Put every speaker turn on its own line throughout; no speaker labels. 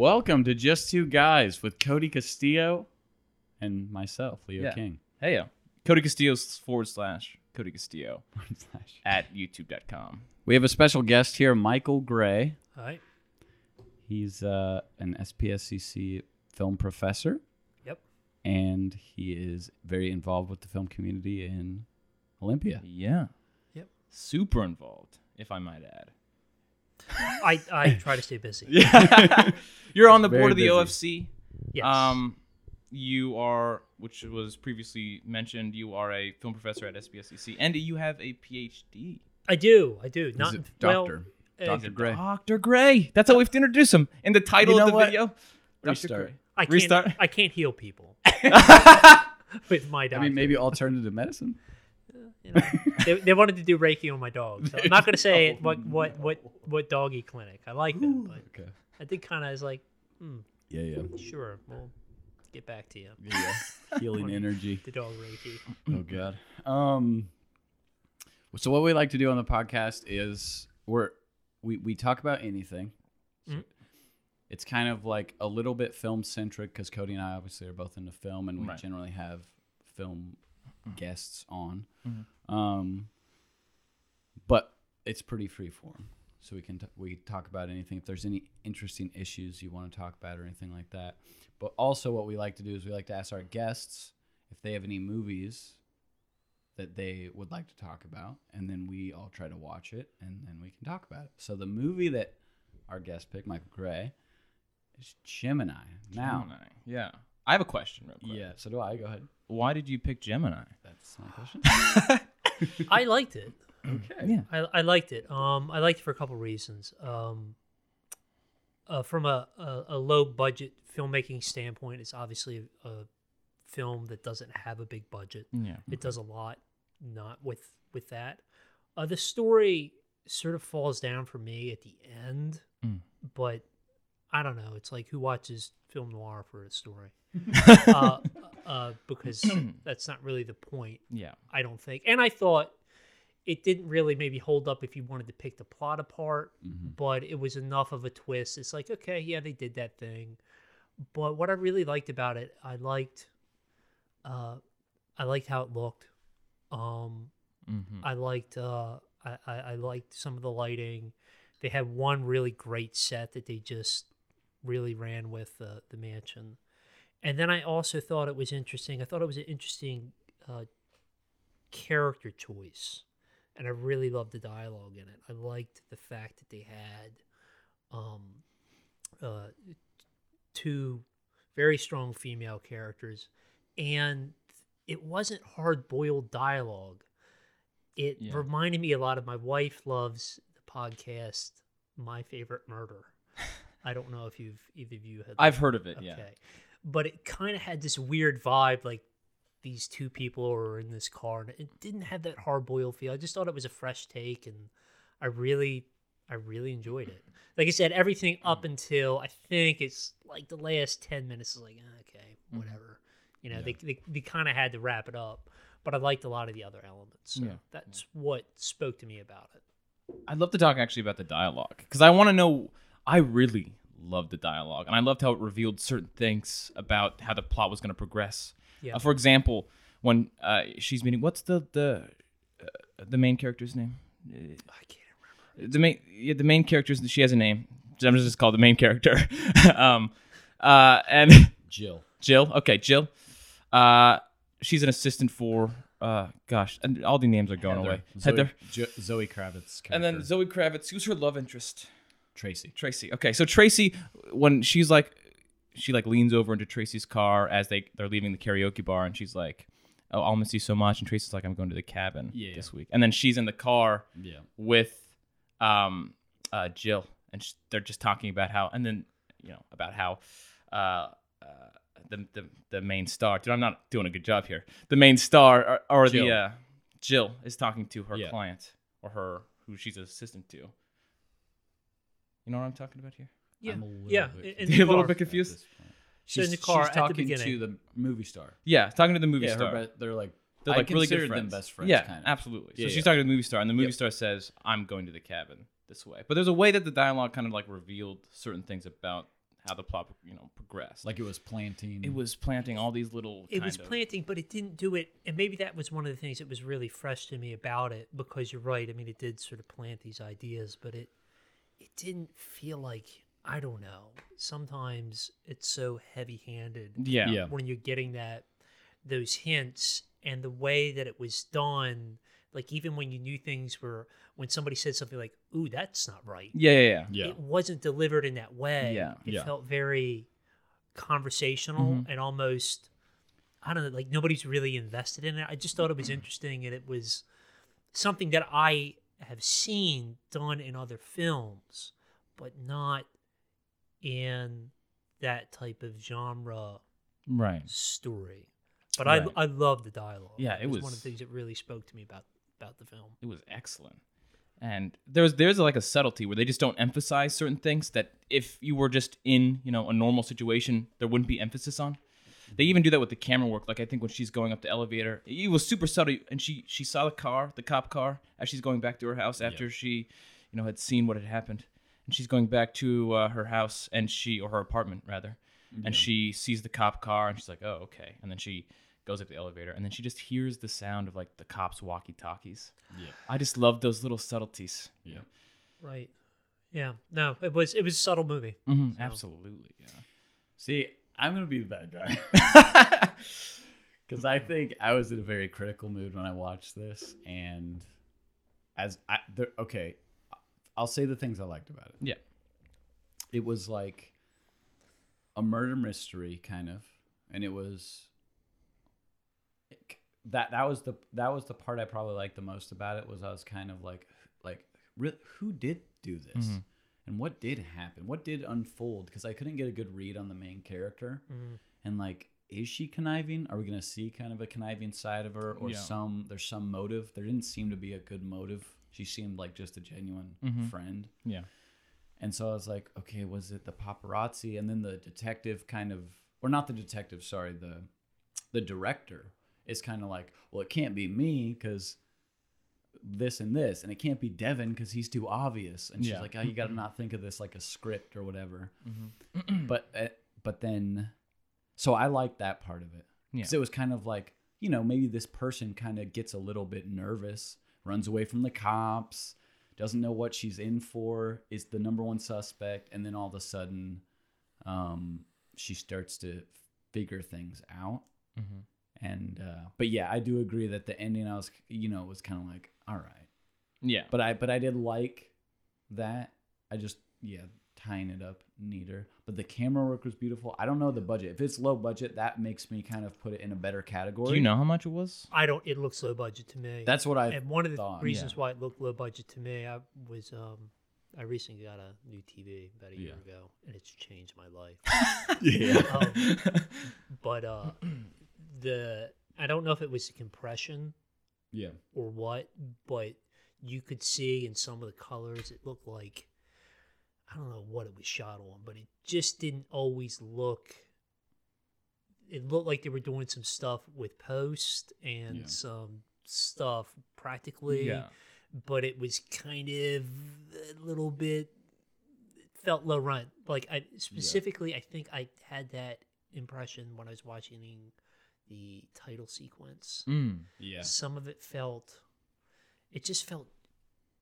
Welcome to Just Two Guys with Cody Castillo and myself, Leo
Yeah.
King.
Hey, yo. Cody Castillo's forward slash Cody Castillo at youtube.com.
We have a special guest here, Michael Gray.
Hi.
He's uh, an SPSCC film professor,
Yep.
and he is very involved with the film community in Olympia.
Yeah.
Yep.
Super involved, if I might add.
I, I try to stay busy.
Yeah. You're on the
Very
board of the
busy.
OFC.
Yes.
Um, you are, which was previously mentioned, you are a film professor at SBSCC, and you have a PhD.
I do. I do. Not
a
well,
doctor.
uh,
Doctor Gray.
Dr. Gray. That's how we have to introduce him in the title
You know
of the
what?
video. Dr.
Restart.
Gray.
I can't.
Restart.
I can't heal people with my
I
doctor.
mean, maybe alternative medicine.
you know. they, they wanted to do Reiki on my dog. So I'm not gonna say
Oh.
what what what what doggy clinic. I like them, but
Okay.
I did kind of was like, hmm,
Yeah, yeah.
sure, we'll get back to you.
yeah. Healing energy.
The dog Reiki.
Oh God. Um. So what we like to do on the podcast is we're we we talk about anything.
Mhm.
It's kind of like a little bit film centric because Cody and I obviously are both into film, and we
Right.
generally have film guests on. Um. But it's pretty free form, so we can t- we talk about anything. If there's any interesting issues you want to talk about or anything like that, but also what we like to do is we like to ask our guests if they have any movies that they would like to talk about, and then we all try to watch it, and then we can talk about it. So the movie that our guest picked, Michael Gray, is Gemini. Now,
Gemini. Yeah. I have a question real quick.
yeah. So do I? Go ahead.
Why did you pick Gemini?
That's my question.
I liked it.
okay.
Yeah.
I, I liked it. Um, I liked it for a couple reasons. Um, uh, from a, a, a low budget filmmaking standpoint, it's obviously a, a film that doesn't have a big budget.
Yeah.
It does a lot, not with with that. Uh, the story sort of falls down for me at the end,
Mm.
but I don't know. It's like who watches film noir for a story? uh, uh, because that's not really the point.
Yeah.
I don't think. And I thought it didn't really maybe hold up if you wanted to pick the plot apart,
Mhm.
but it was enough of a twist. It's like, okay, yeah, they did that thing. But what I really liked about it, I liked uh I liked how it looked. Um
Mm-hmm.
I liked uh I, I, I liked some of the lighting. They had one really great set that they just really ran with uh, the mansion. And then I also thought it was interesting. I thought it was an interesting uh, character choice. And I really loved the dialogue in it. I liked the fact that they had um, uh, two very strong female characters. And it wasn't hard boiled dialogue. It
Yeah.
reminded me a lot of my wife loves the podcast, My Favorite Murder. I don't know if you've either of you had.
I've heard of it.
Okay.
Yeah.
But it kind of had this weird vibe, like these two people are in this car, and it didn't have that hard boiled feel. I just thought it was a fresh take, and I really, I really enjoyed it. Like I said, everything up
Mm.
until I think it's like the last ten minutes is like "Ah, okay,
Mhm.
whatever. You know,
Mm-hmm. Yeah.
they they, they kind of had to wrap it up, but I liked a lot of the other elements. So
Yeah.
that's what spoke to me about it.
I'd love to talk actually about the dialogue because I want to know. I really loved the dialogue, and I loved how it revealed certain things about how the plot was going to progress.
Yeah.
Uh, for example, when uh, she's meeting, what's the the uh, the main character's name?
I can't remember.
The main yeah, the main character's she has a name. I'm just just called the main character. um, uh, and
Jill.
Jill. Okay, Jill. Uh, she's an assistant for. Uh, gosh, and all the names are going away. Heather.
Zoe, Jo- Zoe Kravitz. Character.
And then Zoe Kravitz, who's her love interest?
Tracy.
Tracy. Okay, so Tracy, when she's like, she like leans over into Tracy's car as they they're leaving the karaoke bar, and she's like, "Oh, I'll miss you so much." And Tracy's like, "I'm going to the cabin
Yeah.
this week," and then she's in the car
Yeah.
with um uh Jill, and sh- they're just talking about how, and then you know about how uh. uh the, the, the main star dude i'm not doing a good job here the main star or, or
Jill.
the uh jill is talking to her
Yeah.
client or her who she's an assistant to you know what i'm talking about here
Yeah,
I'm a little
yeah.
bit
in- in
confused.
the
You're a little
car.
bit confused?
So in the car
she's
at the
talking to
beginning.
the movie star.
Yeah, talking to the movie
yeah, her
star.
be- they're like
They're
I
like really good
considered
friends.
them best friends.
Yeah,
kind of.
absolutely.
Yeah,
so
yeah.
she's talking to the movie star, and the movie star says, "I'm going to the cabin this way." But there's a way that the dialogue kind of like revealed certain things about how the plot you know progressed.
Like it was planting.
it was planting all these little.
it
kind
was
of-
planting, but it didn't do it. And maybe that was one of the things that was really fresh to me about it, because you're right. I mean, it did sort of plant these ideas, but it it didn't feel like I don't know. Sometimes it's so heavy-handed
Yeah.
Yeah.
when you're getting that those hints and the way that it was done. Like even when you knew things were when somebody said something like, "Ooh, that's not right,"
Yeah. Yeah. yeah.
Yeah.
it wasn't delivered in that way.
Yeah. Mm-hmm.
It
Yeah.
felt very conversational and almost I don't know, like nobody's really invested in it. I just thought it was interesting and it was something that I have seen done in other films, but not in that type of genre
Right.
story. But
Right.
I I love the dialogue.
Yeah, it
was,
was-
one of the things that really spoke to me about about the film.
It was excellent. And there's there's like a subtlety where they just don't emphasize certain things that if you were just in you know a normal situation there wouldn't be emphasis on. They even do that with the camera work. Like I think when she's going up the elevator, it was super subtle, and she she saw the car, the cop car, as she's going back to her house after she, you know, had seen what had happened, and she's going back to uh, her house and she or her apartment rather, and she sees the cop car and she's like, oh okay, and then she goes up the elevator and then she just hears the sound of like the cops walkie talkies.
Yeah.
I just love those little subtleties.
Yeah.
Right. Yeah. No, it was it was a subtle movie.
Mm-hmm. Absolutely.
See, I'm gonna be the bad guy
Yeah.
because I think I was in a very critical mood when I watched this, and as I there, okay, I'll say the things I liked about it.
yeah.
it was like a murder mystery kind of and it was that that was the that was the part i probably liked the most about it was i was kind of like like re- who did do this and what did happen what did unfold because i couldn't get a good read on the main character and like is she conniving are we gonna see kind of a conniving side of her or
Yeah.
some there's some motive there didn't seem to be a good motive she seemed like just a genuine friend
Yeah.
and so I was like, okay, was it the paparazzi? And then the detective kind of, or not the detective, sorry, the the director is kind of like, well, it can't be me because this and this, and it can't be Devin because he's too obvious. And she's
Yeah.
like, oh, you got to not think of this like a script or whatever.
Mm-hmm.
but uh, but then, so I like that part of it because
Yeah.
it was kind of like, you know, maybe this person kind of gets a little bit nervous, runs away from the cops, doesn't know what she's in for, is the number one suspect, and then all of a sudden, um, she starts to figure things out.
Mm-hmm.
And uh, but yeah, I do agree that the ending I was, you know, was kind of like, all right,
Yeah.
but I but I did like that. I just yeah tying it up neater. But the camera work was beautiful. I don't know the budget. If it's low budget, that makes me kind of put it in a better category.
Do you know how much it was?
I don't. It looks low budget to me.
That's what I
and one of the
thought,
reasons why it looked low budget to me. I was um, I recently got a new TV about a year ago, and it's changed my life.
yeah. Oh,
um, but uh, the I don't know if it was the compression
yeah.
or what, but you could see in some of the colors it looked like I don't know what it was shot on, but it just didn't always look it looked like they were doing some stuff with post and
Yeah.
some stuff practically, but it was kind of a little bit it felt low run. Like I specifically I think I had that impression when I was watching the title sequence
Mm.
Yeah.
some of it felt it just felt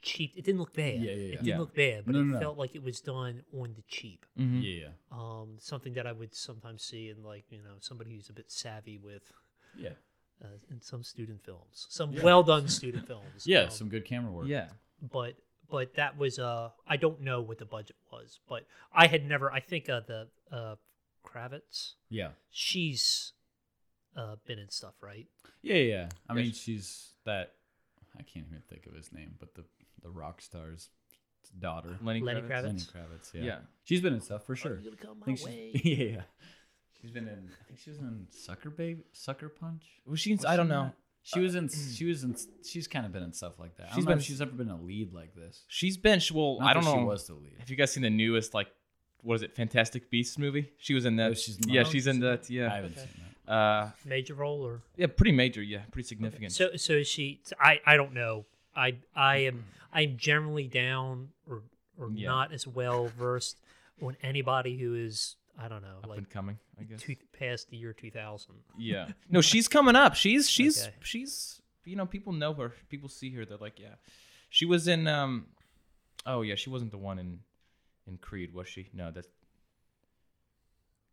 cheap it didn't look bad
Yeah, yeah, yeah.
it didn't
Yeah.
look bad but
No,
it
no, no.
felt like it was done on the cheap
Mhm.
Yeah.
um something that i would sometimes see in like you know somebody who's a bit savvy with
Yeah.
Mm.
uh, in some student films some
Yeah.
well done student films
Yeah.
um,
Some good camera work.
Yeah.
but but that was uh i don't know what the budget was but i had never i think uh the uh kravitz
Yeah.
she's uh been in stuff right
Yeah. Yeah. I
Yeah,
mean,
she-
she's that. I can't even think of his name, but the the rock star's daughter,
Lenny,
Lenny
Kravitz.
Kravitz.
Lenny Kravitz. Yeah.
Yeah.
She's been in stuff for
Are
sure.
you gonna come
I
my
think
way
she's, yeah, yeah. She's been in. I think she was in Sucker Babe, Sucker Punch.
Was she? In,
Was
I
she
don't
in
know.
that? She was in. She was in. She's kind of been in stuff like that. I
Uh, She's
don't know
been-
if she's ever been a lead like this.
She's been. sh- Well,
Not
I don't
that
know.
She was the lead.
Have you guys seen the newest like? What is it? Fantastic Beasts movie. She was in that.
No, Oh, she's not.
yeah, she's in that.
I
Yeah.
haven't
Okay.
seen that.
Uh,
major role or
yeah. Pretty major. Yeah. Pretty significant.
So so is she I I don't know. I I am I'm generally down or or
Yeah.
not as well versed on anybody who is I don't know
Up
like
and coming, I guess.
two, past the year 2000.
Yeah. No, she's coming up. She's she's
Okay.
she's you know, people know her. People see her. They're like, yeah. She was in um Oh yeah, she wasn't the one in in Creed, was she? No, that's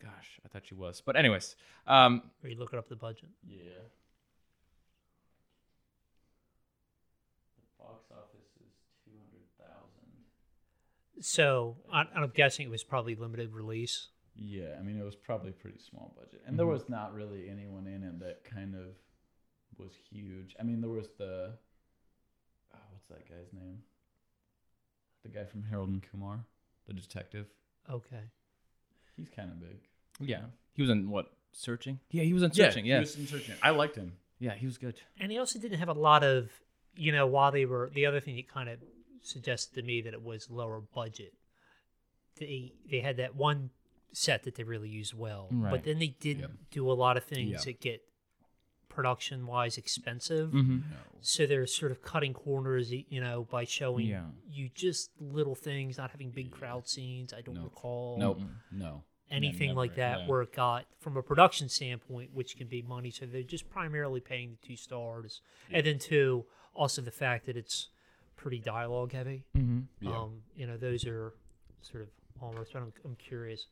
Gosh, I thought she was. But anyways, um
Are you looking up the budget?
yeah. The box office is 200,000.
So I, I'm guessing it was probably limited release.
Yeah, I mean it was probably pretty small budget, and there
Mm-hmm.
was not really anyone in it that kind of was huge. I mean, there was the oh, what's that guy's name? The guy from Harold and Kumar, the detective.
Okay.
He's kind of big.
Yeah. He was in what? Searching? Yeah, he was in searching. Yeah.
he was in searching. I liked him.
yeah, he was good.
And they also didn't have a lot of, you know, while they were the other thing that kind of suggested to me that it was lower budget. They they had that one set that they really used well,
Right.
but then they didn't
Yep.
do a lot of things
Yeah.
that get production wise expensive.
Mm-hmm.
No.
So they're sort of cutting corners, y- you know, by showing
Yeah.
you just little things, not having big crowd scenes. I don't
No.
recall
Nope. No.
anything
never,
like that
yeah.
where it got from a production standpoint, which can be money. So they're just primarily paying the two stars, and then two, also the fact that it's pretty dialogue heavy.
Mm-hmm.
Yeah.
Um, you know, those are sort of hallmarks. But I'm, I'm curious.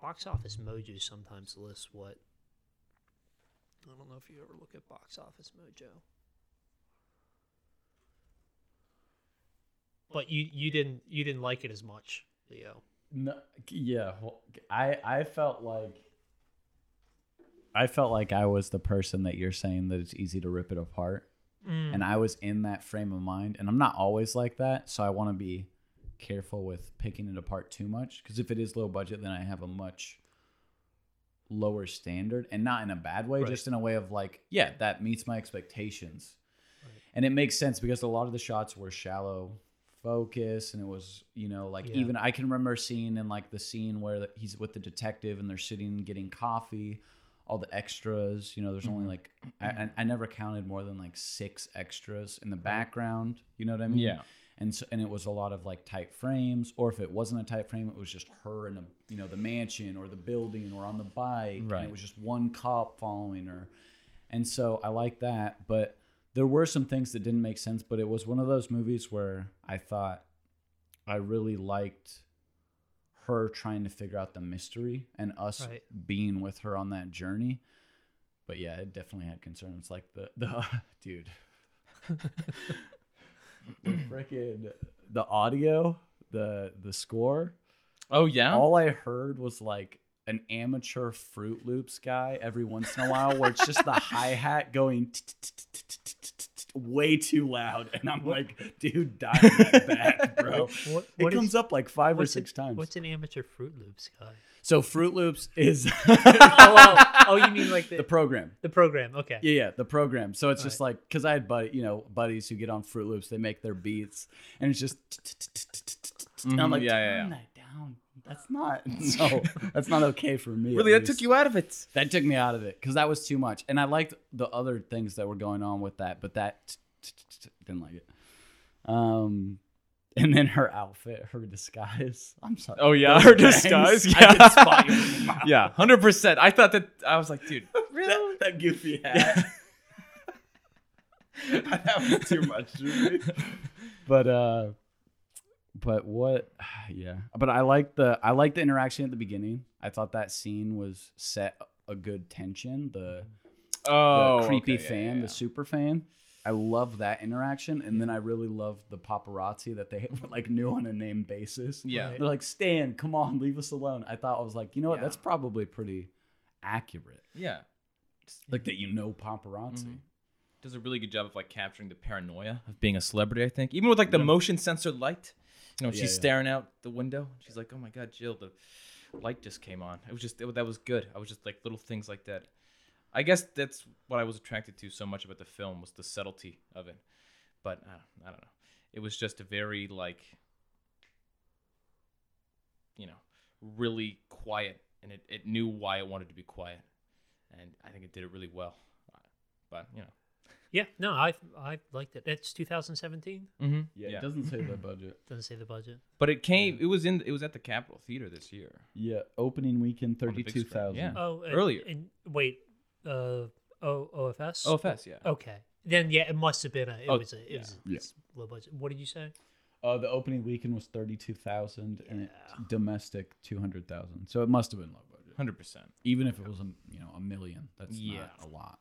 Box Office Mojo sometimes lists what. I don't know if you ever look at Box Office Mojo. But you, you didn't you didn't like it as much, Leo.
No, yeah, well, I I felt like I felt like I was the person that you're saying that it's easy to rip it apart, and
Mm.
I was in that frame of mind, and I'm not always like that, so I want to be careful with picking it apart too much because if it is low budget, then I have a much lower standard, and not in a bad way,
Right.
just in a way of like, yeah, that meets my expectations,
Right.
and it makes sense because a lot of the shots were shallow focus and it was you know like
Yeah.
even i can remember seeing in like the scene where the- he's with the detective and they're sitting getting coffee all the extras you know there's
Mm-hmm.
only like I, I- I never counted more than like six extras in the background you know what i mean
Yeah.
and so and it was a lot of like tight frames or if it wasn't a tight frame it was just her in a you know the mansion or the building or on the bike and
Right.
it was just one cop following her and so i like that but there were some things that didn't make sense but it was one of those movies where i thought i really liked her trying to figure out the mystery and us
Right.
being with her on that journey but yeah it definitely had concerns like the the dude the freaking the audio the the score
Oh yeah.
all i heard was like an amateur fruit loops guy every once in a while where it's just the hi-hat going way too loud and i'm like dude dial that back bro
What,
it comes up like five or
what's
six
an-
times
What's an amateur Fruit Loops guy?
so fruit loops is
oh, oh, you mean like
the
the, the,
program
program? Okay.
Yeah, yeah, the program. So it's just
Right.
like because I had buddy, you know, buddies who get on Fruit Loops. They make their beats, and it's just. And I'm
Mhm,
like,
yeah, yeah,
turn that down. That's not. No, that's not okay for me. at
really, that
least."
took you out of it.
That took me out of it because that was too much, and I liked the other things that were going on with that, but that didn't like it. Um. And then her outfit, her disguise. I'm sorry.
Oh yeah,
those
her
bangs,
disguise. Yeah,
I could spot you. Wow.
yeah, hundred percent. I thought that I was like, dude,
That, that goofy hat. that was too much for me. But uh but what yeah. But I like the I like the interaction at the beginning. I thought that scene was set a good tension. The, the
oh,
creepy
okay, yeah,
fan,
yeah,
the super fan. I love that interaction. And then I really love the paparazzi that they like knew on a name basis.
Yeah.
They're like, Stan, come on, leave us alone. I thought I was like, you know what,
Yeah.
that's probably pretty accurate
yeah, yeah.
like that you know paparazzi.
Mhm. Does a really good job of like capturing the paranoia of being a celebrity. I think even with like the motion sensor light, you know,
Yeah,
she's
yeah.
staring out the window. She's like, oh my god, Jill, the light just came on. It was just it, that was good. I was just like little things like that. I guess that's what I was attracted to so much about the film was the subtlety of it. But I don't, I don't know. It was just a very like, you know, really quiet, and it, it knew why it wanted to be quiet, and I think it did it really well. But you know,
Yeah, no, I I liked it. That's 2017.
Mm-hmm.
Yeah, it doesn't say the budget.
Doesn't say the budget.
But it came. It was in. It was at the Capitol Theater this year.
Yeah, opening weekend
On the big
thirty-two
screen,
thousand.
yeah.
Oh, and-
Earlier.
And wait, uh, o, OFS.
OFS,
oh.
yeah.
Okay. Then yeah, it must have been a. It
Oh,
was a. It
yeah.
was a
Yeah.
low budget. What did you say?
Uh, the opening weekend was thirty-two thousand, and it, domestic two hundred thousand. So it must have been low budget.
Hundred percent.
Even if it was a you know a million, that's
Yeah.
not a lot.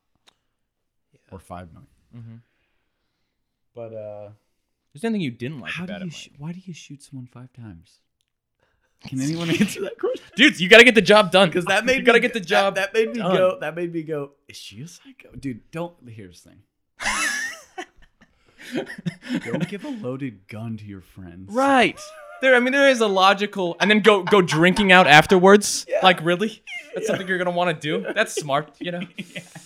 Or five million.
Mhm.
But uh,
There's nothing you didn't like
how
about
do you
it,
sh-
Mike.
why do you shoot someone five times? Can anyone answer that question?
dude. You gotta get the job done because
That made
you gotta
me-
get the job.
That, that made me
done.
go. That made me go. Is she a psycho, dude? Don't. Here's the thing. don't give a loaded gun to your friends.
right. There. I mean, there is a logical, and then go go drinking out afterwards. Like really, that's something you're gonna want to do. That's smart, you know.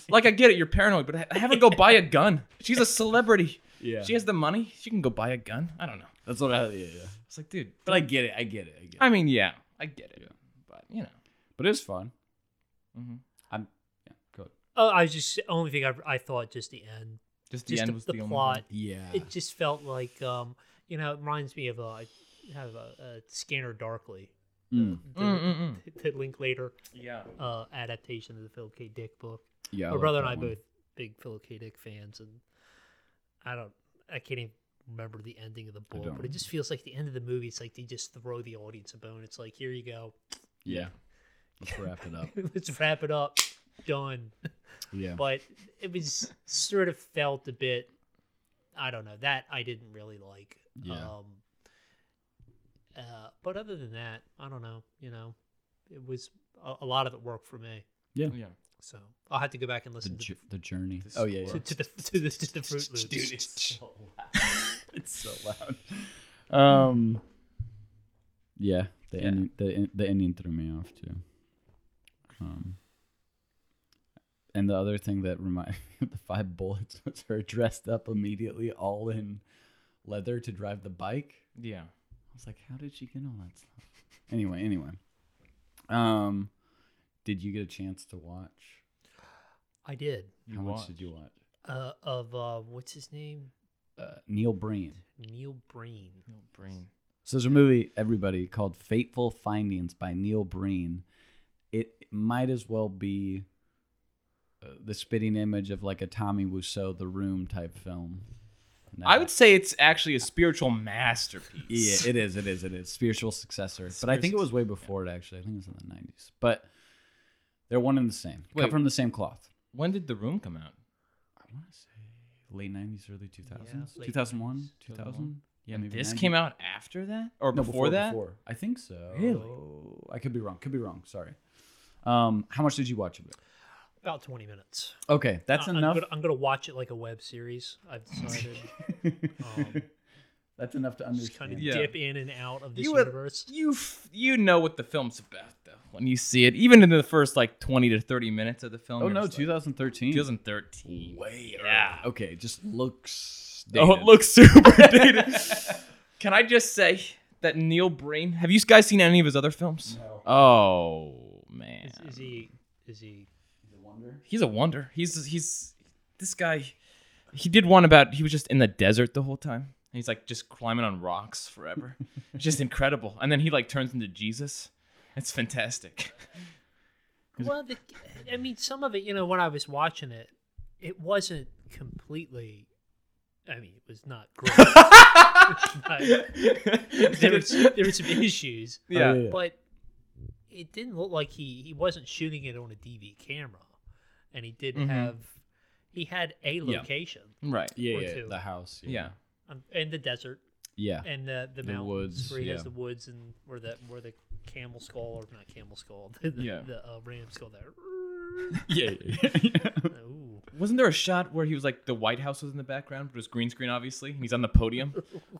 Like I get it, you're paranoid, but ha- have her go buy a gun. She's a celebrity.
Yeah.
She has the money. She can go buy a gun. I don't know.
That's what I. Yeah, yeah.
It's like, dude.
But I get it. I get it. I get it.
I mean, yeah, I get it, but you know.
But it's fun.
Mhm.
I'm. Yeah. Good.
Oh, I was just only thing I, I thought just the end,
Just the
just
end
the,
was
the,
the only
plot.
one.
Yeah.
It just felt like um, you know, it reminds me of a I have a, a Scanner Darkly,
Mm.
the,
Mm-hmm.
the Linklater
Yeah.
uh, adaptation of the Philip K. Dick book.
Yeah. I
My
like
brother and
that
I
one.
both big Philip K. Dick fans, and I don't, I can't even remember the ending of the book, but
don't.
it just feels like the end of the movie. It's like they just throw the audience a bone. It's like, here you go,
Yeah. Let's wrap it up.
let's wrap it up, done.
Yeah.
But it was sort of felt a bit, I don't know, that I didn't really like.
Yeah.
Um, uh, but other than that, I don't know. You know, it was a, a lot of it worked for me.
Oh, Yeah.
So I'll have to go back and
the,
listen to
ju- the journey.
the
Oh yeah.
score.
yeah.
to, to the to the, to the Fruit Loops.
Dude, it's so loud. it's so loud. Um. Yeah, the
Yeah.
Ending, the en- the ending threw me off too. Um. And the other thing that reminded me of the five bullets was her dressed up immediately, all in leather, to drive the bike.
Yeah.
I was like, how did she get all that stuff? Anyway, anyway. Um, did you get a chance to watch?
I did.
how
watch.
much did you watch?
Uh, of uh, what's his name?
Uh, Neil Breen.
Neil Breen.
No brain.
So there's a movie, everybody, called Fateful Findings by Neil Breen. It might as well be uh, the spitting image of like a Tommy Wiseau, The Room type film. And
I
that-
would say it's actually a spiritual masterpiece.
Yeah, it is. It is. It is. Spiritual successor. But I think it was way before it, actually. I think it was in the 90s. But they're one and the same. Cut
Wait.
from the same cloth.
when did The Room come out?
I want to say late 90s, early 2000s.
late
2001,
90s.
2000. Yeah, maybe
this
90.
came out after that or
No,
before, that?
Before. I think so.
Really?
I could be wrong. Could be wrong. Sorry. Um, how much did you watch of it?
About twenty minutes.
Okay, that's
Uh,
I-
enough.
I'm gonna, I'm gonna watch it like a web series. I've decided. um,
that's enough to
just kind of
understand.
Yeah.
dip in and out of this
You would-
universe.
You f- you know what the film's about though. When you see it, even in the first like 20 to 30 minutes of the film.
Oh
you're
no,
just like,
2013.
2013.
Way
Yeah.
early. Okay, just looks.
Oh, it
dated.
looks super dated. Can I just say that Neil Breen? Have you guys seen any of his other films? No. Oh man.
Is, is he? Is he?
he's a wonder. He's he's this guy. He did one about he was just in the desert the whole time. And he's like just climbing on rocks forever. it's just incredible. And then he like turns into Jesus. It's fantastic.
Well, the, I mean, some of it. You know, when I was watching it, it wasn't completely. I mean, it was not great. there, was, there were some issues.
yeah.
Oh, yeah.
but it didn't look like he he wasn't shooting it on a DV camera, and he did
Mm-hmm.
Mhm.
have he had a location
Right.
Yeah,
Or
yeah,
two.
the house.
Yeah.
um, in the desert
yeah,
and the the,
The
mountains
woods,
where he
yeah.
has the woods and where the where the camel skull or not camel skull the, the,
Yeah.
the uh, ram skull there.
yeah.
Ooh,
Wasn't there a shot where he was like the White House was in the background, but it was green screen obviously, and he's on the podium.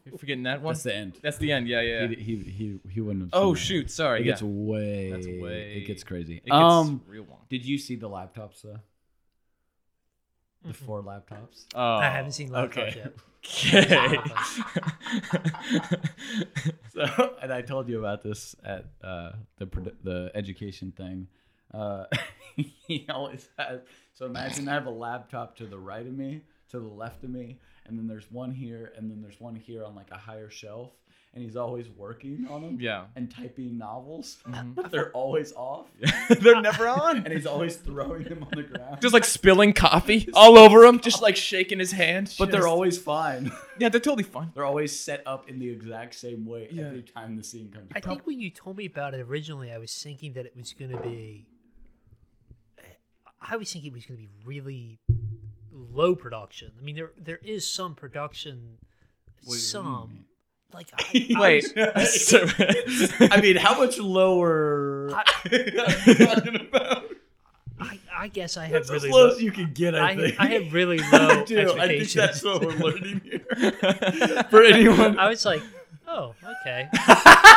You're forgetting that one.
That's the end.
That's the end. Yeah, yeah.
He, he he he wouldn't. Have seen
oh
that.
shoot, sorry.
It gets
yeah.
way.
That's way-
It gets crazy.
It gets
um,
real wonky.
did you see the laptops though? The four laptops.
Oh,
I haven't seen Laptop
okay.
yet.
Okay.
So, and I told you about this at uh, the produ- the education thing. Uh, he always has. So imagine I have a laptop to the right of me to the left of me, and then there's one here, and then there's one here on like a higher shelf, and he's always working on them.
Yeah. Mm-hmm.
And typing novels, but they're always off,
They're never on.
and he's always throwing them on the ground.
Just like spilling coffee all over him, just like shaking his hand.
but they're
Just-
always fine.
yeah, they're totally fine.
They're always set up in the exact same way
Yeah.
every time the scene comes.
I think when you told me about it originally, I was thinking that it was going to be. I was thinking it was going to be really low production. I mean, there there is some production, some like I, I
Wait.
was-
So-
I mean, how much lower?
I, I guess I have
That's
really
as low
low-
as you can get. I,
I,
think.
I have really
I
low
do. I think that's
expectations.
what we're learning here. For anyone,
I was like, oh, okay.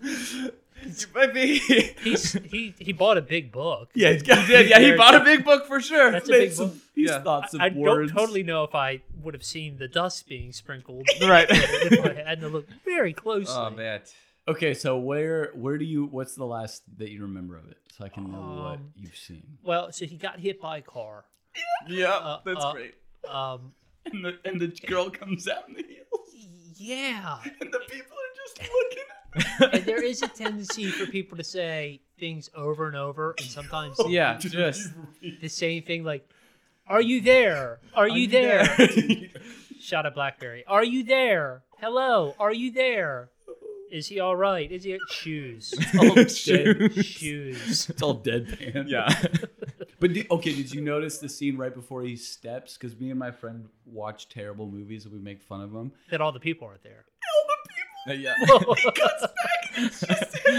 You might be-
He's he he bought a big book.
yeah, he's got,
yeah, yeah, he bought a big book for sure.
That's a
made
big
some,
book.
He's
Yeah.
thought some
I
words.
don't totally know if I would have seen the dust being sprinkled
right.
if I hadn't looked very closely.
oh man.
Okay, so where where do you? What's the last that you remember of it? So I can know what
Um,
you've seen.
Well, so he got hit by a car.
Yeah,
Uh,
that's
uh,
great.
Um,
And the and the girl comes out in the heels,
yeah,
and the people are just looking.
and there is a tendency for people to say things over and over, and sometimes
Yeah, just
the same thing. Like, "Are you there? Are, you, there? Shot a BlackBerry. Are you there? Hello. Are you there? Is he all right? Is he shoes?
Shoot.
shoes.
It's all deadpan.
yeah.
But do, okay, did you notice the scene right before he steps? Because me and my friend watch terrible movies and we make fun of them.
That all the people aren't there.
Uh,
yeah.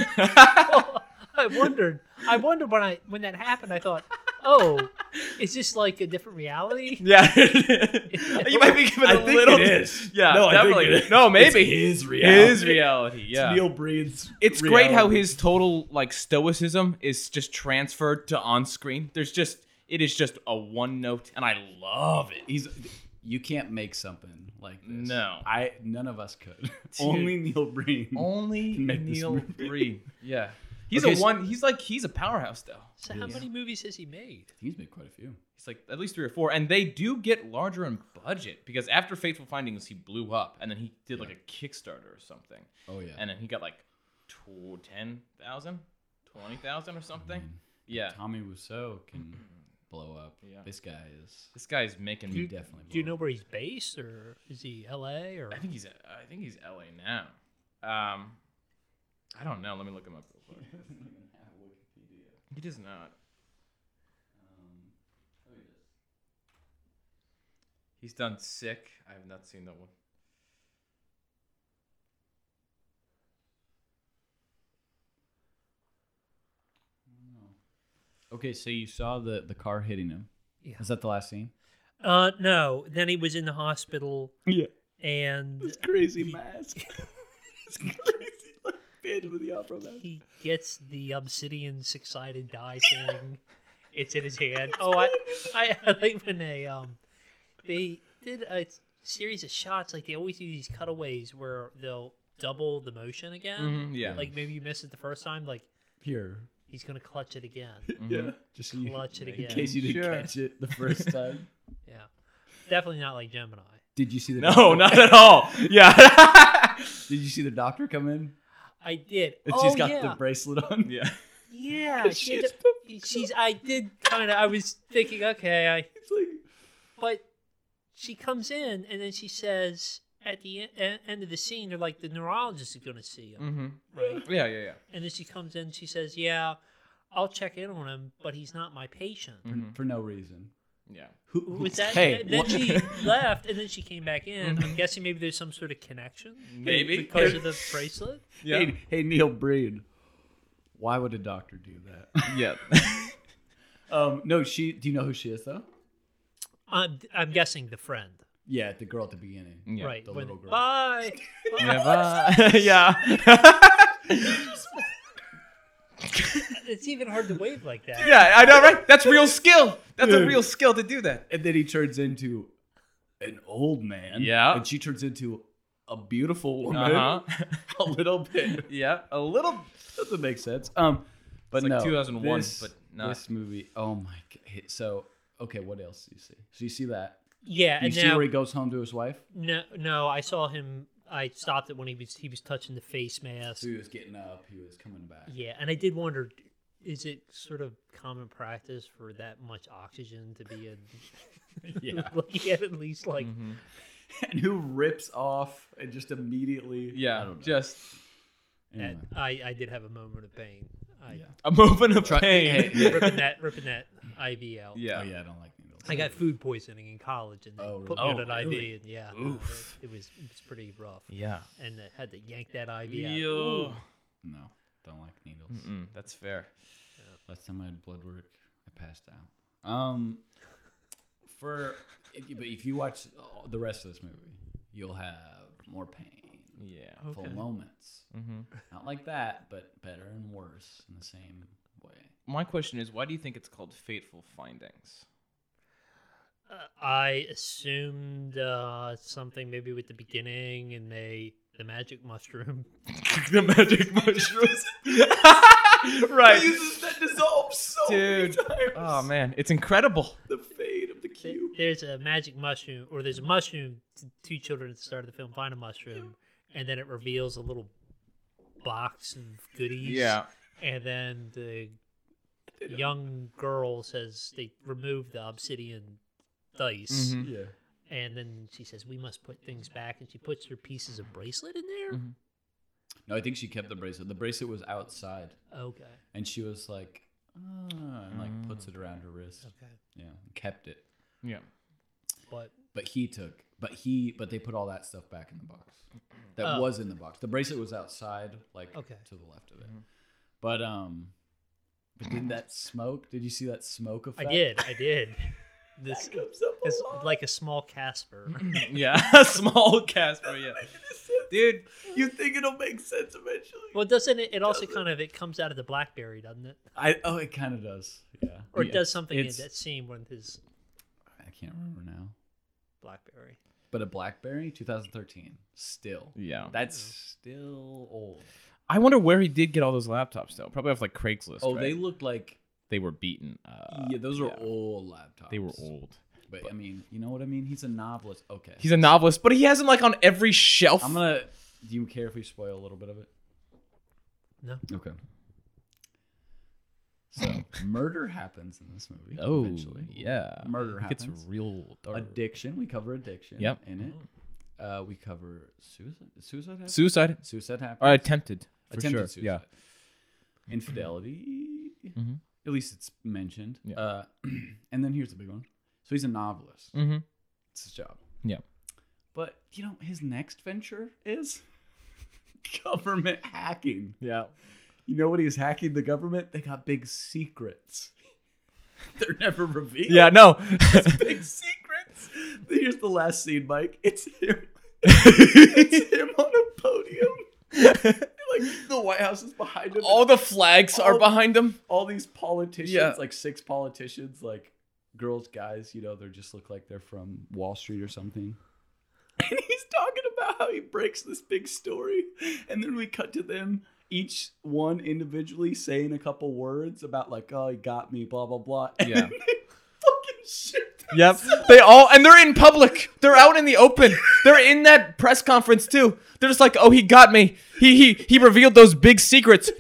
I wondered. I wondered when I when that happened. I thought, oh, is this like a different reality?
Yeah. you might be giving
I
a
think
little.
it is.
Yeah,
No, I think
definitely.
it is.
No, maybe
It's his reality.
His reality. Yeah.
Neil Breed's.
It's great how
reality.
his total like stoicism is just transferred to on screen. There's just it is just a one note, and I love it.
He's. You can't make something like this.
No.
I. None of us could. Only Neil Breen.
Only
Can make this
Neil
movie.
Breen. Yeah, he's
Okay,
a
so-
one. He's like he's a powerhouse though.
So how many movies has he made?
He's made quite a few.
It's like at least three or four, and they do get larger in budget because after Fateful Findings, he blew up, and then he did like a Kickstarter or something,
Oh yeah.
and then he got like tw- 10,000, 20,000 or something.
Mm.
Yeah,
Tommy Wiseau can blow up.
Yeah.
This guy is.
this guy's making.
He definitely.
Do you
blow
know
up.
where he's based, or is he L.A. or?
I think he's I think he's LA now. Um, I don't know. Let me look him up real quick. He does not. Um, He's done sick. I have not seen that
Um,
one.
Okay, so you saw the the car hitting him.
Yeah.
Is that the last scene?
Uh, no. Then he was in the hospital,
Yeah.
and
crazy mask. it's crazy like band with the opera mask.
he gets the obsidian six-sided die thing. It's in his hand. Oh, I, I, I like when they um, they did a series of shots. Like they always do these cutaways where they'll double the motion again.
Mhm, yeah.
Mm-hmm.
Like maybe you missed it the first time. Like
Here.
he's gonna clutch it again.
Mm-hmm.
Yeah. Just so you-
Clutch it
in
again.
case you didn't
Sure.
catch it the first time.
Yeah, definitely not like Gemini.
Did you see the
no,
doctor-
not at all. Yeah.
Did you see the doctor come in?
I did.
And
oh
she's got
yeah,
the bracelet on.
yeah.
yeah. She
she's
had the- she's. I did kind of. I was thinking, okay, I
It's like
But she comes in and then she says at the en- en- end of the scene, they're like, the neurologist is going to see
Mm.
him,
Mm-hmm.
right?
Yeah, yeah, yeah.
And then she comes in, she says, yeah, I'll check in on him, but he's not my patient.
for, Mm-hmm. for no reason.
Yeah.
Who, who-
Was that?
Mm-hmm. hey,
then
what- Mm-hmm.
she left, and then she came back in. I'm guessing maybe there's some sort of connection,
Maybe.
because of the bracelet.
Yeah.
hey, hey, Neil Breed. Why would a doctor do that?
yeah.
um, no, she. Do you know who she is though?
I'm, I'm guessing the friend,
Yeah, the girl at the beginning.
Yeah.
right?
the
when-
little girl.
Bye.
Yeah. bye. yeah.
it's even hard to wave like that.
Yeah, I know, right? That's real skill. That's a
Dude.
real skill to do that.
And then he turns into an old man.
Yeah.
And she turns into a beautiful woman.
Uh huh.
a little bit.
yeah, a little.
Doesn't make sense. Um, but
It's like
no,
2001,
this-
but not.
this movie. Oh my god! So okay, what else do you see? So you see that?
Yeah,
You
and
see
now
where he goes home to his wife?
no, no, I saw him. I stopped it when he was he was touching the face mask.
He was getting up. He was coming back.
Yeah, and I did wonder, is it sort of common practice for that much oxygen to be in?
Yeah.
looking at at least like
and who rips off and just immediately? I
Yeah,
don't know.
just
Anyway.
and I, I did have a moment of pain. I
a moment of
Try-
pain.
Hey,
ripping that ripping that IV out.
Oh
yeah.
yeah, I don't like needles.
I got food poisoning in college, and they
Oh,
put me
really?
on an
Oh,
IV,
really?
and yeah,
Oof.
It, it was it was pretty rough,
Yeah.
and I had to yank that IV out.
Yo.
No, don't like needles.
Mm, that's fair.
Last time I had blood work, I passed out. Um, for if you, but if you watch all- the rest of this movie, you'll have more pain,
Yeah.
full
Okay.
moments.
Mm-hmm.
Not like that, but better and worse in the same way.
My question is, why do you think it's called Fateful Findings?
Uh, I assumed uh, something maybe with the beginning, and they the magic mushroom.
the magic mushrooms.
He uses that dissolve so
Dude. Oh man, it's incredible.
The fade of the cube.
There's a magic mushroom, or there's a mushroom. t- Two children at the start of the film find a mushroom, and then it reveals a little box of goodies. and then the young girl says they remove the obsidian dice
Mhm.
Yeah.
and then she says we must put things back and she puts her pieces of bracelet in there
Mhm.
Mm-hmm. No, I think she kept the bracelet. The bracelet was outside,
okay
and she was like, ah, and like puts it around her wrist.
okay
Yeah, and kept it.
Yeah.
but
But he took. But he. But they put all that stuff back in the box. That
Oh.
was in the box. The bracelet was outside, like
Okay.
to the left of it.
Mm-hmm.
But um, but didn't that smoke? Did you see that smoke
i
effect?
did i did this is like a small casper
Yeah. Small Casper. Yeah. Dude.
You think it'll make sense eventually?
well doesn't it it also kind of it comes out of the blackberry doesn't it
I oh, it kind of does. Yeah.
or
Yeah.
it does something in
It's-
that scene with his
I can't remember now.
blackberry
But a BlackBerry, 2013, still.
Yeah.
That's still old.
I wonder where he did get all those laptops though. Probably off like Craigslist.
Oh,
right?
they looked like
they were beaten. Uh,
yeah, those are
yeah.
old laptops.
They were old.
But, I mean, you know what I mean? He's a novelist. Okay.
He's a novelist, but he has them like on every shelf.
I'm gonna. Do you care if we spoil a little bit of it?
No.
Okay. So murder happens in this movie.
Oh,
eventually.
yeah.
Murder
It gets
happens.
real dark.
Addiction. We cover addiction.
Yep.
In it, uh, we cover suicide. Suicide. Happens?
Suicide
suicide happens.
or attempted. For
Attempted
sure.
suicide.
Yeah.
Infidelity.
Mhm.
At least it's mentioned.
Yeah.
Uh, and then here's the big one. So he's a novelist.
Mm-hmm.
It's his job.
Yeah.
But you know his next venture is government hacking.
Yeah.
You know what he's hacking the government? They got big secrets. They're never revealed.
Yeah. No.
Big secrets. Here's the last scene, Mike. It's him. it's him on a podium. like the White House is behind him.
all the flags are
All-
behind him.
all these politicians,
Yeah.
like six politicians, like girls, guys, you know, they just look like they're from Wall Street or something. And he's talking about how he breaks this big story. And then we cut to them, each one individually saying a couple words about, like, oh, he got me, blah, blah, blah. And
Yeah.
they fucking shit.
Yep. They all and they're in public. They're out in the open. They're in that press conference too. They're just like, "Oh, he got me. He he he revealed those big secrets."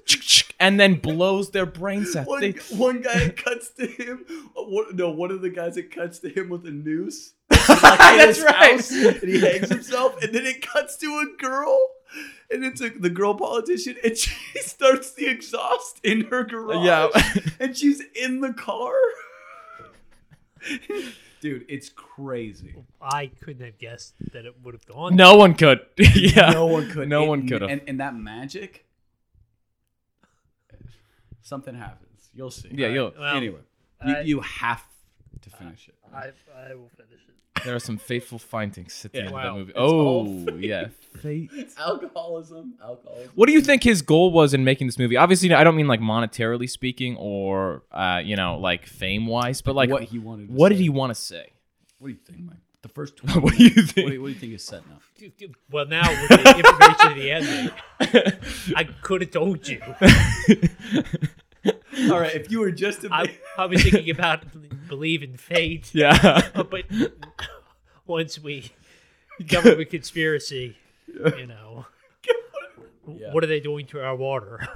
And then blows their brains out.
One,
They-
gu- one guy it cuts to him. uh, One, no, one of the guys it cuts to him with a noose. in
That's
his house,
right.
and he hangs himself, and then it cuts to a girl, and it's a, the girl politician, and she starts the exhaust in her garage,
Yeah.
and she's in the car. Dude, it's crazy.
i couldn't have guessed that it would have gone
No one could. yeah.
No one could.
No
it-
one could have.
And, and that magic, something happens. You'll see.
Yeah, you'll-
well,
anyway,
I-
you, you have to finish it.
I, I will finish it
There are some faithful findings at the
Yeah.
end
Wow.
of that movie.
It's all
Oh, yeah. Fate.
alcoholism, alcoholism.
What do you think his goal was in making this movie? Obviously, I don't mean like monetarily speaking or uh, you know, like fame wise, but like
what he wanted? to
what did
say.
he want to say?
What do you think, Mike? The first.
What do you
minutes,
think?
What do you, what do you think is setting up?
Dude, dude, Well, now with the information at the end, I could have told you.
All right, if you were just a
I, I was thinking about believe in fate,
yeah.
but once we government conspiracy, you know,
Yeah.
what are they doing to our water?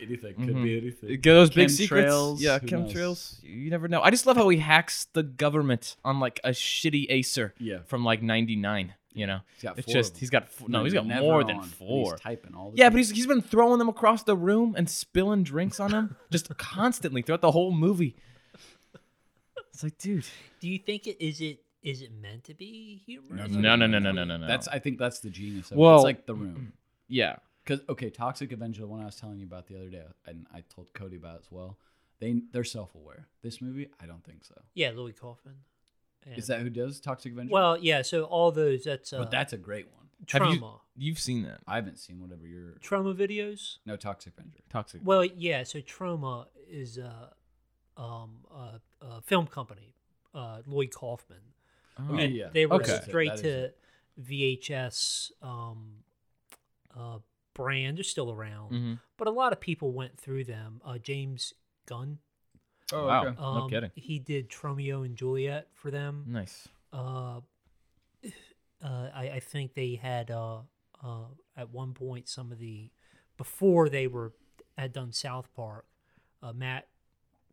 anything could
Mm-hmm.
be anything.
Get those big
Chemtrails,
secrets. Yeah,
who knows?
chemtrails. You never know. I just love how he hacks the government on like a shitty Acer
Yeah.
from like 99, you know?
He's got
it's
four of
just,
them.
he's got, f- no,
They're
he's got
never
more than
on, and he's
four.
typing all the
Yeah,
time.
but he's, he's been throwing them across the room and spilling drinks on them just constantly throughout the whole movie. It's like, dude.
Do you think it is it is it meant to be humorous?
No, no, no, no, no, no, no.
That's I think that's the genius of it.
Well-
It's like the room.
yeah.
Cuz okay, Toxic Avenger the one I was telling you about the other day and I told Cody about it as well. They they're self-aware. This movie, I don't think so.
Yeah, Louis Kaufman. And-
Is that who does Toxic Avenger?
well? Yeah. So all those that's uh,
but that's a great one.
trauma
Have you, you've seen that.
I haven't seen whatever you're
trauma videos.
No Toxic Avenger.
Toxic.
Well, yeah. So trauma is a um a, a film company, uh, Lloyd Kaufman.
Oh.
Yeah,
And
yeah.
They were
Okay.
straight
That is
to
it.
VHS um, uh, brand. They're still
Mm-hmm.
around,
Mhm.
but a lot of people went through them. Uh, James Gunn,
Oh, wow.
um,
no kidding.
he did Tromeo and Juliet for
Mm.
them.
Nice.
Uh, uh, I, I think they had uh, uh, at one point some of the before they were had done South Park. Uh, Matt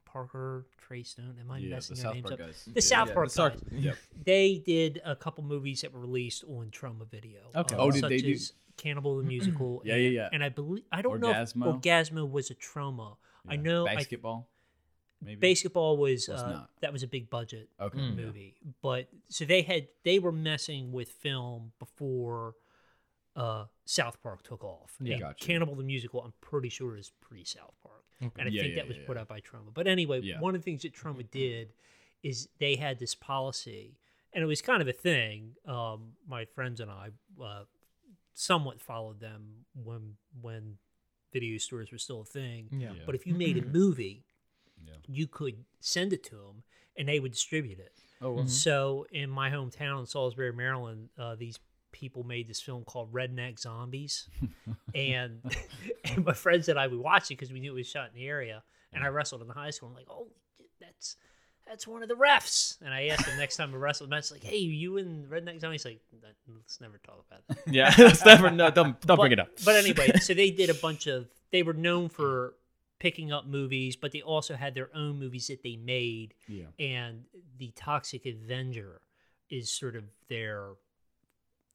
Parker, Trey Stone. Am I messing their names up?
guys.
The South Park
Sorry.
guys they did a couple movies that were released on Trauma Video. uh,
Okay.
Oh, did
such
they do-
as Cannibal the Musical.
Yeah,
and,
yeah, yeah.
And I believe I don't know if
Orgasmo.
Orgasmo was a trauma. I know I-
basketball. maybe.
basketball was,
Was
uh,
not.
that was a big budget
Okay.
Mm.
yeah.
movie, but so they had they were messing with film before uh, South Park took off.
Yeah.
And
Gotcha.
Cannibal the Musical, I'm pretty sure is pre South Park, and I
Yeah,
think
yeah,
that was
yeah,
put
yeah.
out by Trauma. But anyway,
Yeah.
one of the things that Trauma did is they had this policy, and it was kind of a thing. Um, my friends and I uh, somewhat followed them when when video stores were still a thing.
Yeah.
Yeah.
But if you made a movie,
Yeah.
you could send it to them, and they would distribute it.
Oh,
Mm-hmm.
well.
So in my hometown in Salisbury, Maryland, uh, these people made this film called Redneck Zombies, and and my friends and I we watched it because we knew it was shot in the area, and I wrestled in the high school. I'm like, oh, that's that's one of the refs, and I asked him next time I wrestled, and like, hey, you in Redneck Zombies? He's like, let's never talk about that.
Yeah. That's never, no, don't, don't
but,
bring it up.
But anyway, so they did a bunch of. They were known for picking up movies, but they also had their own movies that they made
Yeah.
and the Toxic Avenger is sort of their,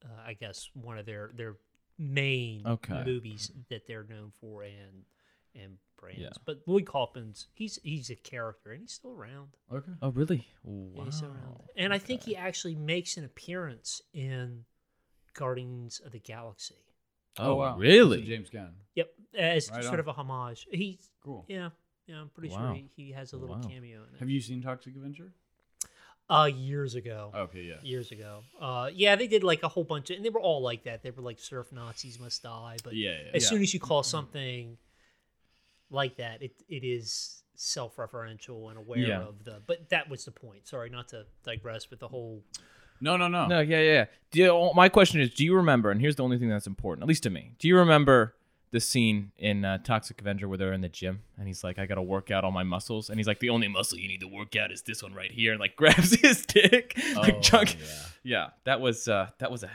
uh, I guess, one of their their main
Okay.
movies that they're known for and and brands.
Yeah.
But Lloyd Kaufman's he's he's a character and he's still around.
Okay.
Oh, really?
Yeah,
Wow.
He's still around, and I think he actually makes an appearance in Guardians of the Galaxy.
Oh,
wow.
really?
So James Gunn.
Yep, as
Right
sort
on.
of a homage. He's
Cool.
yeah. Yeah, I'm pretty
Wow.
sure he, he has a little
Wow.
cameo in it.
Have you seen Toxic Avenger?
uh, years ago.
Okay. Yeah.
years ago. Uh, yeah, they did like a whole bunch of, and they were all like that. They were like surf Nazis must die. But
Yeah. yeah.
as soon as you call
Mm-hmm.
something like that, it it is self-referential and aware
Yeah.
of the. But that was the point. Sorry, not to digress, but the whole.
no. No. No.
Oh. No, yeah, yeah. yeah. Do you, oh, my question is, do you remember? And here's the only thing that's important, at least to me. Do you remember the scene in uh, Toxic Avenger where they're in the gym and he's like, "I gotta work out all my muscles," and he's like, "The only muscle you need to work out is this one right here," and like grabs his dick, like
Oh,
chunk.
yeah.
Yeah. that was uh, that was a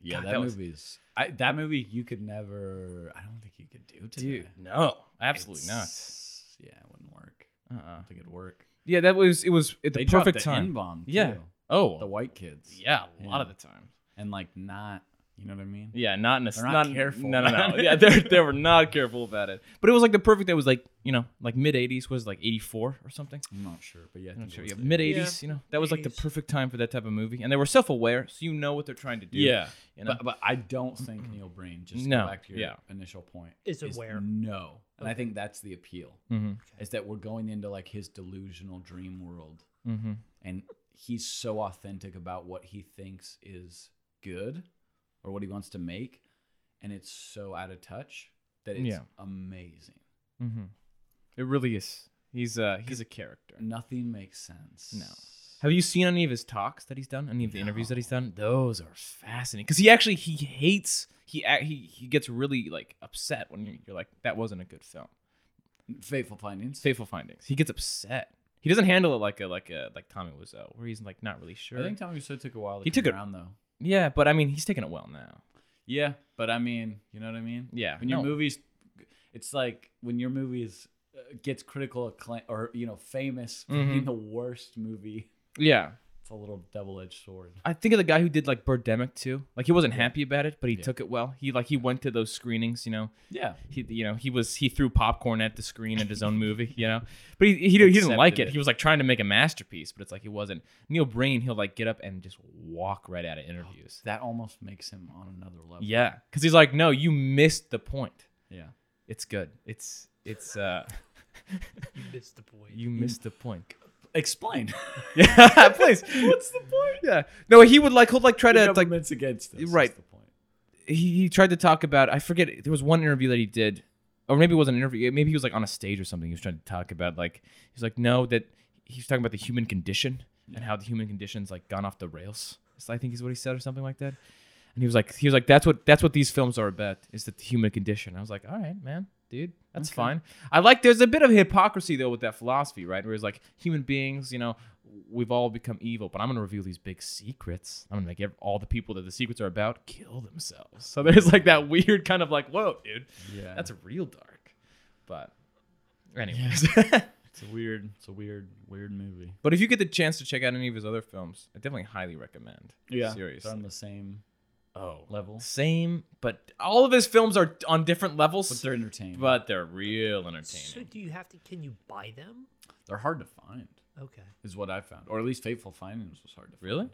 Yeah.
God,
that
that was-
movie's. I, that movie you could never. I don't think you could do today.
no, absolutely
It's- Yeah, it wouldn't work.
not. Uh-uh.
I don't think it'd work.
Yeah, that was it was at the
They dropped
perfect
the
time.
N-bomb.
Yeah.
too.
Oh,
The white kids.
yeah, a lot
Yeah.
of the time.
And like not. You know what I mean?
Yeah, not in a
They're not careful
No, no,
about
no.
it.
yeah, they they were not careful about it. But it was like the perfect. It was like you know, like mid '80s was like '84 or something.
I'm not sure, but yeah. I
I'm
think
not sure.
it
Yeah,
was
mid
there.
'80s. You know, that was like the
80s.
perfect time for that type of movie, and they were self-aware, so you know what they're trying to do.
Yeah.
you know.
But, but I don't think Neil Breen, just to
No,
go back to your
yeah.
initial point,
Is aware.
No. And I think that's the appeal
mm-hmm.
is that we're going into like his delusional dream world.
Mm-hmm.
And he's so authentic about what he thinks is good or what he wants to make. And it's so out of touch that it's
Yeah.
amazing.
Mm-hmm. It really is. He's uh he's a character.
Nothing makes sense.
No. Have you seen any of his talks that he's done? Any of the interviews that he's done? Those are fascinating because he actually he hates he ac- he he gets really like upset when you're, you're like that wasn't a good film.
Fateful Findings.
Faithful Findings. He gets upset. He doesn't handle it like a like a like Tommy Wiseau, where he's like not really sure.
I think Tommy Wiseau took a while. To
He
come
took a-
around though.
yeah, but I mean, he's taking it well now.
Yeah, but I mean, you know what I mean?
Yeah,
When your
no.
movies, it's like when your movies uh, gets critical acclaim or you know famous for being
Mhm.
the worst movie.
Yeah,
It's a little double-edged sword.
I think of the guy who did like Birdemic too. Like he wasn't happy about it, but he
Yeah.
took it well. He like he went to those screenings, you know.
Yeah.
He you know he was he threw popcorn at the screen at his own movie, you know. But he he, he didn't like
Accepted
it.
it.
He was like trying to make a masterpiece, but it's like he wasn't. Neil Breen, he'll like get up and just walk right out of interviews.
That almost makes him on another level.
Yeah, because he's like, no, you missed the point.
Yeah.
It's good. It's it's uh,
You missed the point.
you missed the point.
Explain.
Yeah, please.
What's the point?
Yeah. No, he would like he'll like try
The
to like
government's against us. is
Right.
The point.
he, he tried to talk about I forget there was one interview that he did or maybe it wasn't an interview maybe he was like on a stage or something he was trying to talk about like he's like no that he's talking about the human condition and how the human condition's like gone off the rails So I think is what he said or something like that and he was like he was like that's what that's what these films are about is the human condition I was like all right man dude that's fine I like there's a bit of hypocrisy though with that philosophy right where it's like human beings you know we've all become evil, but I'm gonna reveal these big secrets. I'm gonna make ev- all the people that the secrets are about kill themselves. So there's like that weird kind of like, whoa, dude,
Yeah.
that's real dark. But anyways,
it's a weird. It's a weird, weird movie.
but if you get the chance to check out any of his other films, I definitely highly recommend.
They're
seriously.
on the same
Oh,
level,
same, but all of his films are on different
but
levels,
they're entertaining.
but they're real
So
entertaining.
do you have to? Can you buy them?
they're hard to find,
Okay.
is what I found, or at least Faithful Findings was hard to. find.
Really?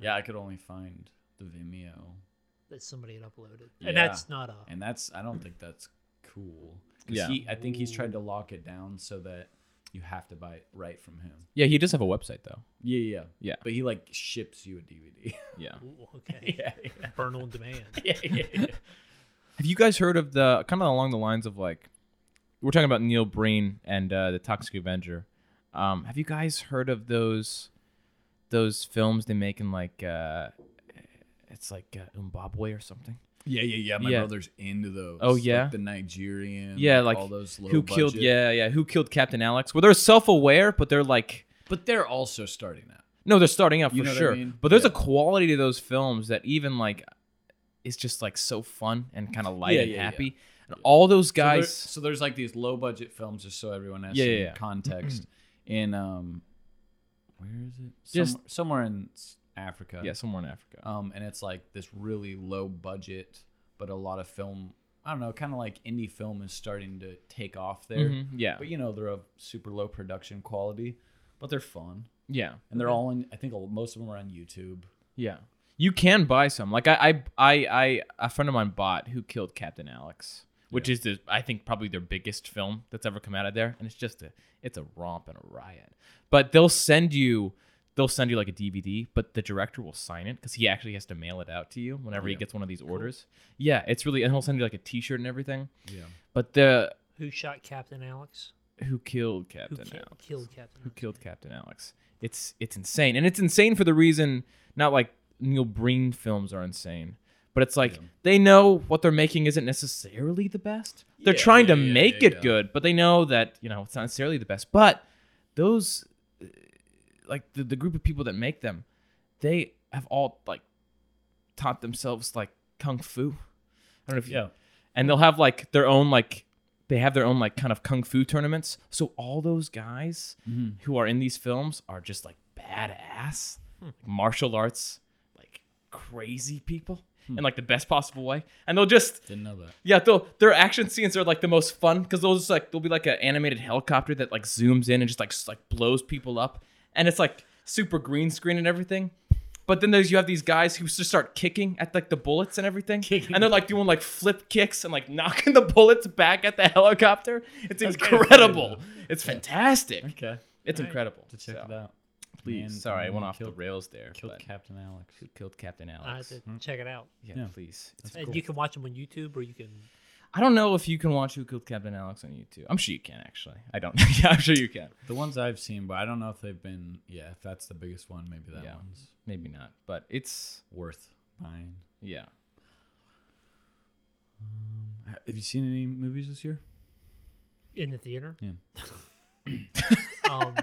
Yeah, I could only find the Vimeo,
That somebody had uploaded,
Yeah.
and that's not a.
and that's I don't think that's cool. 'Cause
Yeah.
he- I think he's tried to lock it down so that you have to buy it right from him.
Yeah, he does have a website though.
Yeah, yeah,
Yeah.
But he like ships you a DVD.
Yeah.
Ooh, okay. Burn on demand.
Have you guys heard of the kind of along the lines of like we're talking about Neil Breen and uh, the Toxic Avenger? Um, have you guys heard of those those films they make in like uh, it's like uh, Zimbabwe or something?
yeah, yeah, yeah. My
Yeah.
brother's into those.
Oh, yeah?
like the Nigerian.
Yeah, like
all those. Low
who killed?
budget-
Yeah, yeah. Who killed Captain Alex? Well, they're self aware, but they're like
but they're also starting out.
no, they're starting out for
You know what I
sure.
mean?
But there's
Yeah.
a quality to those films that even like is just like so fun and kind of light
Yeah,
and
yeah, yeah.
happy. And all those
So there-
guys.
so there's like these low budget films, just so everyone has
Yeah,
some
yeah, yeah.
context. in um, where is it?
Just-
Some- somewhere in s- Africa.
yeah, somewhere in Africa.
Um, and it's like this really low budget, but a lot of film. I don't know, kind of like indie film is starting to take off there.
Mhm, yeah,
But you know, they're of super low production quality, but they're fun,
yeah.
and they're all in. I think a- most of them are on YouTube.
Yeah. You can buy some. Like I I I, I a friend of mine bought who killed Captain Alex, which is the I think probably their biggest film that's ever come out of there and it's just a it's a romp and a riot. But they'll send you they'll send you like a DVD, but the director will sign it cuz he actually has to mail it out to you whenever he
Yeah.
gets one of these orders. Yeah, it's really and he'll send you like a t-shirt and everything.
Yeah.
But the
Who shot Captain Alex?
who killed
Who
Captain
ki-
Alex?
killed Captain?
who
Alex?
killed Captain Alex. It's it's insane, and it's insane for the reason not like Neil Breen films are insane, but it's like they know what they're making isn't necessarily the best. They're
Yeah,
trying to
yeah, yeah,
make
yeah,
it
yeah.
good, but they know that you know it's not necessarily the best. But those, uh, like the the group of people that make them, they have all like taught themselves like kung fu. I don't know if you,
Yeah.
and they'll have like their own like they have their own like kind of kung fu tournaments. So all those guys who are in these films are just like badass, like, martial arts, like crazy people in like the best possible way. And they'll just
Didn't know that.
yeah, they'll, their action scenes are like the most fun because they'll just like they'll be like an animated helicopter that like zooms in and just like s- like blows people up, and it's like super green screen and everything. But then there's you have these guys who just start kicking at like the bullets and everything,
Kicking.
and they're like doing like flip kicks and like knocking the bullets back at the helicopter. It's
kinda funny,
incredible. it's fantastic.
Okay.
It's
All right.
incredible.
To check
So,
it out.
Please,
Man,
sorry, I
man
went off
killed,
the rails there.
Killed
but-
Captain Alex.
who killed Captain
I have
Alex?
to check it out.
yeah,
Yeah.
please. It's
And you can watch them on YouTube, or you can.
I don't know if you can watch Who Killed Captain Alex on YouTube. I'm sure you can, actually. I don't. yeah, I'm sure you can.
The ones I've seen, but I don't know if they've been. Yeah, if that's the biggest one, maybe that
Yeah.
one's
Maybe not, but it's
worth buying.
yeah.
Have you seen any movies this year?
In the theater?
Yeah.
Um,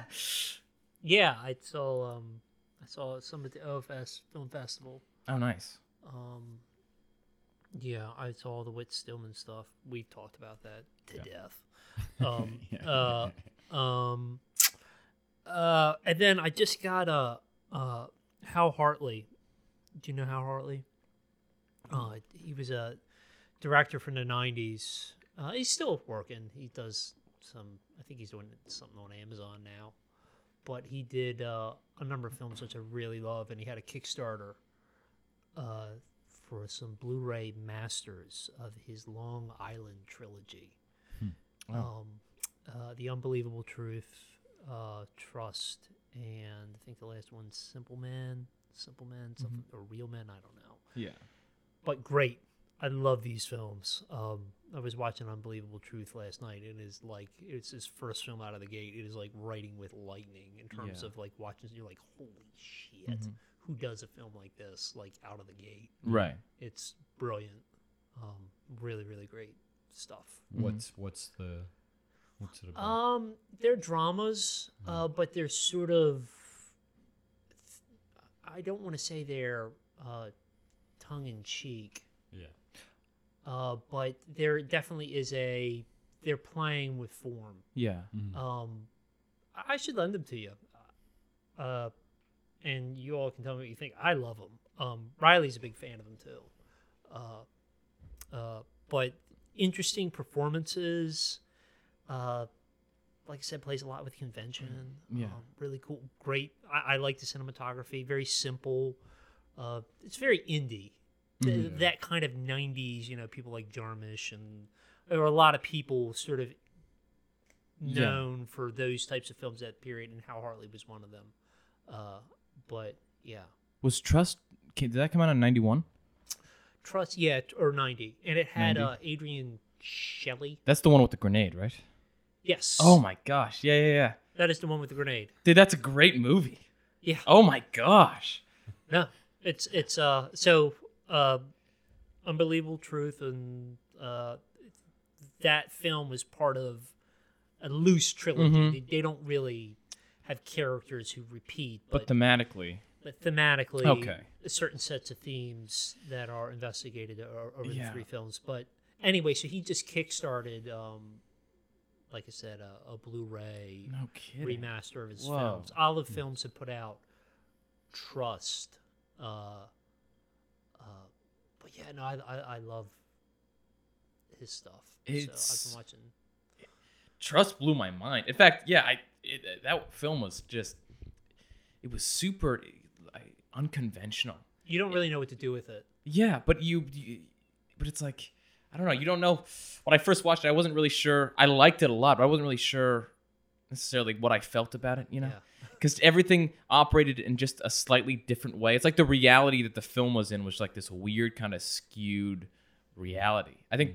Yeah, I saw um, I saw some at the OFS Film Festival.
Oh, nice.
Um, yeah, I saw all the Whit Stillman stuff. We've talked about that to death. Um, uh, um, uh, and then I just got a uh, Hal Hartley. Do you know Hal Hartley? Uh, he was a director from the '90s. Uh, he's still working. He does some. I think he's doing something on Amazon now. But he did uh, a number of films which I really love, and he had a Kickstarter uh, for some Blu-ray masters of his Long Island trilogy. Um, uh, the Unbelievable Truth, uh, Trust, and I think the last one's Simple Man, Simple Man, something or Real Men. I don't know
Yeah.
but great. I love these films. Um, I was watching Unbelievable Truth last night, and it's like it's his first film out of the gate. It is like writing with lightning in terms
Yeah.
of like watching. You're like, holy shit, who does a film like this like out of the gate?
Right.
It's brilliant. Um, really, really great stuff.
What's what's the what's it about?
Um, they're dramas, uh, but they're sort of. I don't want to say they're uh, tongue in cheek.
yeah.
uh, but there definitely is a they're playing with form.
Yeah.
Mm-hmm. Mm.
Um, I- I should lend them to you, uh, and you all can tell me what you think. I love them. Um, Riley's a big fan of them too, uh, uh, but interesting performances. Uh, like I said, plays a lot with convention.
Yeah.
um, really cool, great. I, I like the cinematography. Very simple. Uh, it's very indie. Th- That kind of '90s, you know, people like Jarmusch and there were a lot of people sort of
Yeah.
known for those types of films that period, and Hal Hartley was one of them. Uh, but yeah,
Was Trust? ca- Did that come out in '91?
Trust, yeah, t- or ninety, and it had
90.
uh, Adrian Shelley.
That's the one with the grenade, right?
Yes.
Oh my gosh! Yeah, yeah, yeah.
that is the one with the grenade.
Dude, that's a great movie.
Yeah.
Oh my gosh.
No, it's it's uh so uh, unbelievable truth and uh that film was part of a loose trilogy.
Mm-hmm.
They, they don't really have characters who repeat,
But thematically,
but thematically
Okay.
certain sets of themes that are investigated o- over
Yeah.
the three films but anyway so he just kickstarted um like i said a, a blu-ray
no kidding.
remaster of his
Whoa. Hmm.
films olive films have put out trust uh uh but yeah no i i, I love his stuff so i've
It's-
been watching
Trust blew my mind. In fact, yeah, I it, that film was just it was super I, unconventional.
you don't really know what to do with it
Yeah, but you, you but it's like I don't know. You don't know when I first watched it. I wasn't really sure. I liked it a lot, but I wasn't really sure necessarily what I felt about it. You know,
Yeah.
because everything operated in just a slightly different way. It's like the reality that the film was in was like this weird kind of skewed reality. I think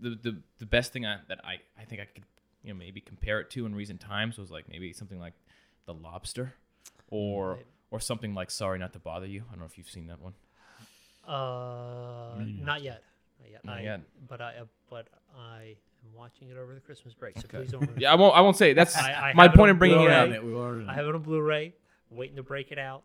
the the, the best thing I, that I I think I could you know maybe compare it to in recent times was like maybe something like The Lobster, or
Right.
or something like Sorry Not to Bother You. I don't know if you've seen that one.
Uh, not yet. Not yet.
Not
I,
yet.
But I uh, but I am watching it over the Christmas break, so please don't.
Yeah, I won't. I won't say that's
I- I
my
have it
point
on
in
Oh,
bringing it
Blu-ray.
up.
Yeah.
we ordered
I have it on Blu-ray. Waiting to break it out.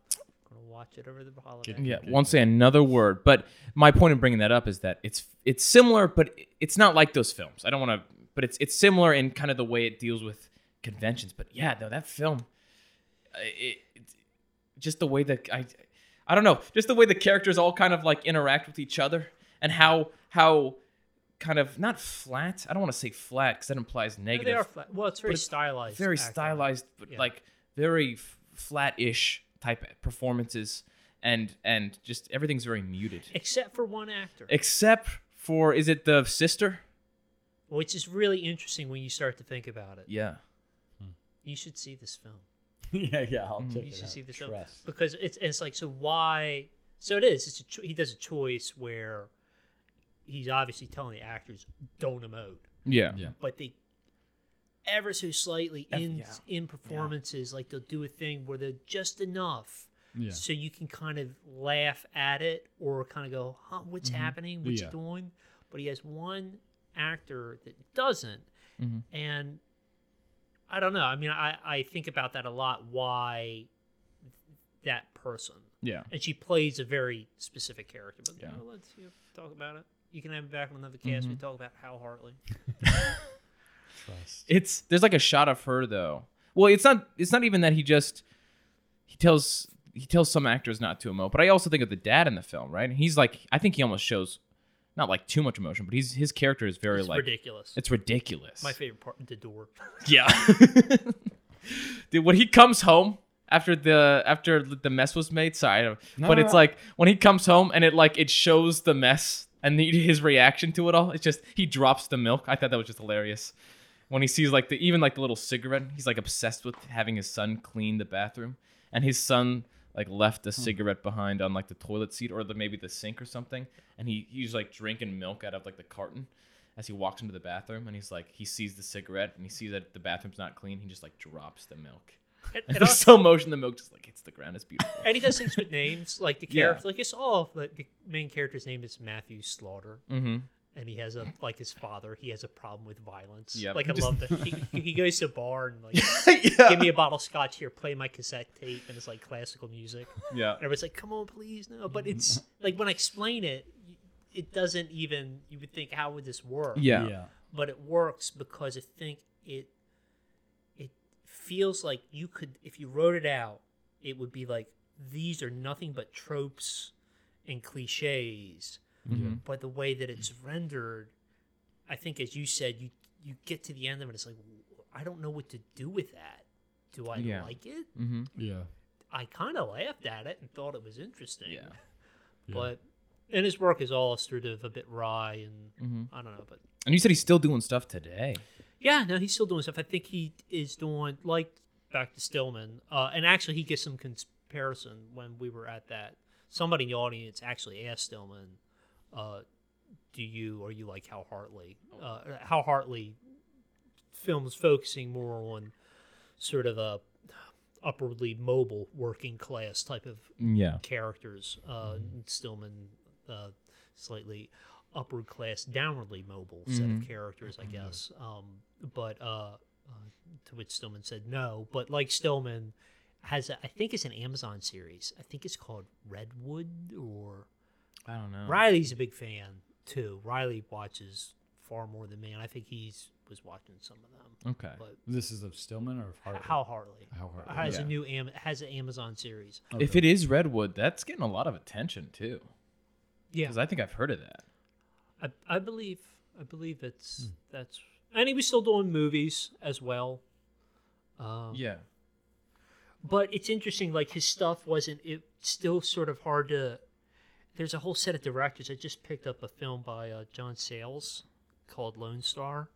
gonna watch it over the holiday.
Yeah, won't say another word. But my point in bringing that up is that it's it's similar, but it's not like those films. I don't want to, but it's it's similar in kind of the way it deals with conventions. But yeah, no, that film, uh, it, it just the way that I, I don't know, just the way the characters all kind of like interact with each other and how how kind of not flat. I don't want to say flat because that implies
No,
negative
they are flat. Well, it's very
it's
stylized.
very
acting.
stylized, but
Yeah.
like very f- flat-ish type performances, and and just everything's very muted,
Except for one actor,
except for is it the sister?
which is really interesting when you start to think about it.
Yeah,
You should see this film.
yeah, yeah. I'll check
You
it
should
out.
see the show
Trust.
because it's it's like so why so it is it's a cho- he does a choice where he's obviously telling the actors don't emote
yeah,
Yeah.
but they ever so slightly
Ev-
in
yeah.
in performances like they'll do a thing where they're just enough
Yeah.
so you can kind of laugh at it or kind of go huh what's
Mm-hmm.
happening what's
Yeah.
doing
Mm-hmm.
but he has one actor that doesn't and I don't know. I mean, I, I think about that a lot. Why that person?
Yeah.
And she plays a very specific character. But
Yeah. Mm-hmm.
you know, let's you know, talk about it. You can have it back on another cast. We talk about Hal Hartley.
Trust.
It's there's like a shot of her though. Well, it's not it's not even that he just he tells he tells some actors not to emote, but I also think of the dad in the film, right? And he's like I think he almost shows not like too much emotion, but he's his character is very
It's
like
ridiculous.
it's ridiculous.
My favorite part, the door.
yeah. Dude, when he comes home after the after the mess was made, sorry, I don't-
No,
but
no,
it's
no.
like when he comes home and it like it shows the mess and the, his reaction to it all. It's just he drops the milk. I thought that was just hilarious. When he sees like the even like the little cigarette, he's like obsessed with having his son clean the bathroom, and his son like left the cigarette behind on like the toilet seat or the, maybe the sink or something, and he he's like drinking milk out of like the carton as he walks into the bathroom, and he's like he sees the cigarette and he sees that the bathroom's not clean. He just like drops the milk.
And,
And
and
the
also-
slow motion, the milk just like hits the ground. It's beautiful.
and he does things with names like the
Yeah.
character like it's all like the main character's name is matthew slaughter
mm-hmm.
and he has a like his father he has a problem with violence
Yep.
like i
Just-
love that he, he goes to a bar and like
yeah.
give me a bottle of scotch here play my cassette tape and it's like classical music
yeah.
and everybody's like come on please no but it's like when i explain it y- it doesn't even you would think how would this work
Yeah.
but it works because I think it it feels like you could if you wrote it out, it would be like these are nothing but tropes and cliches.
Mm-hmm.
Mhm.
But the way that it's rendered, I think, as you said, you you get to the end of it, it's like I don't know what to do with that. Do I
Yeah.
like it?
Mm-hmm.
Yeah.
I kind of laughed at it and thought it was interesting.
Yeah.
But and his work is all sort of a bit wry and
Mm-hmm.
I don't know, but
And you said he's still doing stuff today.
Yeah, no, he's still doing stuff. I think he is doing like back to Stillman, uh, and actually he gets some comparison when we were at that. Somebody in the audience actually asked Stillman, uh, "Do you or you like Hal Hartley? Uh, Hal Hartley films focusing more on sort of a upwardly mobile working class type of
Yeah.
characters. Uh, Stillman, uh, slightly upward class, downwardly mobile set of characters, I guess. Um, but uh, uh, to which Stillman said no. But like Stillman has, a, I think it's an Amazon series. I think it's called Redwood. Or
I don't know.
Riley's a big fan too. Riley watches far more than me, and I think he's was watching some of them.
Okay.
But
This is of Stillman or of Hartley?
Hal Hartley
Hal Hartley.
has a
Yeah.
new Am- has an Amazon series.
If it is Redwood, that's getting a lot of attention too.
Yeah,
Because I think I've heard of that.
I, I believe I believe it's that's and he was still doing movies as well. Um,
Yeah.
But it's interesting, like his stuff wasn't it still sort of hard to there's a whole set of directors. I just picked up a film by uh, John Sayles called Lone Star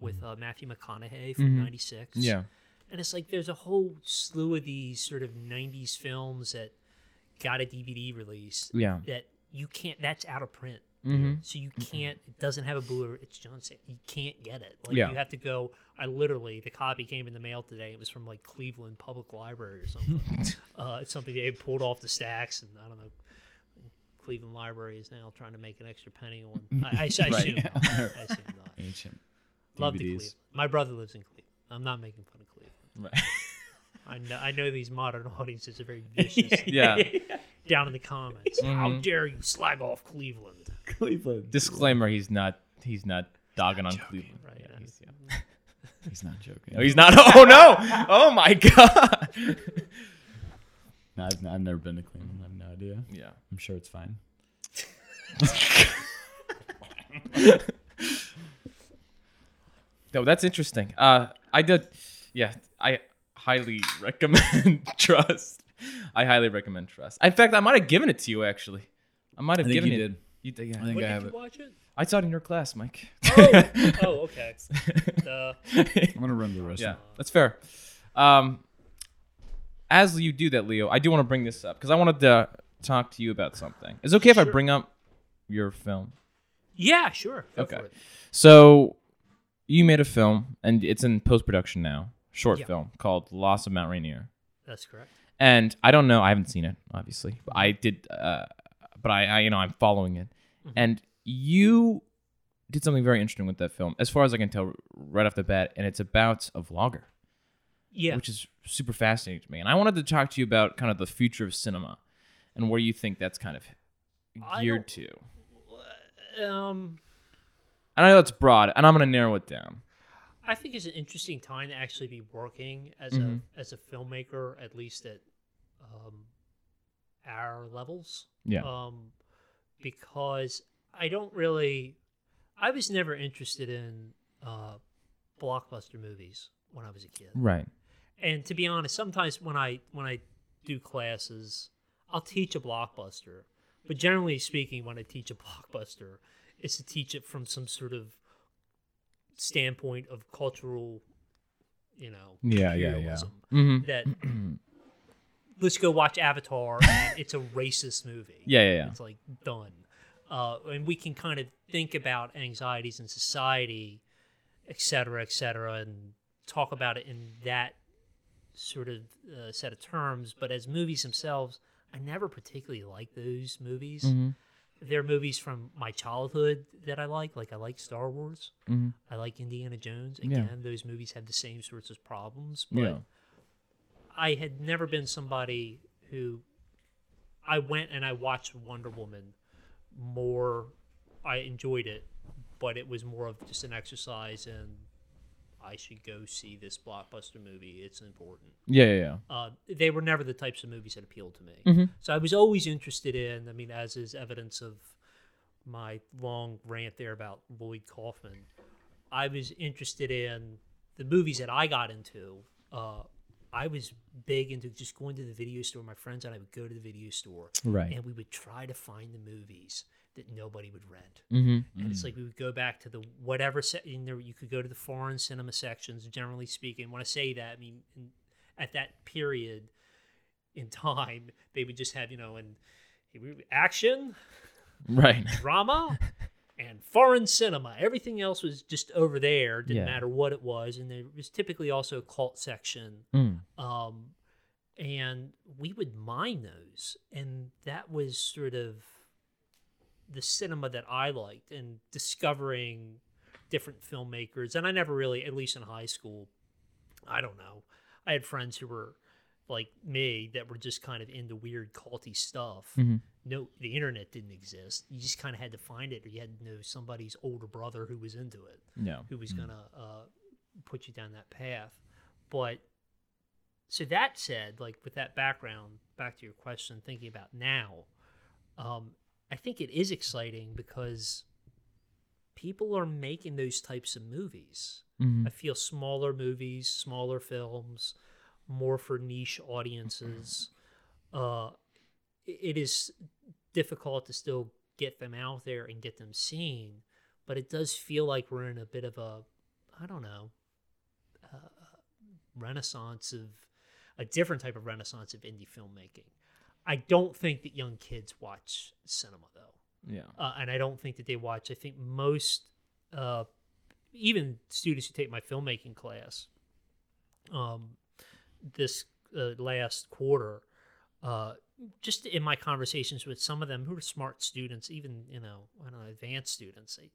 with uh, Matthew McConaughey from
Mhm.
96.
Yeah.
And it's like there's a whole slew of these sort of 90s films that got a DVD release
Yeah.
that you can't that's out of print
Mm-hmm.
so you can't it doesn't have a blu it's johnson you can't get it like
Yeah.
you have to go i literally the copy came in the mail today it was from like cleveland public library or something uh, it's something they had pulled off the stacks and i don't know cleveland library is now trying to make an extra penny on i, I, I assume,
Right.
not. I assume not
Ancient.
love the
DVDs.
cleveland my brother lives in cleveland i'm not making fun of cleveland
Right.
I know, I know these modern audiences are very vicious.
Yeah.
Down in the comments. How
Mhm.
dare you slag off Cleveland?
Cleveland.
Disclaimer: He's not. He's not dogging on Cleveland.
Right.
Yeah,
now.
he's, yeah.
He's not joking.
No, he's not. Oh no! Oh my god!
No, I've, I've never been to Cleveland. I have no idea.
yeah.
I'm sure it's fine.
No, that's interesting. Uh, I did. Yeah, I highly recommend Trust. I highly recommend Trust. In fact, I might have given it to you actually. I might have
think
given
you
it.
did.
You did. Yeah.
I think
When
I
did
have
you
it.
watch it?
I saw it in your class, Mike.
Oh, oh, okay. Uh,
I'm gonna run to the rest.
yeah, that's fair. Um, as you do that, Leo, I do want to bring this up because I wanted to talk to you about something. Is it okay if I
Sure.
bring up your film?
yeah, sure. Go
Okay.
For it.
So you made a film, and it's in post production now. Short
Yeah.
film called Loss of Mount Rainier.
That's correct.
and I don't know. I haven't seen it, obviously. But I did, uh, but I, I, you know, I'm following it.
Mm-hmm.
And you did something very interesting with that film, as far as I can tell, right off the bat. And it's about a vlogger
Yeah.
which is super fascinating to me. And I wanted to talk to you about kind of the future of cinema and where you think that's kind of
I
geared to.
um,
And I know that's broad, and I'm going to narrow it down.
I think it's an interesting time to actually be working as
Mhm.
a as a filmmaker, at least at um, our levels.
Yeah.
Um, because I don't really, I was never interested in uh, blockbuster movies when I was a kid.
right.
and to be honest sometimes when i when i do classes i'll teach a blockbuster but generally speaking when i teach a blockbuster it's to teach it from some sort of standpoint of cultural you know
Yeah, yeah, yeah.
imperialism.
hmm
that let's go watch avatar and it's a racist movie
Yeah, yeah, yeah.
it's like done uh, and we can kind of think about anxieties in society et cetera et cetera and talk about it in that sort of uh, set of terms but as movies themselves i never particularly like those movies
Mhm.
they're movies from my childhood that i like like i like star wars
Mhm.
i like indiana jones
Yeah.
again those movies have the same sorts of problems but
Yeah.
I had never been somebody who I went and I watched Wonder Woman more. I enjoyed it, but it was more of just an exercise and I should go see this blockbuster movie. It's important.
Yeah, yeah, yeah.
Uh, they were never the types of movies that appealed to me. So I was always interested in, I mean, as is evidence of my long rant there about Lloyd Kaufman, I was interested in the movies that I got into. Uh, I was big into just going to the video store. My friends and I would go to the video store
Right.
and we would try to find the movies that nobody would rent.
hmm
And it's like we would go back to the whatever se- you know you could go to the foreign cinema sections. Generally speaking, when I say that, I mean in, at that period in time, they would just have you know and action,
Right.
drama, and foreign cinema. Everything else was just over there. Didn't
Yeah.
matter what it was, and there was typically also a cult section
Mm.
um, and we would mine those, and that was sort of the cinema that I liked, and discovering different filmmakers. And I never really, at least in high school, I don't know, I had friends who were like me that were just kind of into weird culty stuff.
Mhm.
No, the internet didn't exist. You just kind of had to find it, or you had to know somebody's older brother who was into it
Mm-hmm. Yeah.
who was gonna uh, put you down that path. But so that said, like with that background, back to your question, thinking about now, um, I think it is exciting because people are making those types of movies.
hmm
I feel smaller movies, smaller films, more for niche audiences. Uh, it is difficult to still get them out there and get them seen, but it does feel like we're in a bit of a, I don't know, uh, renaissance of a different type of renaissance of indie filmmaking. I don't think that young kids watch cinema though
Yeah.
uh, and I don't think that they watch. I think most, uh, even students who take my filmmaking class, um, this uh, last quarter, uh, just in my conversations with some of them who are smart students, even you know, I don't know, advanced students, they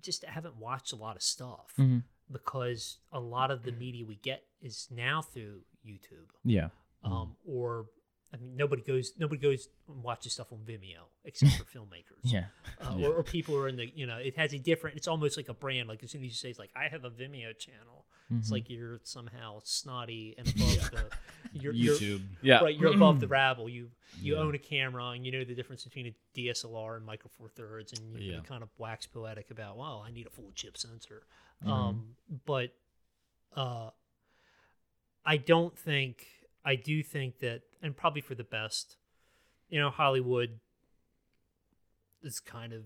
just haven't watched a lot of stuff
Mhm.
because a lot of the media we get is now through YouTube
Yeah.
um, or I mean, nobody goes nobody goes and watches stuff on Vimeo except for filmmakers,
Yeah.
Uh, Or, or people who are in the you know it has a different. It's almost like a brand. Like as soon as you say it's like I have a Vimeo channel, it's
Mm-hmm.
like you're somehow snotty and above the you're, You're,
YouTube.
Yeah.
Right, you're above the rabble. You you own a camera, and you know the difference between a DSLR and micro four thirds, and you
Yeah.
can kind of wax poetic about, wow, I need a full chip sensor.
Mm-hmm.
Um, but uh, I don't think I do think that, and probably for the best. You know, Hollywood is kind of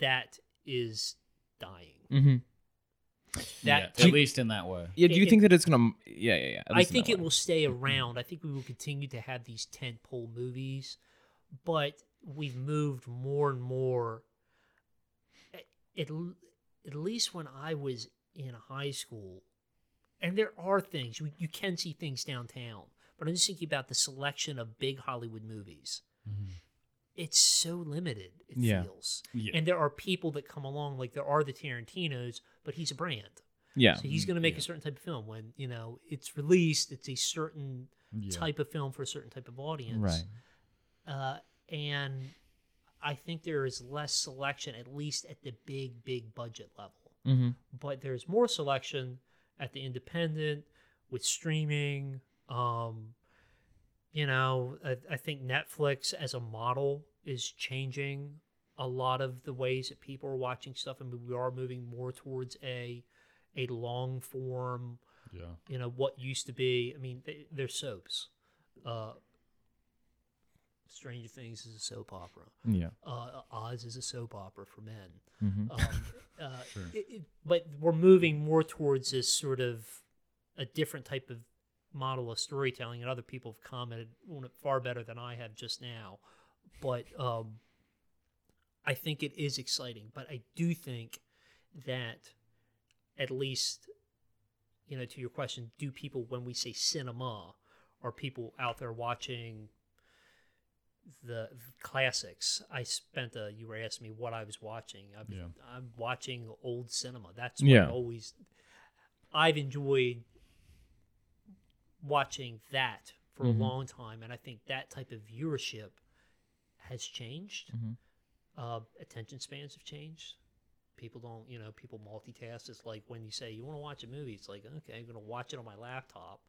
that is dying.
hmm
That
yeah, at least in that way.
Yeah. Do you
It-
think that it's gonna? Yeah, yeah, yeah. at
I
least in
think
that
it
way. Mm-hmm.
will stay around. I think we will continue to have these tentpole movies, but we've moved more and more. At, at least when I was in high school, and there are things you, you can see things downtown, but I'm just thinking about the selection of big Hollywood movies. It's so limited. It
Mm-hmm. Yeah.
feels,
Yeah.
and there are people that come along like there are the Tarantino's, but he's a brand.
Yeah.
So he's going to make a certain type of film. When you know it's released, it's a certain
Yeah.
type of film for a certain type of audience.
Right.
Uh, and I think there is less selection, at least at the big, big budget level.
Mm-hmm.
But there's more selection at the independent with streaming. Um, you know, I, I think Netflix as a model is changing a lot of the ways that people are watching stuff. I mean, we are moving more towards a a long form
Yeah.
you know what used to be i mean they, they're soaps uh stranger things is a soap opera
Yeah.
uh oz is a soap opera for men
Mm-hmm.
um, uh, it- it- but we're moving more towards this sort of a different type of model of storytelling and other people have commented on it far better than i have just now but um, i think it is exciting but i do think that at least you know to your question do people when we say cinema are people out there watching the classics. I spent a. You were asking me what I was watching. I was,
Yeah.
I'm watching old cinema. That's what
Yeah.
I always. I've enjoyed watching that for
Mhm.
a long time, and I think that type of viewership has changed.
Mhm.
Uh, attention spans have changed. People don't, you know, people multitask. It's like when you say you want to watch a movie, it's like okay, I'm going to watch it on my laptop,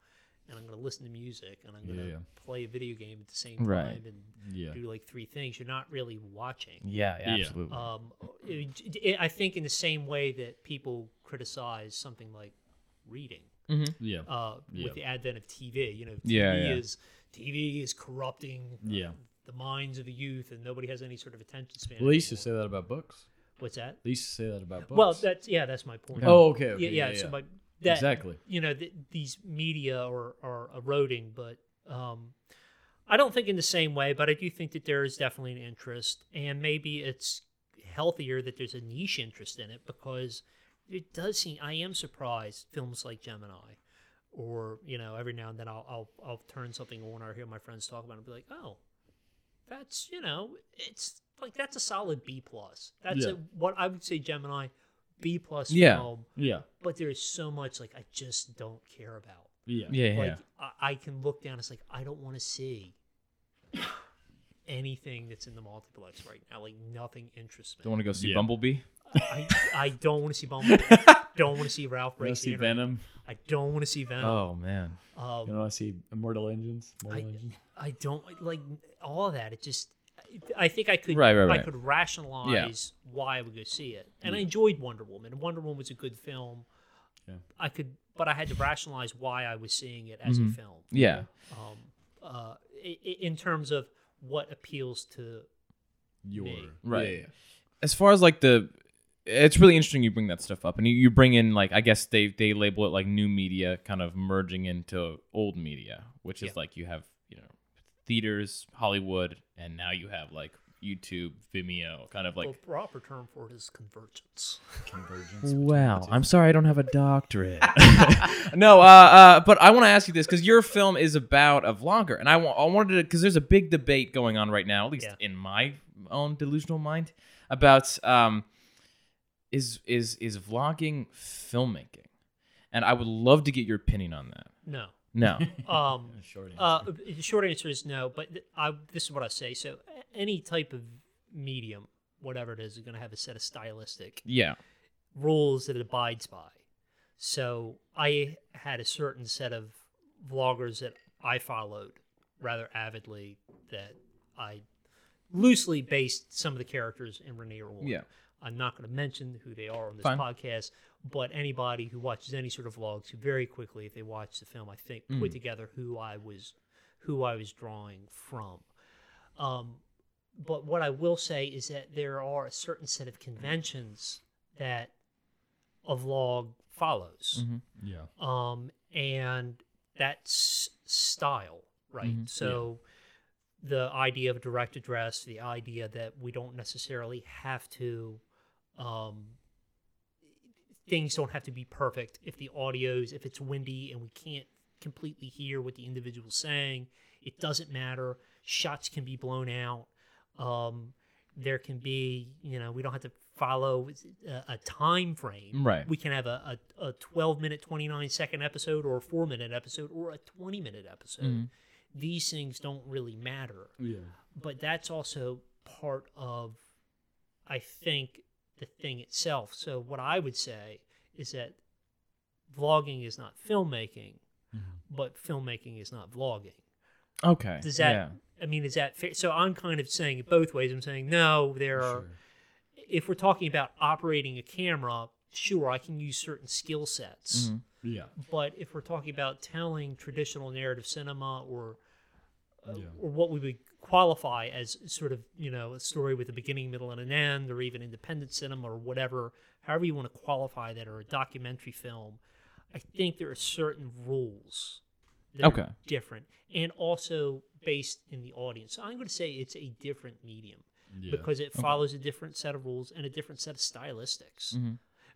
and I'm going to listen to music, and I'm going to
Yeah.
play a video game at the same
Right.
time, and
Yeah.
do like three things, you're not really watching.
Yeah,
Yeah. Absolutely.
Um, it- it- I think in the same way that people criticize something like reading
Yeah.
uh,
Yeah.
with the advent of TV. You know, TV
Yeah, yeah.
is TV is corrupting uh,
Yeah.
the minds of the youth, and nobody has any sort of attention span.
Well, they used to say
anymore.
that about books.
What's that?
They used to say that about books.
Well, that's yeah, that's my point.
oh, okay, okay,
yeah, yeah. So my that,
exactly.
you know th- these media are, are eroding but um, i don't think in the same way but i do think that there is definitely an interest and maybe it's healthier that there's a niche interest in it because it does seem i am surprised films like gemini or you know every now and then i'll i'll, I'll turn something on or hear my friends talk about it and be like oh that's you know it's like that's a solid b plus that's
Yeah.
a, what i would say gemini b plus
Yeah.
film
Yeah,
but there's so much like I just don't care about.
yeah,
Yeah,
Like I, I can look down. It's like I don't want to see anything that's in the multiplex right now. Like nothing interests me.
Don't want to go see
Yeah.
Bumblebee.
I, I don't want to see Bumblebee. don't want to see
You
Ralph
want
breaks
to
the
see
Internet.
Venom?
I don't want to see Venom.
Oh man.
Um,
You want to see Immortal Engines? Mortal
I-
Engines?
I don't like all of that. It just, I think I could,
Right, right, right.
I could rationalize why I would go see it. And I enjoyed Wonder Woman. Wonder Woman was a good film.
Yeah.
I could, but I had to rationalize why I was seeing it as
Mm-hmm.
a film.
Yeah.
Um, uh, i- i- in terms of what appeals to,
Your
Right.
Yeah, yeah.
As far as like the it's really interesting you bring that stuff up and you, you bring in like I guess they they label it like new media kind of merging into old media, which is
Yeah.
like you have, you know, theaters, Hollywood, and now you have like YouTube, Vimeo, kind of like
well, proper term for it is convergence.
Convergence.
Wow, I'm sorry I don't have a doctorate. no, uh, uh, but I want to ask you this because your film is about a vlogger, and I wa- I wanted to because there's a big debate going on right now, at least
Yeah.
in my own delusional mind, about um, is is is vlogging filmmaking, and I would love to get your opinion on that.
No.
No,
Um,
Short answer.
Uh, the short answer is no, but th- I, this is what I say. So a- any type of medium, whatever it is, is going to have a set of stylistic
yeah,
rules that it abides by. So I had a certain set of vloggers that I followed rather avidly that I loosely based some of the characters in Renier on.
Yeah.
I'm not going to mention who they are on this
Fine.
podcast, but anybody who watches any sort of vlogs who very quickly, if they watch the film, I think
Hmm.
put together who I was, who I was drawing from. Um, but what I will say is that there are a certain set of conventions that a vlog follows,
Mm-hmm.
Yeah.
um, and that's style, right? So the idea of direct address, the idea that we don't necessarily have to, um, things don't have to be perfect. If the audio's, if it's windy and we can't completely hear what the individual's saying, it doesn't matter. Shots can be blown out. Um, there can be, you know, we don't have to follow uh, a, a time frame.
Right.
We can have a, a, a 12 minute, 29 second episode, or a four minute episode, or a 20 minute episode. These things don't really matter.
Yeah.
But that's also part of, I think, the thing itself. So, what I would say is that vlogging is not filmmaking, but filmmaking is not vlogging.
Okay.
Does that? I mean, is that fair? So I'm kind of saying it both ways. I'm saying no. There are, if we're talking about operating a camera, sure, I can use certain skill sets.
Mm-hmm.
Yeah.
But if we're talking about telling traditional narrative cinema or uh,
Yeah.
or what we would qualify as sort of you know a story with a beginning, middle, and an end, or even independent cinema or whatever, however you want to qualify that, or a documentary film, I think there are certain rules that are
Okay.
different and also based in the audience. So I'm going to say it's a different medium
Yeah.
because it follows a different set of rules and a different set of stylistics.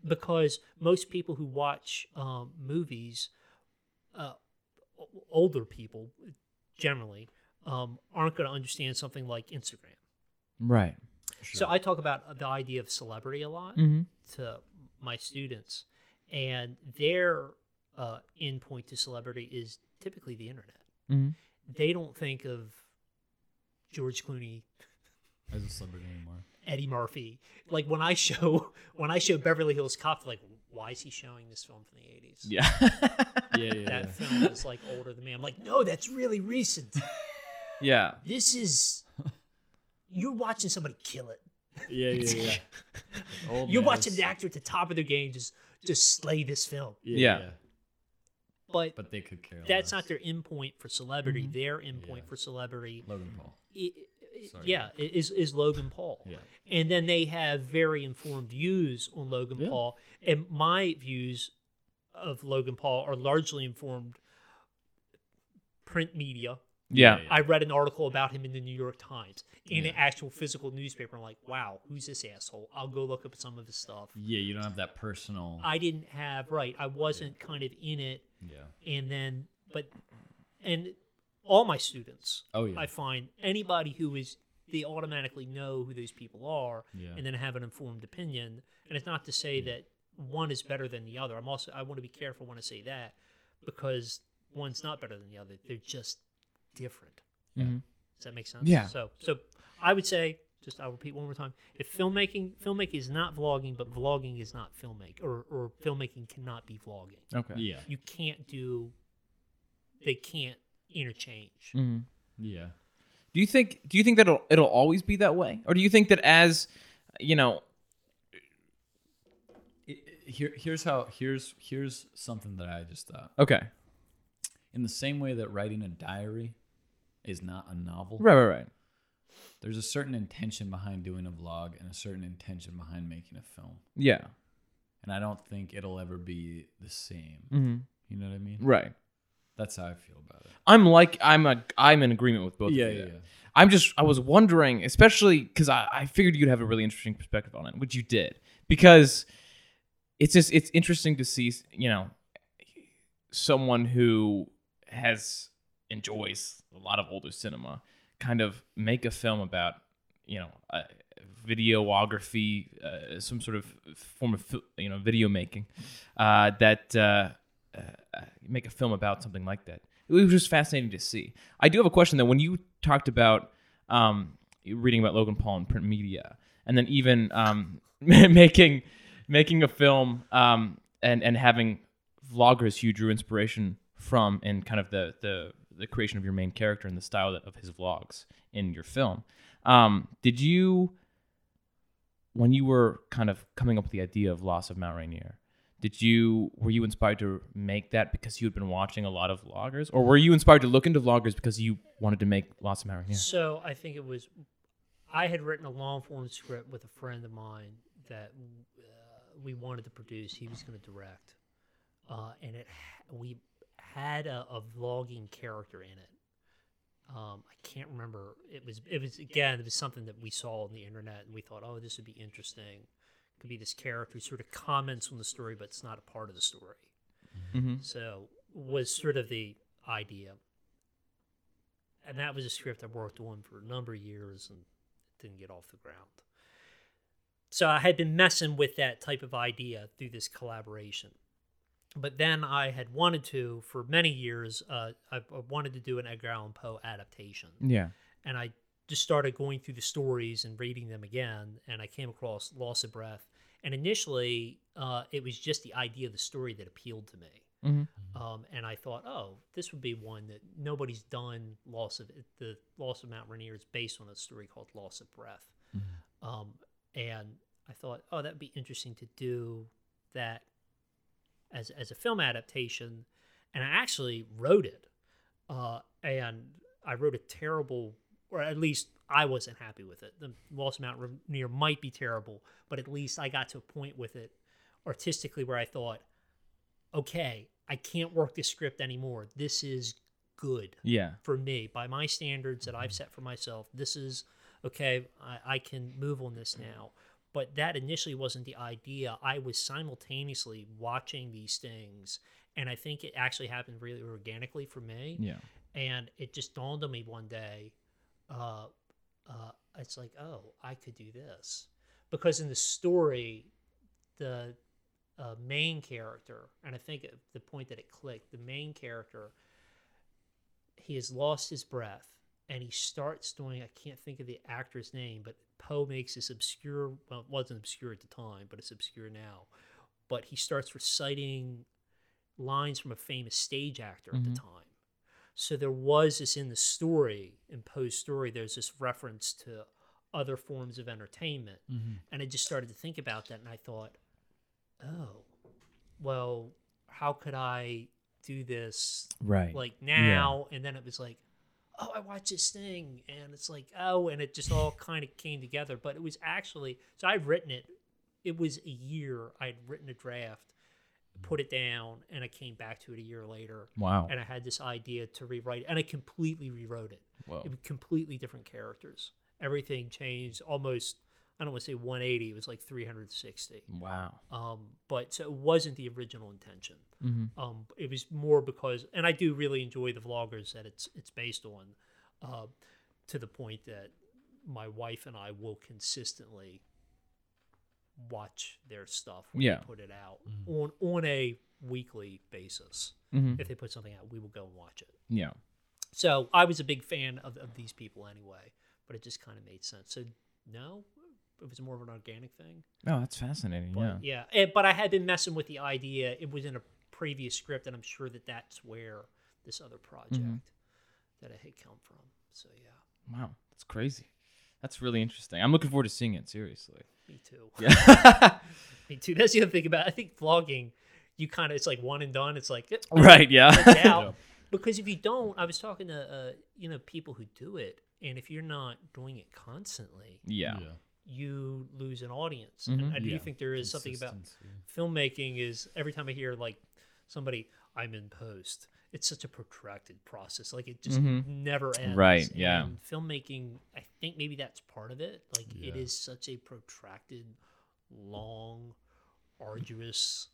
Because most people who watch um, movies, uh, o- older people generally, um, aren't going to understand something like Instagram.
Right.
So I talk about the idea of celebrity a lot
Mm-hmm.
to my students, and their uh, endpoint to celebrity is typically the internet.
Mm-hmm.
They don't think of George Clooney,
As a celebrity anymore.
Eddie Murphy. Like when I show when I show Beverly Hills Cop, they're like why is he showing this film from the eighties?
Yeah.
Yeah, yeah.
That film is like older than me. I'm like, no, that's really recent.
yeah.
This is you're watching somebody kill it.
yeah, yeah, yeah. Old
You're
Oh, man
watching
is-
an actor at the top of their game just just slay this film.
Yeah.
But
But they could care
that's
less.
not their endpoint for celebrity. Their endpoint
Yeah.
for celebrity,
Logan Paul.
i i
Sorry.
yeah, i- is is Logan Paul.
Yeah.
And then they have very informed views on Logan
Yeah.
Paul, and my views of Logan Paul are largely informed print media.
Yeah.
Yeah.
I read an article about him in the New York Times in an actual physical newspaper. I'm like, wow, who's this asshole? I'll go look up some of his stuff.
Yeah, you don't have that personal.
I didn't have right. I wasn't kind of in it
yeah.
and then but and all my students
Oh, yeah.
i find anybody who is they automatically know who these people are
Yeah.
and then have an informed opinion and it's not to say that one is better than the other i'm also i want to be careful when i say that because one's not better than the other they're just different
Mhm.
does that make sense
Yeah.
so so i would say just i'll repeat one more time if filmmaking filmmaking is not vlogging but vlogging is not filmmaking or, or filmmaking cannot be vlogging
Okay.
Yeah.
you can't do they can't interchange
Mm-hmm.
Yeah.
Do you think do you think that it'll, it'll always be that way? Or do you think that as you know,
I- I- Here, here's how. Here's here's something that I just thought.
okay.
In the same way that writing a diary is not a novel,
Right, right, right.
there's a certain intention behind doing a vlog and a certain intention behind making a film.
Yeah.
And I don't think it'll ever be the same. You know what I mean?
Mm-hmm. Right.
That's how I feel about it.
I'm like I'm a I'm in agreement with both of you. there. I'm just I was wondering, especially because I, I figured you'd have a really interesting perspective on it, which you did, because it's just it's interesting to see you know someone who has enjoys a lot of older cinema kind of make a film about you know uh, videography, uh, some sort of form of fil- you know video making uh, that uh, uh, make a film about something like that. It was just fascinating to see. I do have a question though. When you talked about um, reading about Logan Paul in print media, and then even um, making making a film um, and and having vloggers who you drew inspiration from in kind of the the the creation of your main character and the style that, of his vlogs in your film. Um, did you when you were kind of coming up with the idea of loss of Mount Rainier, did you were you inspired to make that because you had been watching a lot of vloggers, or were you inspired to look into vloggers because you wanted to make loss of Mount Rainier?
so i think it was i had written a long form script with a friend of mine that uh, we wanted to produce he was going to direct uh, and it ha- we had a, a vlogging character in it um, i can't remember it was it was again it was something that we saw on the internet and we thought oh this would be interesting could be this character who sort of comments on the story but it's not a part of the story
Mm-hmm.
so was sort of the idea and that was a script i worked on for a number of years and didn't get off the ground so I had been messing with that type of idea through this collaboration. But then I had wanted to, for many years, uh, I, I wanted to do an Edgar Allan Poe adaptation.
Yeah.
And I just started going through the stories and reading them again. And I came across Loss of Breath. And initially, uh, it was just the idea of the story that appealed to me.
Mhm.
Um, and I thought, oh, this would be one that nobody's done. Loss of the loss of Mount Rainier is based on a story called Loss of Breath, um, and I thought, oh, that'd be interesting to do that as as a film adaptation. And I actually wrote it, uh, and I wrote a terrible, or at least I wasn't happy with it. The Lost Mount Rainier might be terrible, but at least I got to a point with it artistically where I thought, okay, I can't work this script anymore. This is good
Yeah.
for me by my standards that I've set for myself. This is okay. I, I can move on this now. But that initially wasn't the idea. I was simultaneously watching these things, and I think it actually happened really organically for me.
Yeah.
And it just dawned on me one day, uh, uh, it's like, oh, I could do this because in the story, the uh, main character, and I think at the point that it clicked, the main character he has lost his breath and he starts doing i can't think of the actor's name but poe makes this obscure well it wasn't obscure at the time but it's obscure now but he starts reciting lines from a famous stage actor at
Mhm.
the time so there was this in the story in poe's story there's this reference to other forms of entertainment
Mm-hmm.
and I just started to think about that, and I thought, oh, well, how could I do this
Right.
like now? And then it was like, oh, I watched this thing, and it's like, oh, and it just all kind of came together. But it was actually so I'd written it. It was a year I'd written a draft, put it down, and I came back to it a year later,
Wow.
and I had this idea to rewrite, it, and I completely rewrote it
Whoa.
it was completely different characters. Everything changed almost. I don't want to say 180. It was like 360.
Wow.
Um, but so it wasn't the original intention.
Mhm.
Um, it was more because, and I do really enjoy the vloggers that it's it's based on, uh, to the point that my wife and I will consistently watch their stuff when
Yeah.
they put it out on on a weekly basis.
Mhm.
If they put something out, we will go and watch it.
Yeah.
So I was a big fan of, of these people anyway, but it just kind of made sense. So no, it was more of an organic thing.
No, Oh, that's fascinating.
But
yeah.
yeah. eh, but I had been messing with the idea. It was in a previous script, and I'm sure that that's where this other project
Mm-hmm.
that it had come from. So yeah,
Wow. That's crazy. That's really interesting. I'm looking forward to seeing it. Seriously.
me too.
Yeah.
Me too. That's the other thing about. I think vlogging, you kind of it's like one and done. It's like eh,
right.
it's
Yeah.
out. Because if you don't, I was talking to uh, you know people who do it, and if you're not doing it constantly,
yeah.
you lose an audience.
Mhm.
And I do
Yeah.
think there is something about
Consistency.
filmmaking is every time I hear like somebody I'm in post, it's such a protracted process. Like it just
Mhm.
never ends.
Right, yeah.
And filmmaking, I think maybe that's part of it. Like it
Yeah.
is such a protracted, long, arduous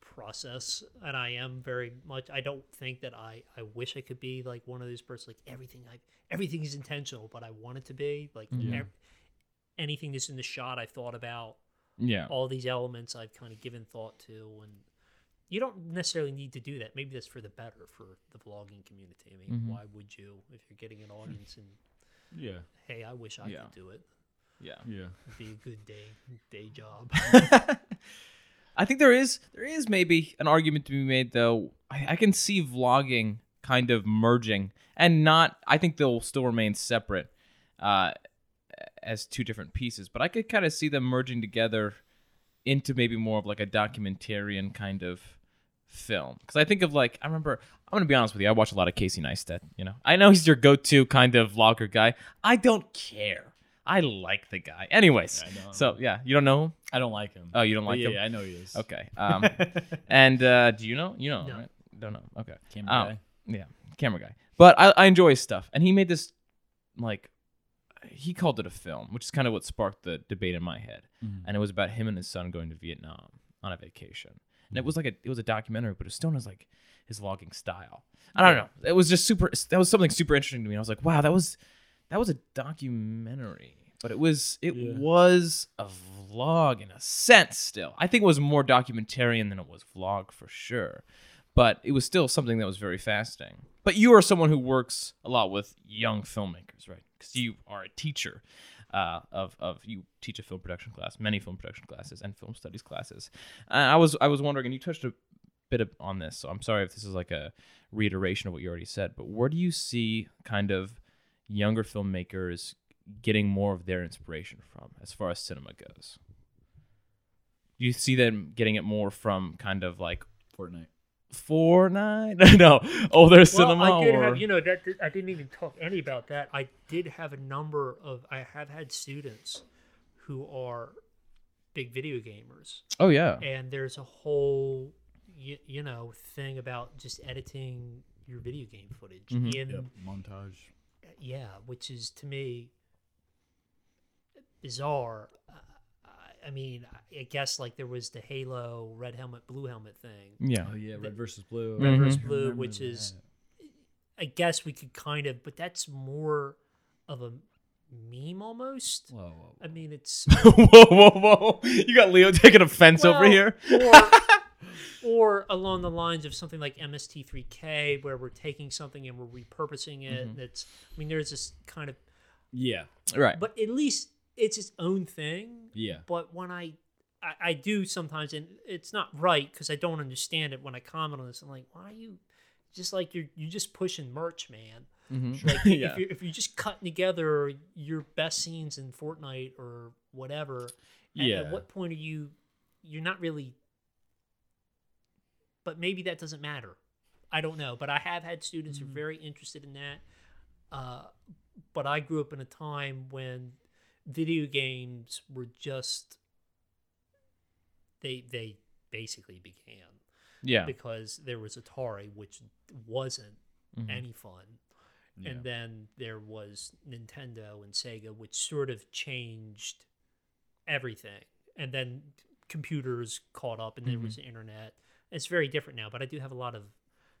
process and i am very much i don't think that i i wish i could be like one of those persons like everything i everything is intentional but i want it to be like
Yeah.
ev- anything that's in the shot i thought about
Yeah.
all these elements i've kind of given thought to and you don't necessarily need to do that maybe that's for the better for the vlogging community i mean
Mhm.
why would you if you're getting an audience and
Yeah.
hey i wish i
Yeah.
could do it
Yeah.
Yeah.
it'd be a good day day job
I think there is there is maybe an argument to be made though. I, I can see vlogging kind of merging and not. I think they'll still remain separate uh, as two different pieces, but I could kind of see them merging together into maybe more of like a documentarian kind of film. Because I think of like I remember I'm gonna be honest with you. I watch a lot of Casey Neistat. You know, I know he's your go-to kind of vlogger guy. I don't care. I like the guy. Anyways,
I know.
so yeah, you don't know him.
I don't like him.
Oh, you don't
But
like
yeah,
him.
yeah, I know he is.
Okay. Um, and uh, do you know? You know,
No.
right? Don't know. Okay.
Camera
Um,
guy.
Yeah, camera guy. But I, I enjoy his stuff, and he made this like he called it a film, which is kind of what sparked the debate in my head,
Mhm.
and it was about him and his son going to Vietnam on a vacation, and it was like a it was a documentary, but it was still was like his logging style. I don't know. It was just super. That was something super interesting to me. I was like, wow, that was that was a documentary. but it was it
Yeah.
was a vlog in a sense still. I think it was more documentarian than it was vlog for sure. But it was still something that was very fascinating. But you are someone who works a lot with young filmmakers, right? Because you are a teacher uh, of, of you teach a film production class, many film production classes and film studies classes. Uh, I was I was wondering, and you touched a bit of, on this, so I'm sorry if this is like a reiteration of what you already said, but where do you see kind of younger filmmakers getting more of their inspiration from as far as cinema goes? Do you see them getting it more from kind of like
Fortnite.
Fortnite? no, older cinema
I did
or
have, you know, that I didn't even talk any about that. I did have a number of, I have had students who are big video gamers,
Oh yeah.
and there's a whole, you, you know, thing about just editing your video game footage
Mhm.
in
Montage.
yeah, which is to me bizarre. Uh, I- I mean, I- I guess like there was the Halo red helmet, blue helmet thing.
Yeah.
Oh yeah, red versus blue.
Red versus
I
blue,
remember
which is-
that.
I guess we could kind of, but that's more of a meme almost.
Whoa, whoa, whoa.
I mean, it's
whoa, whoa, whoa. You got Leo taking offense over
Well,
here.
or, or along the lines of something like MST3K, where we're taking something and we're repurposing
Mm-hmm.
it. And it's, I mean, there's this kind of,
Yeah,
Right.
but at least it's its own thing.
yeah.
but when I, I I do sometimes, and it's not right because I don't understand it when I comment on this. I'm like, why are you just like you're you just pushing merch, man? Like
Yeah.
if you're if you're just cutting together your best scenes in Fortnite or whatever, at-
Yeah.
At what point are you? You're not really. But maybe that doesn't matter. I don't know. But I have had students
Mm-hmm.
who are very interested in that. Uh, but I grew up in a time when video games were just they they basically began
Yeah.
because there was Atari, which wasn't
Mhm.
any fun. And then there was Nintendo and Sega, which sort of changed everything. And then computers caught up, and there was the internet. It's very different now, but I do have a lot of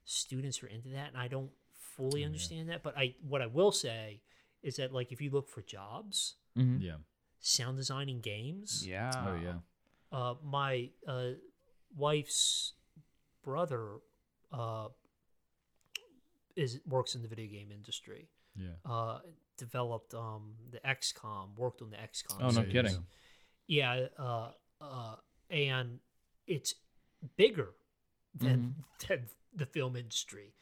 students who are into that, and I don't fully understand that. But I, what I will say is that, like, if you look for jobs,
Mhm.
Yeah.
sound designing games,
Yeah.
Oh yeah.
uh, my uh, wife's brother uh, is works in the video game industry.
Yeah.
Uh, developed um, the XCOM, worked on the XCOM.
Oh, no
series.
kidding.
Yeah, uh, uh, and it's bigger than,
Mm-hmm.
than the film industry.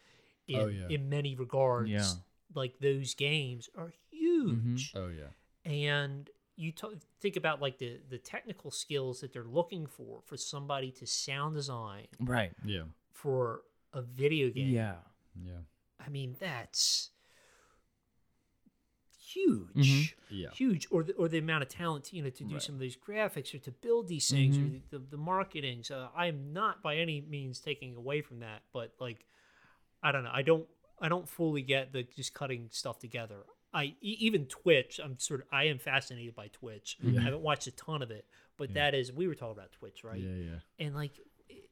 In,
Oh, yeah.
in many regards,
Yeah. Mm-hmm. Uh,
like those games are huge
Oh yeah.
and you t- think about like the the technical skills that they're looking for for somebody to sound design
Right.
Yeah.
for a video game.
Yeah.
Yeah.
I mean that's huge.
Mm-hmm.
Yeah.
Huge, or the, or the amount of talent you know to do
Right. Mm-hmm.
some of these graphics, or to build these things, or the, the, the marketing. So I am not by any means taking away from that, but like, I don't know, I don't, I don't fully get the just cutting stuff together. I e- even Twitch, I'm sort of, I am fascinated by Twitch.
Mm-hmm.
I haven't watched a ton of it, but that is we were talking about Twitch, right?
Yeah. Yeah.
And like, it,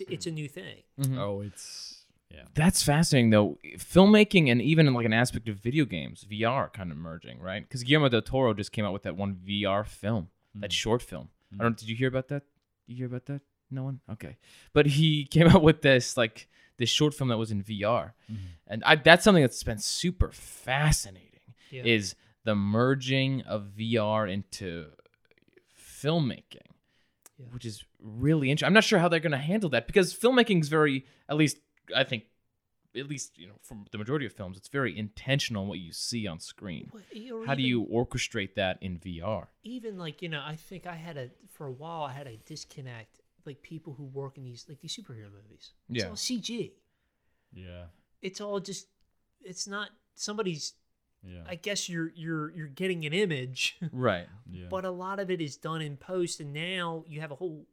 it's a new thing.
Mm-hmm.
Oh, it's yeah.
That's fascinating, though. Filmmaking and even in like an aspect of video games, VR kind of merging, right? Because Guillermo del Toro just came out with that one VR film, that short film. I don't. Did you hear about that? You hear about that? No one. Okay, but he came out with this like this short film that was in VR, and I, that's something that's been super fascinating.
Yeah.
Is the merging of VR into filmmaking which is really interesting. I'm not sure how they're going to handle that because filmmaking is very, at least I think, at least you know, from the majority of films, it's very intentional what you see on screen.
Well, or
How do
even-
you orchestrate that in VR?
even like you know i think i had a for a while i had a disconnect like people who work in these like these superhero movies it's
Yeah.
all cg
Yeah.
it's all just it's not somebody's
Yeah.
i guess you're you're you're getting an image
Right.
yeah.
but a lot of it is done in post and now you have a whole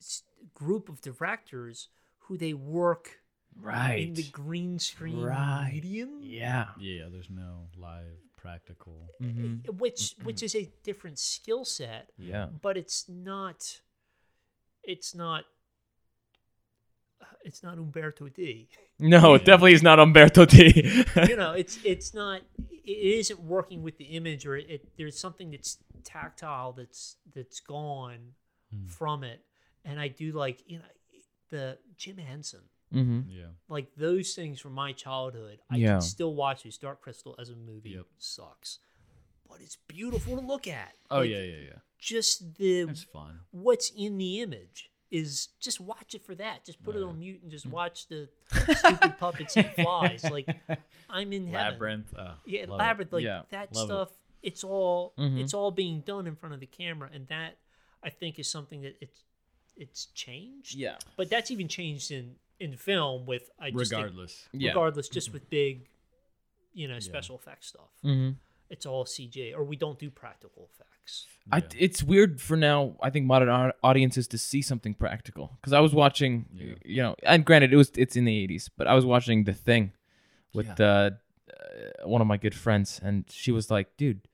s- group of directors who they work in the
Right.
green screen
Right.
medium
Yeah.
yeah. There's no live practical.
Mm-hmm.
which which is a different skill set
Yeah.
but it's not it's not it's not Umberto D.
No, it definitely is not Umberto D.
you know, it's it's not it isn't working with the image or it, there's something that's tactile that's that's gone
Hmm.
from it. And I do like you know the Jim Henson.
mm-hmm.
Yeah.
Like those things from my childhood, I
Yeah.
can still watch this Dark Crystal as a movie.
Yep.
Sucks, but it's beautiful to look at.
Oh
Like,
yeah, yeah, yeah.
Just the
It's fun.
what's in the image is just watch it for that. Just put it
Yeah.
on mute and just watch the stupid puppets and flies. Like I'm in heaven.
Labyrinth. uh,
Yeah,
love it.
labyrinth. Like
Yeah,
that
love it. Mm-hmm.
stuff. It's all
Mhm.
it's all being done in front of the camera, and that I think is something that it's it's changed.
Yeah.
But that's even changed in in film with I just think-
Regardless.
Yeah.
regardless, just with big, you know, special effects stuff.
Mm.
Mm-hmm.
It's all CJ, or we don't do practical effects.
I,
Yeah.
it's weird for now. I think modern au- audiences to see something practical because I was watching,
Yeah.
you know, and granted it was it's in the '80s, but I was watching The Thing with
Yeah.
uh, uh, one of my good friends, and she was like, "Dude,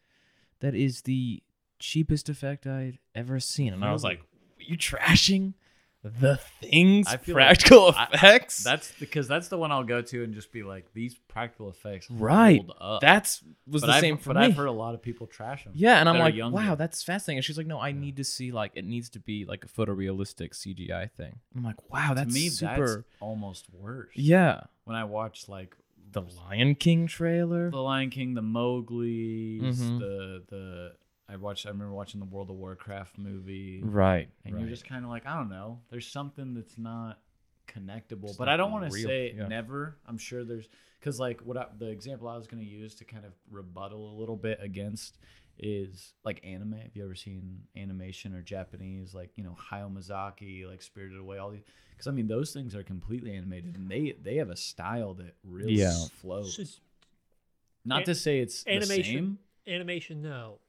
that is the cheapest effect I'd ever seen," and I was
Really?
like, "You trashing The Thing's
I feel like
practical
I-
effects?
That's because that's the one I'll go to and just be like, these practical effects
Right.
hold up.
that's was
but
the
I've,
same for
but
me."
I've heard a lot of people trash them.
Yeah, and I'm
that are
like,
younger.
wow, that's fascinating. And she's like, no, I need to see like it needs to be like a photorealistic CGI thing. I'm like, wow,
to
that's
me that's
super.
almost worse.
Yeah,
When I watch like
the Lion King trailer.
The Lion King, the Mowgli's,
Mhm.
the the I watched I remember watching the World of Warcraft movie.
right,
And
right.
you're just kinda like, I don't know. There's something that's not connectable.
It's
but
not
I don't want to
real,
say
yeah.
never. I'm sure there's because like what I, the example I was gonna use to kind of rebuttal a little bit against is like anime. Have you ever seen animation or Japanese like you know Hayao Miyazaki, like Spirited Away, all these? Because I mean those things are completely animated and they they have a style that really
Yeah.
flows.
So-
Not
An-
to say it's the
animation.
same.
Animation, no.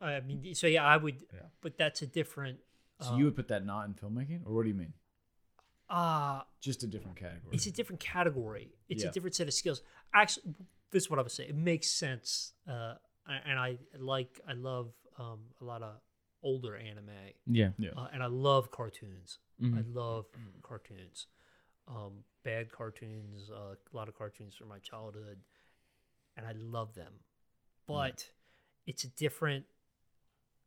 I mean, so yeah, I would,
Yeah.
but that's a different. um,
So
uh,
you would put that not in filmmaking, or what do you mean?
Ah,
Just a different category.
it's a different category. It's
Yeah.
a different set of skills. Actually, this is what I would say. It makes sense, uh, a- and I like. I love um, a lot of older anime,
yeah,
yeah.
uh, and I love cartoons. I
Mhm.
love cartoons. Um, bad cartoons, uh, a lot of cartoons from my childhood, and I love them. But it's a different,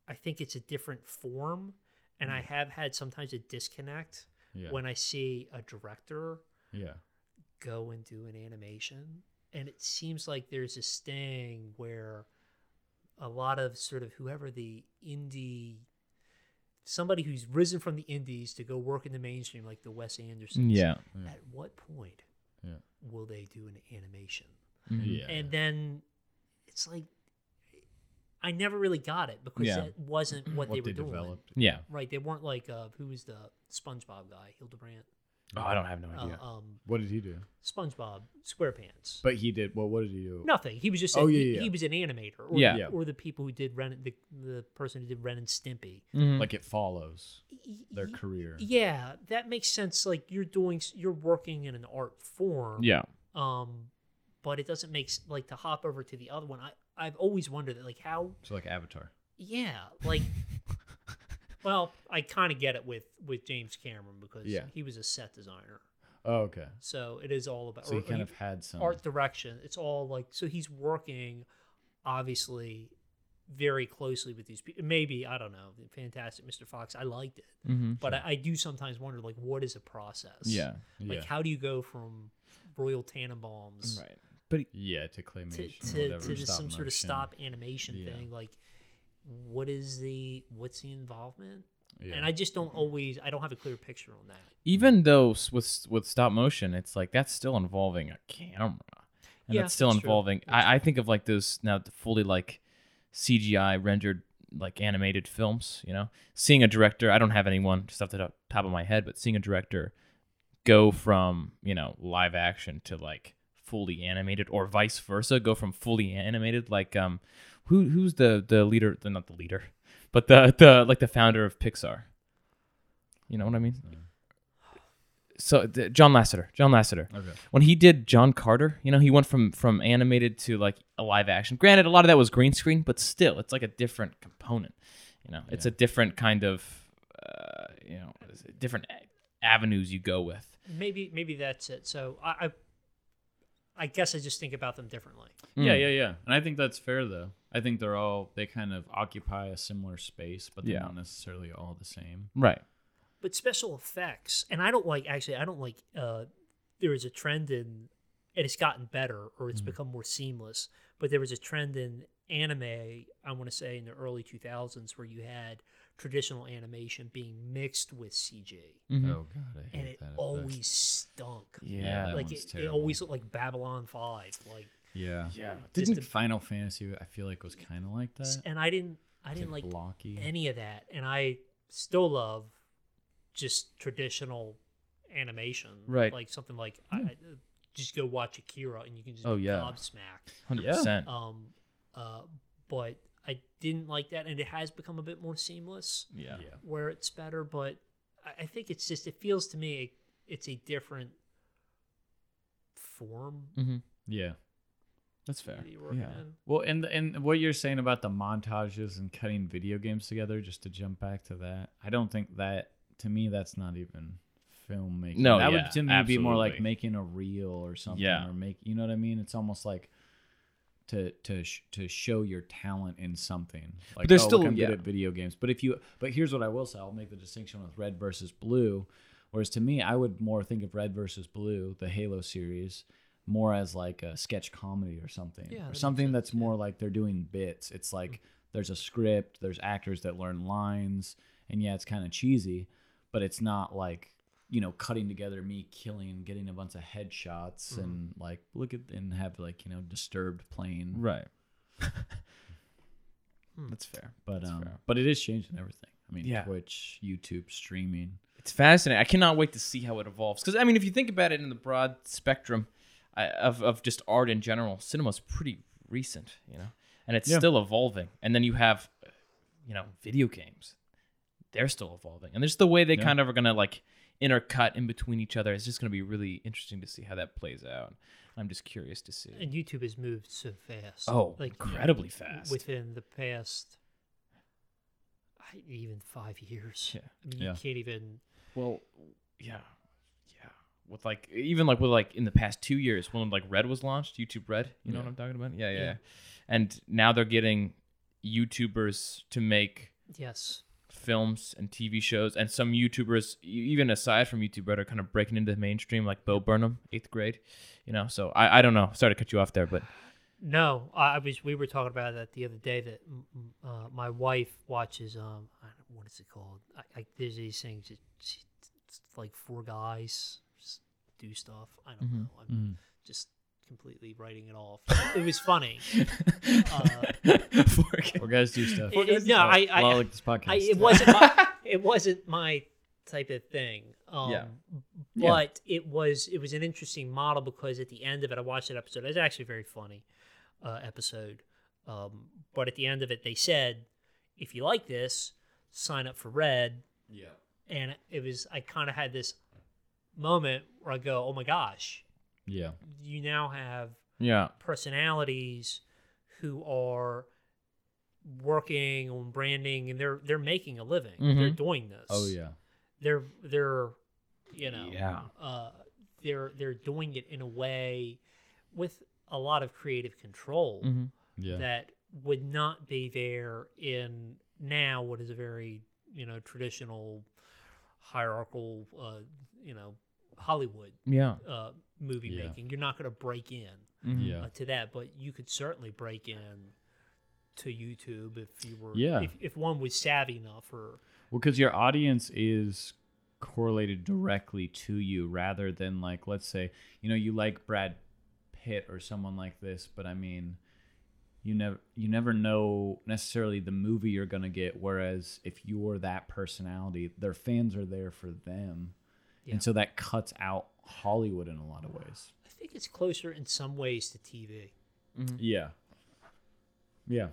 I think it's a different form. And I have had sometimes a disconnect
yeah.
when I see a director
yeah.
go and do an animation. And it seems like there's this thing where a lot of sort of whoever the indie, somebody who's risen from the indies to go work in the mainstream, like the Wes Anderson.
yeah,
Yeah.
At what point
Yeah.
will they do an animation?
Mhm.
Yeah.
And then it's like, I never really got it because
Yeah.
that wasn't what, they were doing.
yeah.
Right. They weren't like, uh, who was the SpongeBob guy? Hildebrandt.
Oh, I don't have no idea.
Uh, um,
What did he do?
SpongeBob SquarePants.
But he did. Well, what did he do?
Nothing. He was just.
Oh,
a-
yeah,
he,
yeah.
he was an animator. Or,
Yeah.
Yeah.
Or the people who did Ren, the the person who did Ren and Stimpy.
Mhm.
Like it follows
Y-
their
y-
career.
Yeah, that makes sense. Like you're doing, s- you're working in an art form.
yeah,
Um, but it doesn't make s- like to hop over to the other one. I I've always wondered that, like how.
So like Avatar.
Yeah. Like. well, I kind of get it with with James Cameron because
Yeah.
he was a set designer,
Oh, okay.
so it is all about.
So
or-
he
or
kind
he-
of had some.
art direction. It's all like so he's working obviously very closely with these people. Maybe I don't know. Fantastic Mr. Fox. I liked it,
Mhm.
but I, I do sometimes wonder like what is a process?
yeah,
yeah.
Like how do you go from Royal Tannenbaums
right. But he-
yeah, to
to
claymation. or
to,
whatever,
to just
stop
some sort of
motion.
stop animation
Yeah.
thing? Like what is the what's the involvement?
Yeah. Mm-hmm.
And I just don't always I don't have a clear picture on that.
even though s- with with stop motion, it's like that's still involving a camera, and
Yeah,
that's still
that's true.
involving.
That's
I, I think of like those now the fully like CGI rendered like animated films. You know, seeing a director. I don't have anyone just off the top top of my head, but seeing a director go from you know live action to like fully animated, or vice versa, go from fully animated like um, who who's the the leader? The, not the leader, but the the like the founder of Pixar. You know what I mean? so th- John Lasseter, John Lasseter,
okay.
when he did John Carter, you know, he went from from animated to like a live action. Granted, a lot of that was green screen, but still, it's like a different component. You know, it's a different kind of, uh, you know, different a- avenues you go with.
maybe maybe that's it. So I, I I guess I just think about them differently.
Hmm. Mm.
Yeah, yeah, yeah. And I think that's fair though. I think they're all they kind of occupy a similar space, but they're
Yeah.
not necessarily all the same.
Right.
But special effects, and I don't like actually. I don't like. Uh, there was a trend in, and it's gotten better, or
Mm.
it's become more seamless. But there was a trend in anime. I want to say in the early two thousands where you had traditional animation being mixed with CG,
Hmm. Mm-hmm.
Oh god, I hate
and it
that. effect.
always stunk.
Yeah, that
like
one's
it, it
terrible.
always looked like Babylon Five. Like,
Yeah.
Yeah.
Didn't
Just a-
Final Fantasy I feel like was kind of like that?
s- and I didn't. I
It's,
didn't like
blocky.
any of that, and I still love just traditional animation,
Right.
Like something like I, I- just go watch Akira, and you can just
Oh,
be
yeah.
gobsmacked.
Hundred
Yeah.
percent.
Um, uh, but I didn't like that, and it has become a bit more seamless
Yeah.
Yeah.
where it's better, but I- I think it's just it feels to me it's a different form.
Mm-hmm.
Yeah.
That's fair.
that you're working in.
Well, and and what you're saying about the montages and cutting video games together, just to jump back to that, I don't think that to me that's not even filmmaking.
No,
that
yeah,
would to me be more like
absolutely.
making a reel or something,
Yeah.
or make you know what I mean. It's almost like to to sh- to show your talent in something. Like
there's
oh,
still-
look, I'm
yeah.
good at video games, but if you but here's what I will say, I'll make the distinction with red versus blue. Whereas to me, I would more think of red versus blue, the Halo series, more as like a sketch comedy or something,
Yeah, that
or
makes
something
sense,
that's more like they're doing bits. It's like there's a script, there's actors that learn lines, and yeah, it's kind of cheesy, but it's not like you know cutting together me killing, getting a bunch of headshots, and like look at and have like you know disturbed playing.
Right. That's fair.
But
That's
um,
fair.
but it is changing everything. I mean,
Yeah.
Twitch, YouTube, streaming.
It's fascinating. I cannot wait to see how it evolves. Because I mean, if you think about it in the broad spectrum uh, of of just art in general, cinema's pretty recent, you know, and it's
Yeah.
still evolving. And then you have, uh, you know, video games. They're still evolving, and there's the way they
Yeah.
kind of are gonna like intercut in between each other. It's just gonna be really interesting to see how that plays out. I'm just curious to see.
And YouTube has moved so fast.
Oh,
like
incredibly fast.
within the past I- even five years.
Yeah.
I mean,
Yeah.
you can't even.
Well, yeah, yeah. With like even like with like in the past two years when like Red was launched, YouTube Red. You know
Yeah.
what I'm talking about? Yeah, yeah,
Yeah.
yeah. And now they're getting YouTubers to make
Yes,
films and TV shows, and some YouTubers e- even aside from YouTube Red are kind of breaking into the mainstream, like Bo Burnham, Eighth Grade. You know, so I I don't know. Sorry to cut you off there, but
no. I I was. We were talking about that the other day. That mm, mm, uh, my wife watches. Um, I don't, what is it called? I, I, there's these things. That she, it's like four guys just do stuff. I don't
Mm-hmm.
know. I'm
Mm.
just completely writing it off. it was funny. Uh,
Or guys do stuff.
It- it- no, I- I-
Well, like this podcast.
I, it wasn't my, it wasn't my type of thing. Um,
Yeah. Yeah.
But it was it was an interesting model because at the end of it, I watched that episode. It was actually a very funny uh, episode. Um, but at the end of it, they said, if you like this, sign up for Red.
Yeah.
And it was I kind of had this moment where I go, oh my gosh,
Yeah.
you now have
yeah,
personalities who are working on branding and they're they're making a living. They're
Mhm.
doing this.
Oh yeah.
They're they're you know
yeah,
uh they're they're doing it in a way with a lot of creative control
hmm
Mm-hmm. Yeah.
that would not be there in now what is a very you know traditional hierarchical uh you know Hollywood
yeah,
uh movie
Yeah.
making. You're not going to break in
Mhm.
Yeah.
uh, to that, but you could certainly break in to YouTube if you were
Yeah.
if, if one was savvy enough or
Well, because your audience is correlated directly to you rather than like, let's say, you know, you like Brad Pitt or someone like this, but I mean, you never you never know necessarily the movie you're gonna get. Whereas if you're that personality, their fans are there for them,
Yeah.
and so that cuts out Hollywood in a lot of ways.
I think it's closer in some ways to TV. Mm-hmm.
Yeah. Yeah.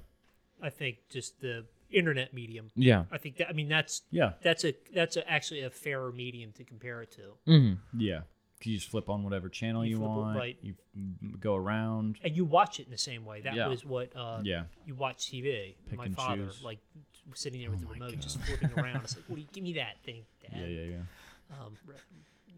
I think just the internet medium.
yeah.
I think that I mean that's
Yeah.
that's a that's a, actually a fairer medium to compare it to.
hmm
Yeah. 'Cause You just flip on whatever channel
You
you,
flip it
want.
right.
You mm, go around.
And you watch it in the same way. That
Yeah.
was what uh,
Yeah.
you watch TV.
Pick
My
and
father
choose. Oh
like sitting there with the remote, just flipping around. It's like, well, give me that thing, Dad.
Yeah. Yeah. Yeah.
Um, re-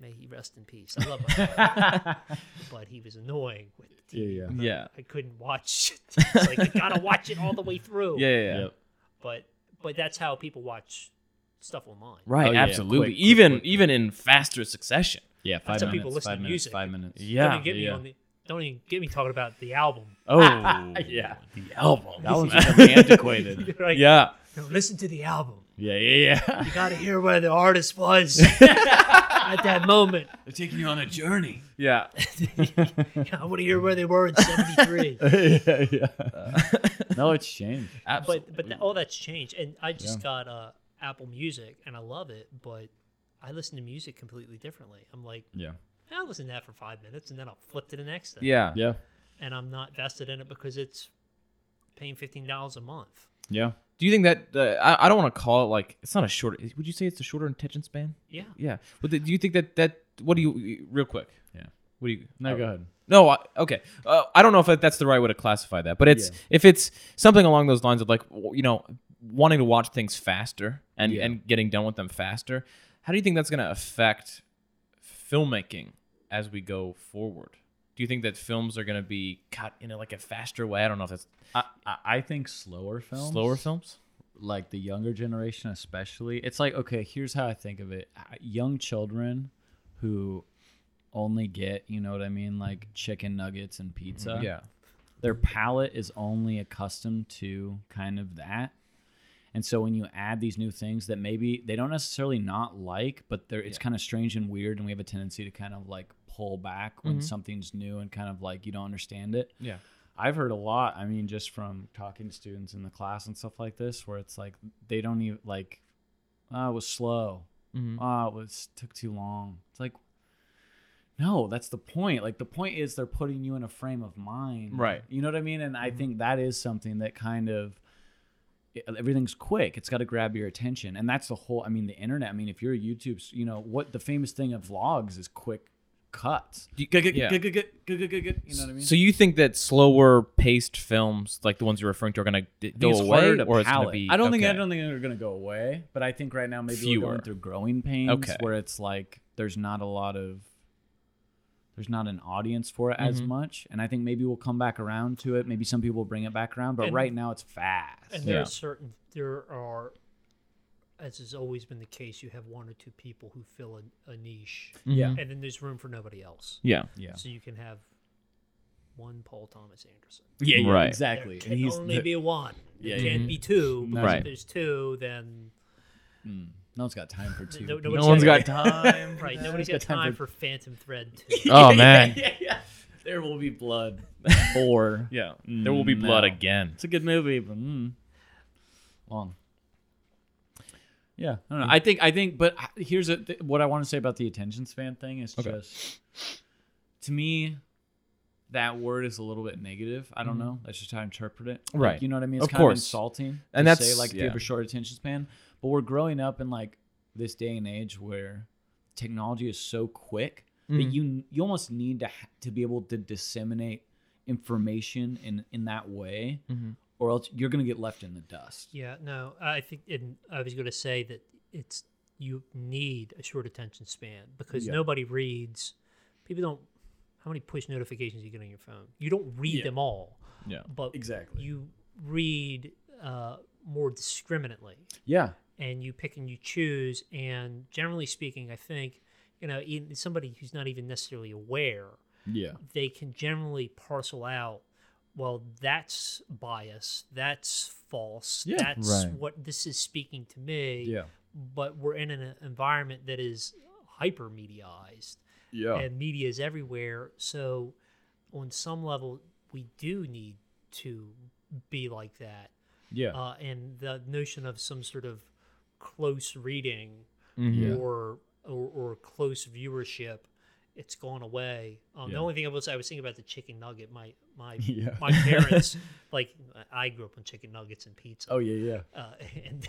May he rest in peace. I love him, but he was annoying with the TV.
yeah.
yeah.
I couldn't watch. It. It's like I gotta watch it all the way through.
Yeah, yeah, yeah.
Yep.
But but that's how people watch stuff online.
Right,
Oh, yeah, yeah.
absolutely.
Quick, quick,
even
quick, quick.
even in faster succession.
Yeah, five
how
minutes.
people listen
five
to
minutes.
music.
Five minutes.
Don't
Yeah.
even get me
yeah.
on the. Don't even get me talking about the album.
Oh,
Yeah.
The album.
That one's really antiquated.
Like,
Yeah.
"No, listen to the album.
Yeah, yeah, yeah.
You gotta hear where the artist was at that moment.
They're taking you on a journey.
Yeah.
I want to hear where they were in '73.
yeah, yeah. no, it's changed.
Absolutely.
but but th- all that's changed, and I just got uh, Apple Music, and I love it. But I listen to music completely differently. I'm like,
Yeah.
I'll listen to that for five minutes, and then I'll flip to the next thing.
Yeah.
Yeah.
and I'm not vested in it because it's paying fifteen dollars a month.
Yeah.
Do you think that uh, I, I don't want to call it like it's not a short would you say it's a shorter attention span?
Yeah,
Yeah. But do you think that that what do you real quick?
Yeah.
What do you
No,
oh,
go ahead.
No, I, okay. Uh, I don't know if that, that's the right way to classify that, but it's
Yeah.
if it's something along those lines of like w- you know wanting to watch things faster and
Yeah.
and getting done with them faster. How do you think that's going to affect filmmaking as we go forward? Do you think that films are going to be cut in a, like a faster way? I don't know if that's
I, I- I think slower films.
slower films.
like the younger generation especially it's like okay here's how i think of it Uh, young children who only get you know what i mean like chicken nuggets and pizza their palate is only accustomed to kind of that and so when you add these new things that maybe they don't necessarily not like but they're it's kind of strange and weird and we have a tendency to kind of like pull back when something's new and kind of like you don't understand it
Yeah.
I've heard a lot. I mean, just from talking to students in the class and stuff like this, where it's like they don't even like, oh, it was slow.
Mhm.
Oh, it was took too long. It's like, no, that's the point. Like the point is they're putting you in a frame of mind,
Right. Mm-hmm.
You know what I mean? And I think that is something that kind of it- everything's quick. It's got to grab your attention, and that's the whole. I mean, the internet. I mean, if you're a YouTube, s- you know what the famous thing of vlogs is quick cuts.
Yeah.
You know what I mean?
So you think that slower paced films, like the ones you're referring to, are gonna d- go
think it's
away,
harder to
or it's gonna
palate.
be?
I don't think I
okay.
don't think they're gonna go away, but I think right now maybe we're
Fewer.
going through growing pains
Okay.
where it's like there's not a lot of there's not an audience for it
Mm-hmm.
as much, and I think maybe we'll come back around to it. Maybe some people will bring it back around, but
And-
right now it's fast.
and there
Yeah.
are certain there are, as has always been the case, you have one or two people who fill a, a niche,
yeah,
and then there's room for nobody else.
Mm-hmm. Yeah.
yeah,
So you can have one Paul Thomas Anderson.
yeah, yeah,
Right.
exactly.
There
And
can
he's
only be one. There
Yeah, yeah.
can't be two. because
Right.
If there's two, then
no one's got time for two.
no,
people.
nobody's
one's
got-
got time.
Right. Nobody's got time for Phantom Thread two.
Oh man.
There will be blood. Four.
Yeah. There will be blood
No.
again.
It's a good movie, but mm, long. Yeah, I don't know. I think I think, but I- here's a, th- what I want to say about the attention span thing is
Okay.
just to me that word is a little bit negative. I don't know. That's just how I interpret it. Like,
Mm-hmm. Right.
you know what I mean? It's
Of
kind
course.
of insulting.
And
to
that's-
say, like if you
yeah.
have a short attention span, but we're growing up in like this day and age where technology is so quick that
Mm.
you you almost need to ha- to be able to disseminate information in in that way
Mm-hmm.
or else you're gonna get left in the dust.
Yeah, no, I think in, I was going to say that it's you need a short attention span because
Yeah.
nobody reads. People don't. How many push notifications you get on your phone? You don't read
Yeah.
them all,
Yeah.
but
Exactly.
you read uh, more discriminately,
Yeah.
and you pick and you choose. And generally speaking, I think you know even somebody who's not even necessarily aware
Yeah.
they can generally parcel out well that's bias that's false
Yeah,
that's
right.
what this is speaking to me but we're in an environment that is hyper mediaized
Yeah.
and media is everywhere so on some level we do need to be like that
yeah.
uh, and the notion of some sort of close reading
Mm-hmm. Yeah.
or, or or close viewership, it's gone away. Um,
Yeah.
The only thing I was I was thinking about the chicken nugget. My my
Yeah.
my parents like I grew up on chicken nuggets and pizza
oh yeah. Yeah.
uh, and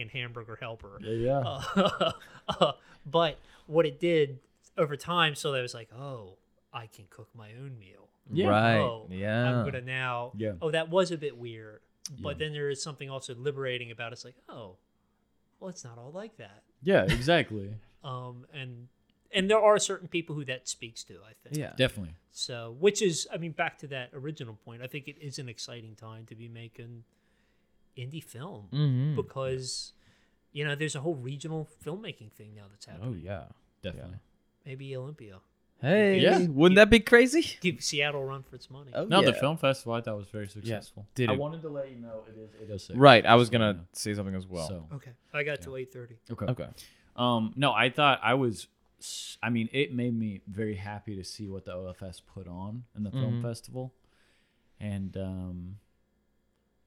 and hamburger helper.
Yeah. Yeah.
Uh, but what it did over time, so that I was like, oh, I can cook my own meal.
Yeah.
Right.
Oh,
yeah.
I'm gonna now.
Yeah.
Oh, that was a bit weird. But
Yeah.
then there is something also liberating about it. it's like, oh, well, it's not all like that.
yeah. Exactly.
Um, and and there are certain people who that speaks to. I think.
Yeah.
Definitely.
So, which is, I mean, back to that original point. I think it is an exciting time to be making indie film
Mm-hmm.
because, you know, there's a whole regional filmmaking thing now that's happening.
Oh yeah,
Definitely.
Oh.
Maybe Olympia.
Hey,
Yeah.
wouldn't that be crazy? Oh,
Give Seattle a run for its money.
No, the film festival I thought was very successful.
Did
I
it-
wanted to let you know it is 806.
right. I was
So, you
gonna
know,
say something as well.
So
Okay. I got to 8.30.
okay.
Okay.
Um, no, I thought I was. s- I mean, it made me very happy to see what the OFS put on in the film
Mhm.
festival, and um,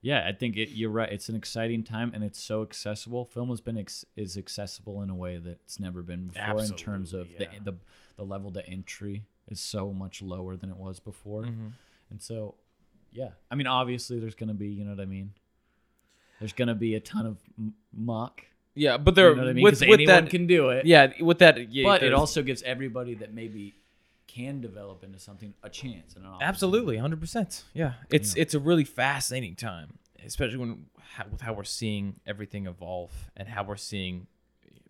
yeah, I think it, you're right. It's an exciting time, and it's so accessible. Film has been ex- is accessible in a way that it's never been before in terms of
Absolutely, yeah.
the, the the level to entry is so much lower than it was before,
Mm-hmm.
and so yeah. I mean, obviously, there's gonna be you know what I mean. There's gonna be a ton of m- muck.
Yeah, but there
you know what I mean?
with
'Cause
with
anyone
that.
can do it
yeah, with that. Yeah,
but it
there's-
also gives everybody that maybe can develop into something a chance and an opportunity.
Absolutely, hundred percent. Yeah, it's it's a really fascinating time, especially when how, with how we're seeing everything evolve and how we're seeing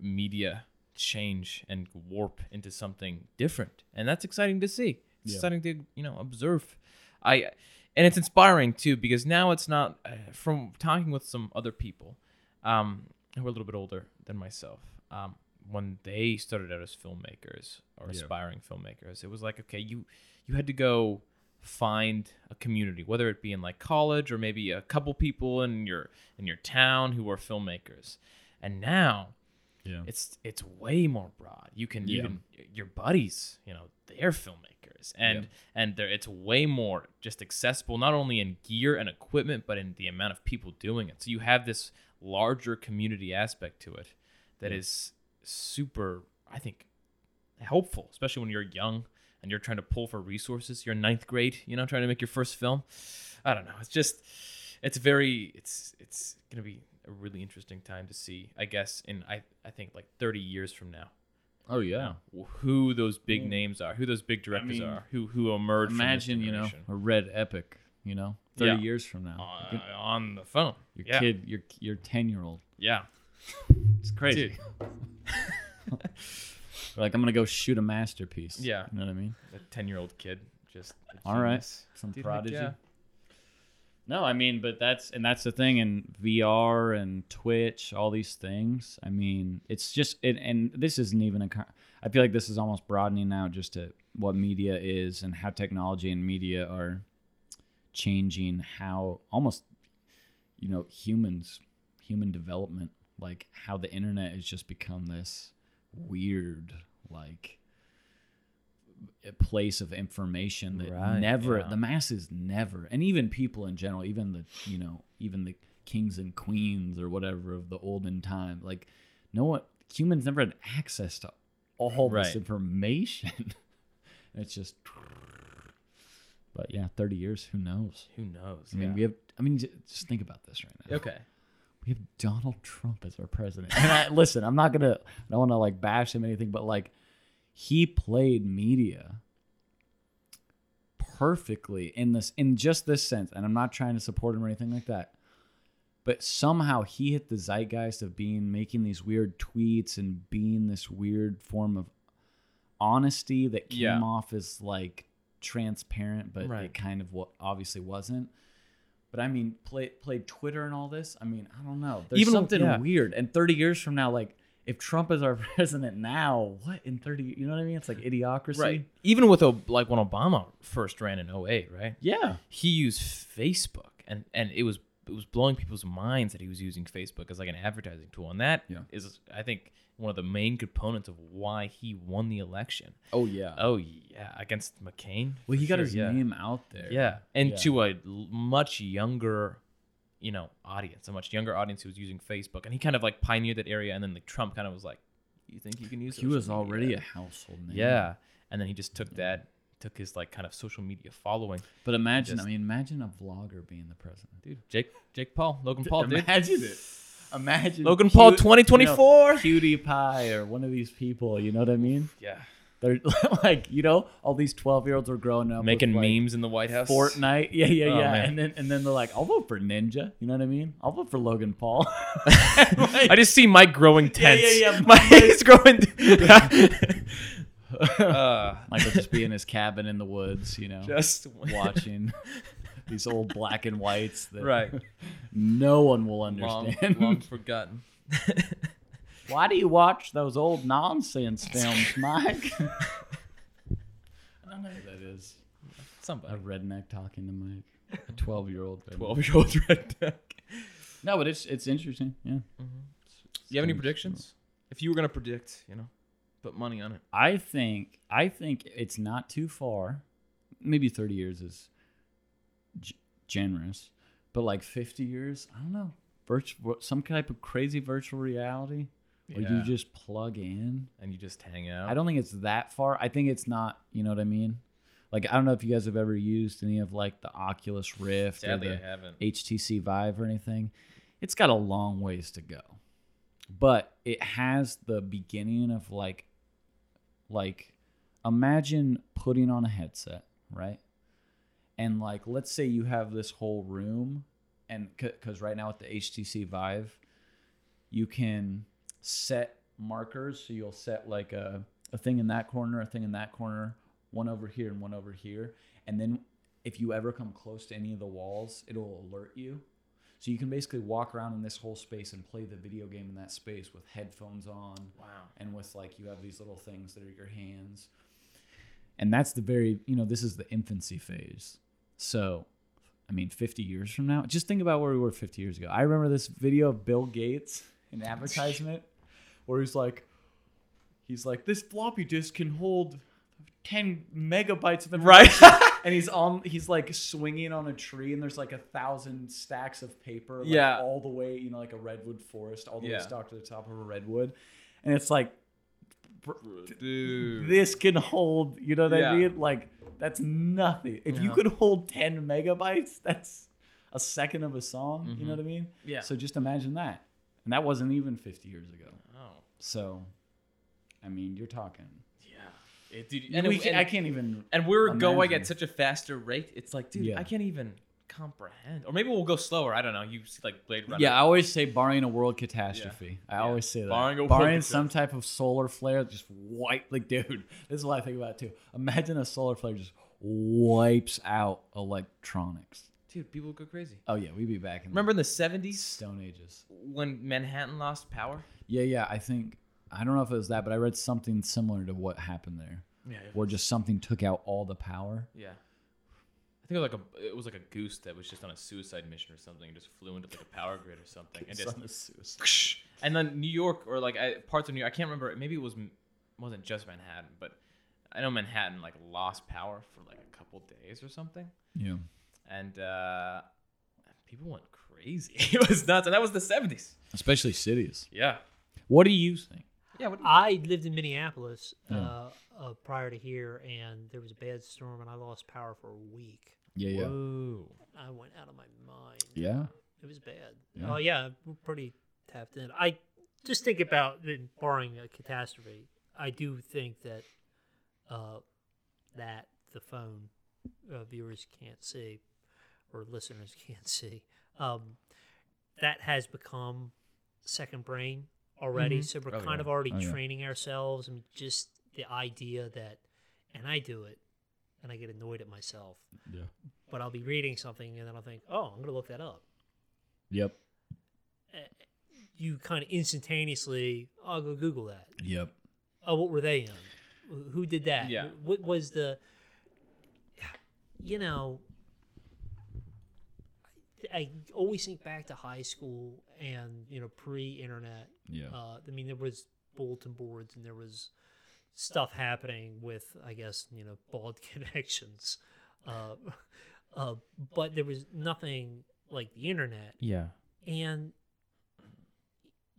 media change and warp into something different, and that's exciting to see. It's
Yeah.
exciting to you know observe. I and it's inspiring too because now it's not uh, from talking with some other people um, who are a little bit older than myself. Um, when they started out as filmmakers or aspiring filmmakers, it was like okay, you you had to go find a community, whether it be in like college or maybe a couple people in your in your town who are filmmakers. And now
yeah
it's it's way more broad. You can
Yeah.
even your buddies, you know, they're filmmakers, and and they're, it's way more just accessible, not only in gear and equipment, but in the amount of people doing it. So you have this larger community aspect to it that is super, I think, helpful, especially when you're young and you're trying to pull for resources. You're in ninth grade, you know, trying to make your first film. I don't know. It's just, it's very, it's, it's gonna be a really interesting time to see. I guess in I, I think like 30 years from now,
oh yeah
who those big names are, who those big directors
mean,
are, who who emerge. from this
imagine you know
generation.
a red epic you know 30
Yeah.
years from now
on, uh, on the phone.
your
yeah.
kid your your 10 year old
Yeah.
it's crazy like i'm gonna go shoot a masterpiece
Yeah.
you know what i mean
A 10 year old kid. Just. a
All right.
genius.
Some
Do you think,
prodigy.
yeah?
No, I mean, but that's and that's the thing in VR and Twitch, all these things. I mean, it's just and, and this isn't even a. con- I feel like this is almost broadening now just to what media is and how technology and media are changing how almost you know humans human development like how the internet has just become this weird like a place of information that
Right,
never
yeah.
the masses never and even people in general even the you know even the kings and queens or whatever of the olden time like no one humans never had access to all
Right.
this information it's just but yeah 30 years who knows
Who knows?
I mean, we have. I mean, j- just think about this right now.
okay.
We have Donald Trump as our president. And I, listen, I'm not gonna. I don't want to like bash him or anything, but like, he played media perfectly in this, in just this sense. And I'm not trying to support him or anything like that. But somehow he hit the zeitgeist of being making these weird tweets and being this weird form of honesty that came
Yeah.
off as like transparent, but
Right.
it kind of what obviously wasn't. But I mean, play played Twitter and all this. I mean, I don't know. There's
Even-
something
yeah.
weird. And 30 years from now, like if Trump is our president now, what in 30? You know what I mean? It's like idiocracy.
Right. Even with O- like when Obama first ran in 08, right?
Yeah.
He used Facebook, and and it was it was blowing people's minds that he was using Facebook as like an advertising tool, and that is
Yeah.
I think one of the main components of why he won the election.
Oh yeah.
Oh yeah, against McCain.
well,
for
he got
sure,
his
yeah.
name out there.
Yeah, and
Yeah.
to a l- much younger, you know, audience, a much younger audience who was using Facebook, and he kind of like pioneered that area, and then like Trump kind of was like, "You think you can use?"
He was
social media?"
already a household name.
Yeah. And then he just took that, took his like kind of social media following.
But imagine,
Just-
I mean, imagine a vlogger being the president.
Dude, Jake Jake Paul, Logan Paul, dude.
Imagine it. Imagine
Logan Paul
Pew- you
2024.
know, PewDiePie or one of these people. You know what I mean?
Yeah.
They're like, you know, all these 12 year olds are growing up with,
Making
like,
memes in the White House.
Fortnite. Yeah, yeah,
Oh,
yeah.
man.
And then and then they're like, I'll vote for Ninja. You know what I mean? I'll vote for Logan Paul.
I just see Mike growing tense.
yeah, yeah.
Mike's growing Uh,
Michael just be in his cabin in the woods, you know,
just
watching these old black and whites that
right.
no one will
Long,
understand.
long forgotten.
Why do you watch those old nonsense films, Mike? I don't know who that is. A
Somebody.
redneck talking to Mike. A 12 year old.
Twelve-year-old redneck.
No, but it's it's interesting. Yeah.
Do you have any
Interesting.
predictions? If you were gonna predict, you know, put money on it.
I think I think it's not too far. Maybe 30 years is g- generous, but like 50 years, I don't know. Virtual, some type of crazy virtual reality where you
Yeah.
just plug in.
And you just hang out.
I don't think it's that far. I think it's not. You know what I mean? Like I don't know if you guys have ever used any of like the Oculus Rift
Sadly,
or
I
the
haven't.
HTC Vive or anything. It's got a long ways to go, but it has the beginning of like, like, imagine putting on a headset, right? And like, let's say you have this whole room, and because right now with the HTC Vive, you can set markers. So you'll set like a, a thing in that corner, a thing in that corner, one over here, and one over here. And then if you ever come close to any of the walls, it'll alert you. So you can basically walk around in this whole space and play the video game in that space with headphones on
Wow.
and with like you have these little things that are your hands. And that's the very, you know, this is the infancy phase. So, I mean, 50 years from now, just think about where we were 50 years ago. I remember this video of Bill Gates, an advertisement, where he's like, he's like, this floppy disk can hold 10 megabytes of information. and he's on, he's like swinging on a tree, and there's like a thousand stacks of paper, like
Yeah.
all the way, you know, like a redwood forest, all the
Yeah.
way stuck to the top of a redwood. And it's like,
Dude.
this can hold you know what
Yeah.
i mean like that's nothing if you
Yeah.
could hold 10 megabytes that's a second of a song
Mm-hmm.
you know what i mean
Yeah.
so just imagine that and that wasn't even 50 years ago
Oh.
so i mean you're talking
Yeah. It, dude,
and
and, it-
i
and,
can't even
and we're going
imagine.
at such a faster rate. It's like, dude,
Yeah.
I can't even comprehend. Or maybe we'll go slower. I don't know. You see, like Blade Runner.
yeah i always say barring a world catastrophe i
Yeah.
always say that
Barring
barring,
a world
some type of solar flare just wipe like dude this is what i think about too imagine a solar flare just wipes out electronics
Dude, people would go crazy.
oh yeah we'd be back in
Remember in the seventies
stone ages
when Manhattan lost power?
Yeah, yeah. I think I don't know if it was that, but I read something similar to what happened there,
Yeah.
where just something took out all the power.
Yeah. I think it was like a it was like a goose that was just on a suicide mission or something and just flew into like a power grid or something and just and then New York or like I, parts of New York I can't remember maybe it was wasn't just Manhattan but I know Manhattan like lost power for like a couple days or something
Yeah,
and uh, people went crazy it was nuts and that was the 70s
especially cities.
yeah
What do you think?
yeah what do you-
I lived in Minneapolis
Yeah.
uh, uh, prior to here, and there was a bad storm, and I lost power for a week.
Yeah, yeah,
Whoa.
I went out of my mind.
yeah.
It was bad.
Yeah.
Oh yeah, we're pretty tapped in. I just think about the- barring a catastrophe. I do think that uh, that the phone uh, viewers can't see or listeners can't see um, that has become second brain already. So we're
Oh,
kind
yeah.
of already
Oh, yeah.
training ourselves and just the idea that, and I do it, and I get annoyed at myself.
Yeah.
But I'll be reading something and then I'll think, oh, I'm gonna look that up
Yep,
you kind of instantaneously, I'll go Google that.
yep.
Oh, what were they in? Who did that?
Yeah.
What was the, you know, I, I always think back to high school and, you know, pre internet.
Yeah.
Uh, I mean, there was bulletin boards and there was stuff happening with, I guess, you know, bald connections. Uh, uh, but there was nothing like the internet
yeah
and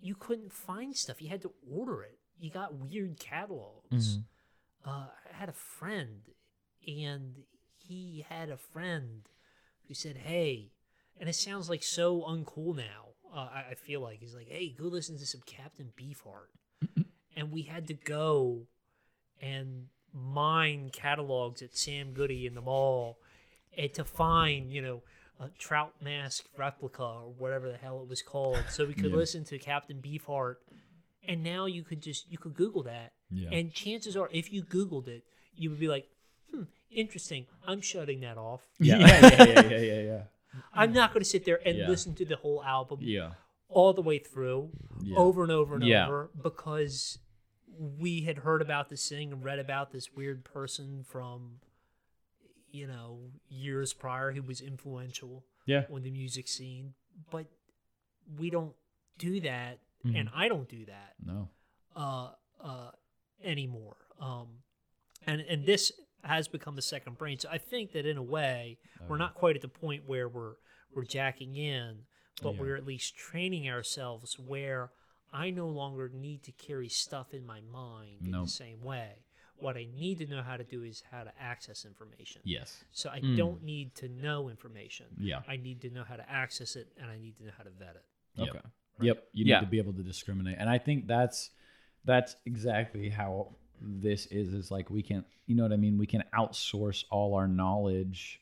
you couldn't find stuff. You had to order it. You got weird catalogs. Uh, I had a friend, and he had a friend who said, "Hey," and it sounds like so uncool now. Uh, I, I feel like he's like, "Hey, go listen to some Captain Beefheart," and we had to go and mine catalogs at Sam Goody in the mall and to find, you know, a trout mask replica or whatever the hell it was called, so we could
Yeah.
listen to Captain Beefheart and now you could just you could google that
Yeah.
and chances are if you googled it you would be like hmm interesting i'm shutting that off
Yeah. yeah, yeah, yeah, yeah, yeah.
i'm not going to sit there and
Yeah.
listen to the whole album
Yeah.
all the way through
Yeah.
over and over and
Yeah.
over because we had heard about this thing and read about this weird person from you know years prior who was influential
Yeah.
on the music scene but we don't do that and
Mm-hmm.
i don't do that
No.
uh, uh, anymore. Um, and and this has become a second brain. So I think that in a way,
Oh,
we're not quite at the point where we're we're jacking in, but
Yeah.
we're at least training ourselves where I no longer need to carry stuff in my mind in
Nope.
the same way. What I need to know how to do is how to access information.
Yes.
So I
Mm.
don't need to know information.
Yeah.
I need to know how to access it, and I need to know how to vet it.
Okay.
Yep.
Yep. You need
Yeah.
to be able to discriminate. And I think that's that's exactly how this is is like we can you know what I mean? We can outsource all our knowledge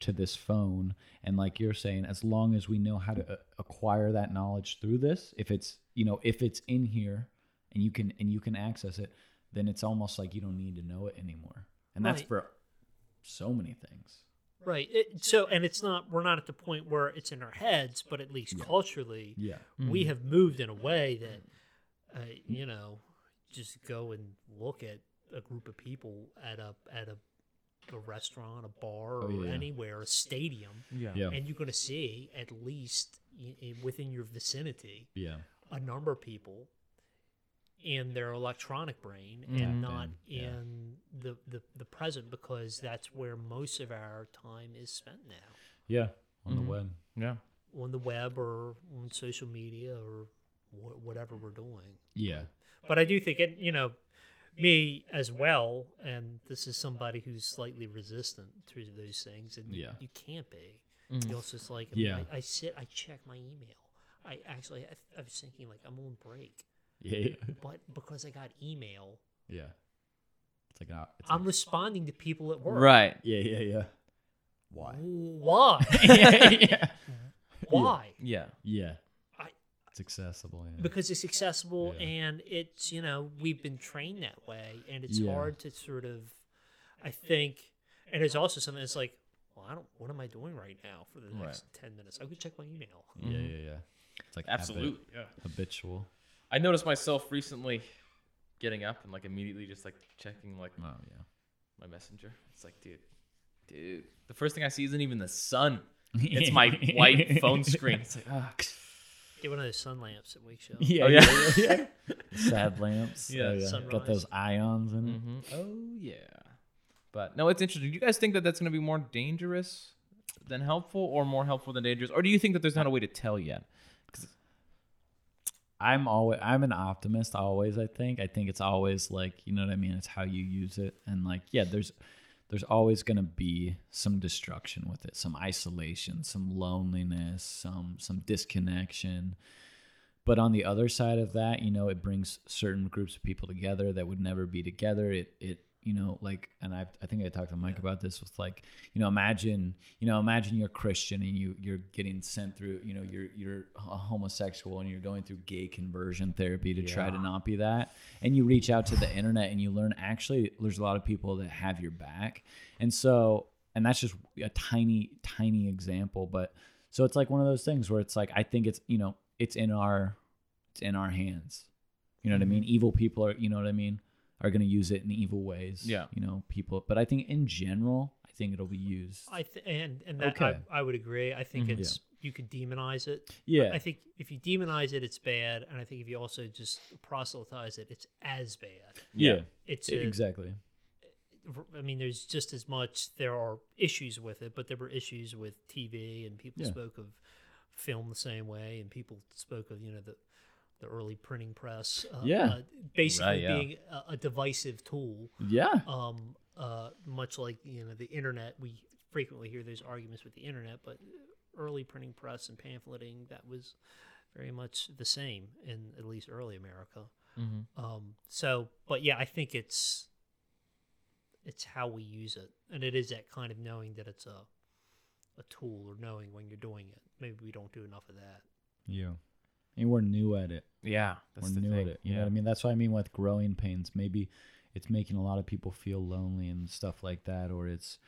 to this phone and like you're saying as long as we know how to a- acquire that knowledge through this if it's you know if it's in here and you can and you can access it then it's almost like you don't need to know it anymore and that's
Right.
for so many things
Right. It, so, and it's not, we're not at the point where it's in our heads, but at least culturally,
yeah
Mm.
we have moved in a way that, uh, you know, just go and look at a group of people at a, at a, a restaurant, a bar, or
Oh, yeah.
anywhere, a stadium,
Yeah.
yeah
and you're going to see at least i i within your vicinity
yeah
a number of people in their electronic brain
Mhm.
and not
Mm-hmm. Yeah.
in the, the, the present because that's where most of our time is spent now
yeah on
Mhm.
the web
Yeah.
on the web or on social media or wh- whatever we're doing.
yeah
But I do think it, you know, me as well, and this is somebody who's slightly resistant to those things, and
Yeah. Mm-hmm.
you can't be.
Mm.
You also it's like, I, mean,
Yeah.
I, I sit, I check my email. I actually, I, I was thinking like I'm on break,
yeah
but because I got email,
Yeah. It's like, ah, it's
I'm
like-
responding to people at work.
Right.
yeah, yeah, yeah. Why?
Why?
yeah.
Why?
Yeah.
Yeah.
I-
it's accessible. Yeah.
because it's accessible
Yeah.
and it's you know we've been trained that way and it's
Yeah.
hard to sort of i think and there's also something that's like well i don't what am i doing right now for the
Right.
next 10 minutes i could check my email
yeah, yeah,
mm-hmm.
yeah. It's like habit-
Absolutely. Yeah.
habitual.
I noticed myself recently getting up and like immediately just like checking like
Oh yeah.
my messenger. It's like, dude, dude. The first thing I see isn't even the sun. It's my white phone screen. It's like, ah.
get one of those sun lamps at wake show
Yeah,
Oh, yeah.
Sad lamps.
Yeah,
Oh,
sunrise.
Got those ions in it.
Mhm. Oh yeah. But no, it's interesting. Do you guys think that that's going to be more dangerous than helpful, or more helpful than dangerous, or do you think that there's not a way to tell yet?
I'm always I'm an optimist always I think I think it's always like you know what I mean it's how you use it and like yeah there's there's always going to be some destruction with it some isolation some loneliness some some disconnection but on the other side of that you know it brings certain groups of people together that would never be together it it you know like and i i think i talked to mike about this with like you know imagine you know imagine you're christian and you you're getting sent through you know you're you're a homosexual and you're going through gay conversion therapy to try to not be that and you reach out to the internet and you learn actually there's a lot of people that have your back and so and that's just a tiny tiny example but so it's like one of those things where it's like I think it's you know it's in our it's in our hands. You
Mm-hmm.
know what I mean? Evil people are you know what I mean are going to use it in evil ways.
Yeah.
You know people, but I think in general, I think it'll be used.
i th- and and that
Okay. Mm-hmm.
I, I would agree i think
Mhm.
it's you could demonize it
yeah.
i think if you demonize it it's bad and i think if you also just proselytize it it's as bad
yeah.
it's a-
Exactly.
r- I mean, there's just as much. There are issues with it, but there were issues with TV, and people
Yeah.
spoke of film the same way, and people spoke of you know the the early printing press, uh,
Yeah.
uh, basically
Right, yeah.
being a, a divisive tool.
Yeah.
Um, uh, much like you know the internet, we frequently hear those arguments with the internet, but early printing press and pamphleting that was very much the same in at least early America.
Mm-hmm.
Um, so, but yeah, I think it's it's how we use it, and it is that kind of knowing that it's a a tool or knowing when you're doing it. Maybe we don't do enough of that.
Yeah. And we're new at it.
Yeah, that's
we're
the
new
thing.
at it. You know
Yeah,
what I mean? That's what I mean with growing pains. Maybe it's making a lot of people feel lonely and stuff like that, or it's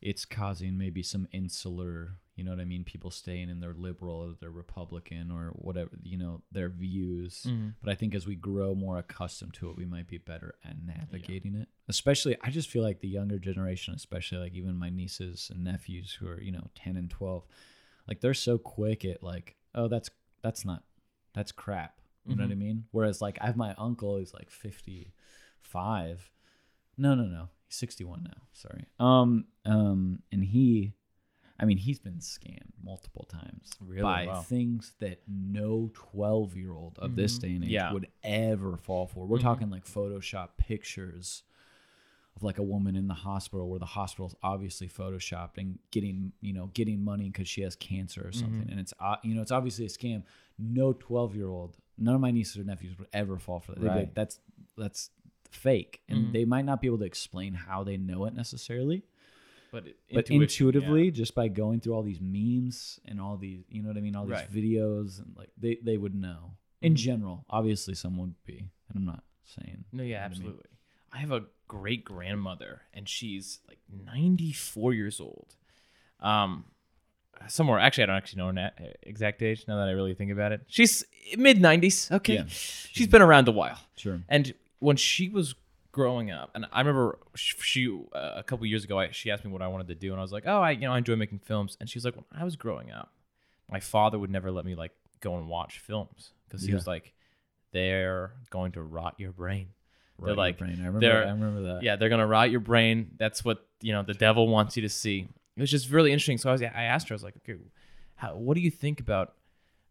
it's causing maybe some insular, you know what I mean, people staying in their liberal or their Republican or whatever, you know, their views.
Mm-hmm.
But I think as we grow more accustomed to it, we might be better at navigating it. Especially I just feel like the younger generation, especially like even my nieces and nephews who are, you know, ten and twelve, like they're so quick at like, oh that's that's not that's crap. You know what
Mm-hmm.
I mean? Whereas like I have my uncle who's like fifty five. No, no, no. He's sixty one now. Sorry. Um, um, and he I mean he's been scammed multiple times
Really?
by
Wow.
things that no twelve year old of this day and age
Mm-hmm. Yeah. Mm-hmm.
would ever fall for. We're talking like Photoshop pictures of like a woman in the hospital where the hospital's obviously photoshopped and getting you know getting money because she has cancer or something
Mm-hmm.
and it's o- you know it's obviously a scam no 12 year old none of my nieces or nephews would ever fall for that They'd be like,
Right. Mm-hmm.
that's that's fake and they might not be able to explain how they know it necessarily
but, it-
but
intuition, yeah.
intuitively just by going through all these memes and all these you know what i mean all these
Right. Mm-hmm.
videos and like they they would know in general obviously some would be and i'm not saying
No, yeah,
what I mean?
absolutely. I have a great grandmother, and she's like 94 years old. Um, somewhere. Actually, I don't actually know her na- exact age. Now that I really think about it, she's mid 90s. Okay,
Yeah.
she's been around a while.
sure
And when she was growing up, and I remember sh- she uh, a couple years ago, I, she asked me what I wanted to do, and I was like, "Oh, I you know I enjoy making films." And she was like, "When I was growing up, my father would never let me like go and watch films because he
Yeah.
was like, they're going to rot your brain.
Rot
they're
your
like,
brain. I remember.
they're-
I remember that.
yeah, they're gonna rot your brain. That's what you know the devil wants you to see. It was just really interesting. So I was, I asked her, I was like, okay, how, what do you think about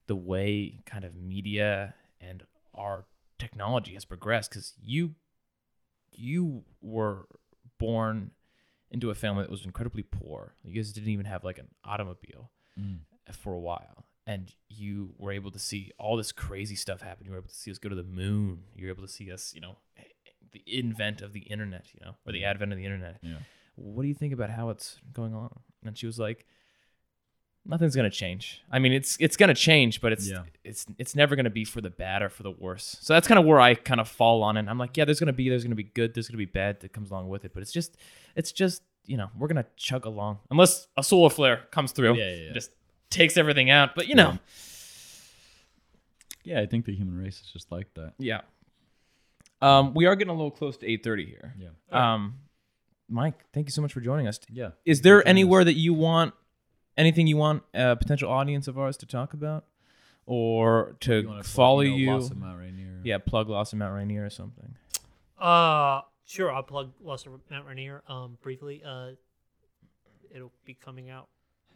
the way kind of media and our technology has progressed? Because you, you were born into a family that was incredibly poor. You guys didn't even have like an automobile for a while. And you were able to see all this crazy stuff happen. You were able to see us go to the moon. You were able to see us, you know, eh, the invent of the internet, you know, or the advent of the internet.
Yeah.
What do you think about how it's going on? And she was like, nothing's gonna change. I mean, it's it's gonna change, but it's
Yeah.
it's it's never gonna be for the bad or for the worse. So that's kind of where I kind of fall on it. I'm like, yeah, there's gonna be there's gonna be good, there's gonna be bad that comes along with it, but it's just it's just you know we're gonna chug along unless a solar flare comes through,
Yeah, yeah, yeah.
just takes everything out. But you know,
yeah. I think the human race is just like that.
yeah. Um, we are getting a little close to 8:30 here.
Yeah.
Um, Mike, thank you so much for joining us.
Yeah.
Is there anywhere that you want anything you want a potential audience of ours to talk about or to follow you? yeah, plug Lost in Mount Rainier or something.
Uh, sure. I'll plug Lost of Mount Rainier um, briefly. Uh, it'll be coming out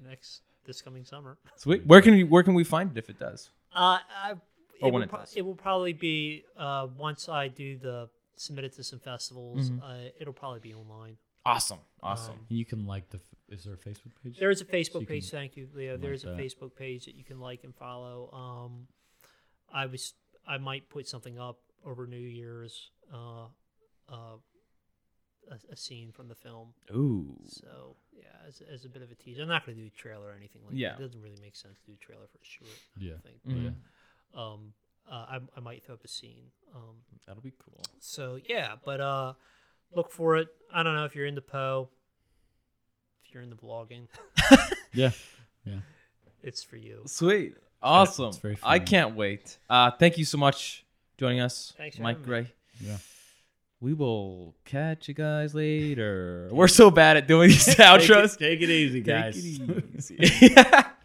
next this coming summer.
Sweet. Where can we, where can we find it if it does?
Uh, I,
Or
it,
when
will
it
pro-
does.
it will probably be uh, once I do the submit it to some festivals. Uh, it'll probably be online.
Awesome. Awesome.
Um,
You can like the. Is there a Facebook page?
There is a Facebook
you
page.
can
Thank you, Leo. There
like
is a
that.
Facebook page that you can like and follow. Um, I was I might put something up over New Year's. Uh, uh, a, a scene from the film.
Ooh.
So yeah, as, as a bit of a teaser, I'm not going to do a trailer or anything like
Yeah.
that. It doesn't really make sense to do a trailer for a short.
Yeah.
I think.
Mhm.
But, um, uh, I, I might throw up a scene. Um,
That'll be cool.
so yeah, but uh, look for it. I don't know if you're into Poe, if you're into vlogging,
Yeah.
it's for you.
Sweet. Awesome.
it's very
I
funny.
can't wait. Uh, thank you so much for joining us,
Thanks for
Mike
having me.
Gray.
Yeah.
We will catch you guys later. We're so bad at doing these outros.
Take it easy,
Take it easy.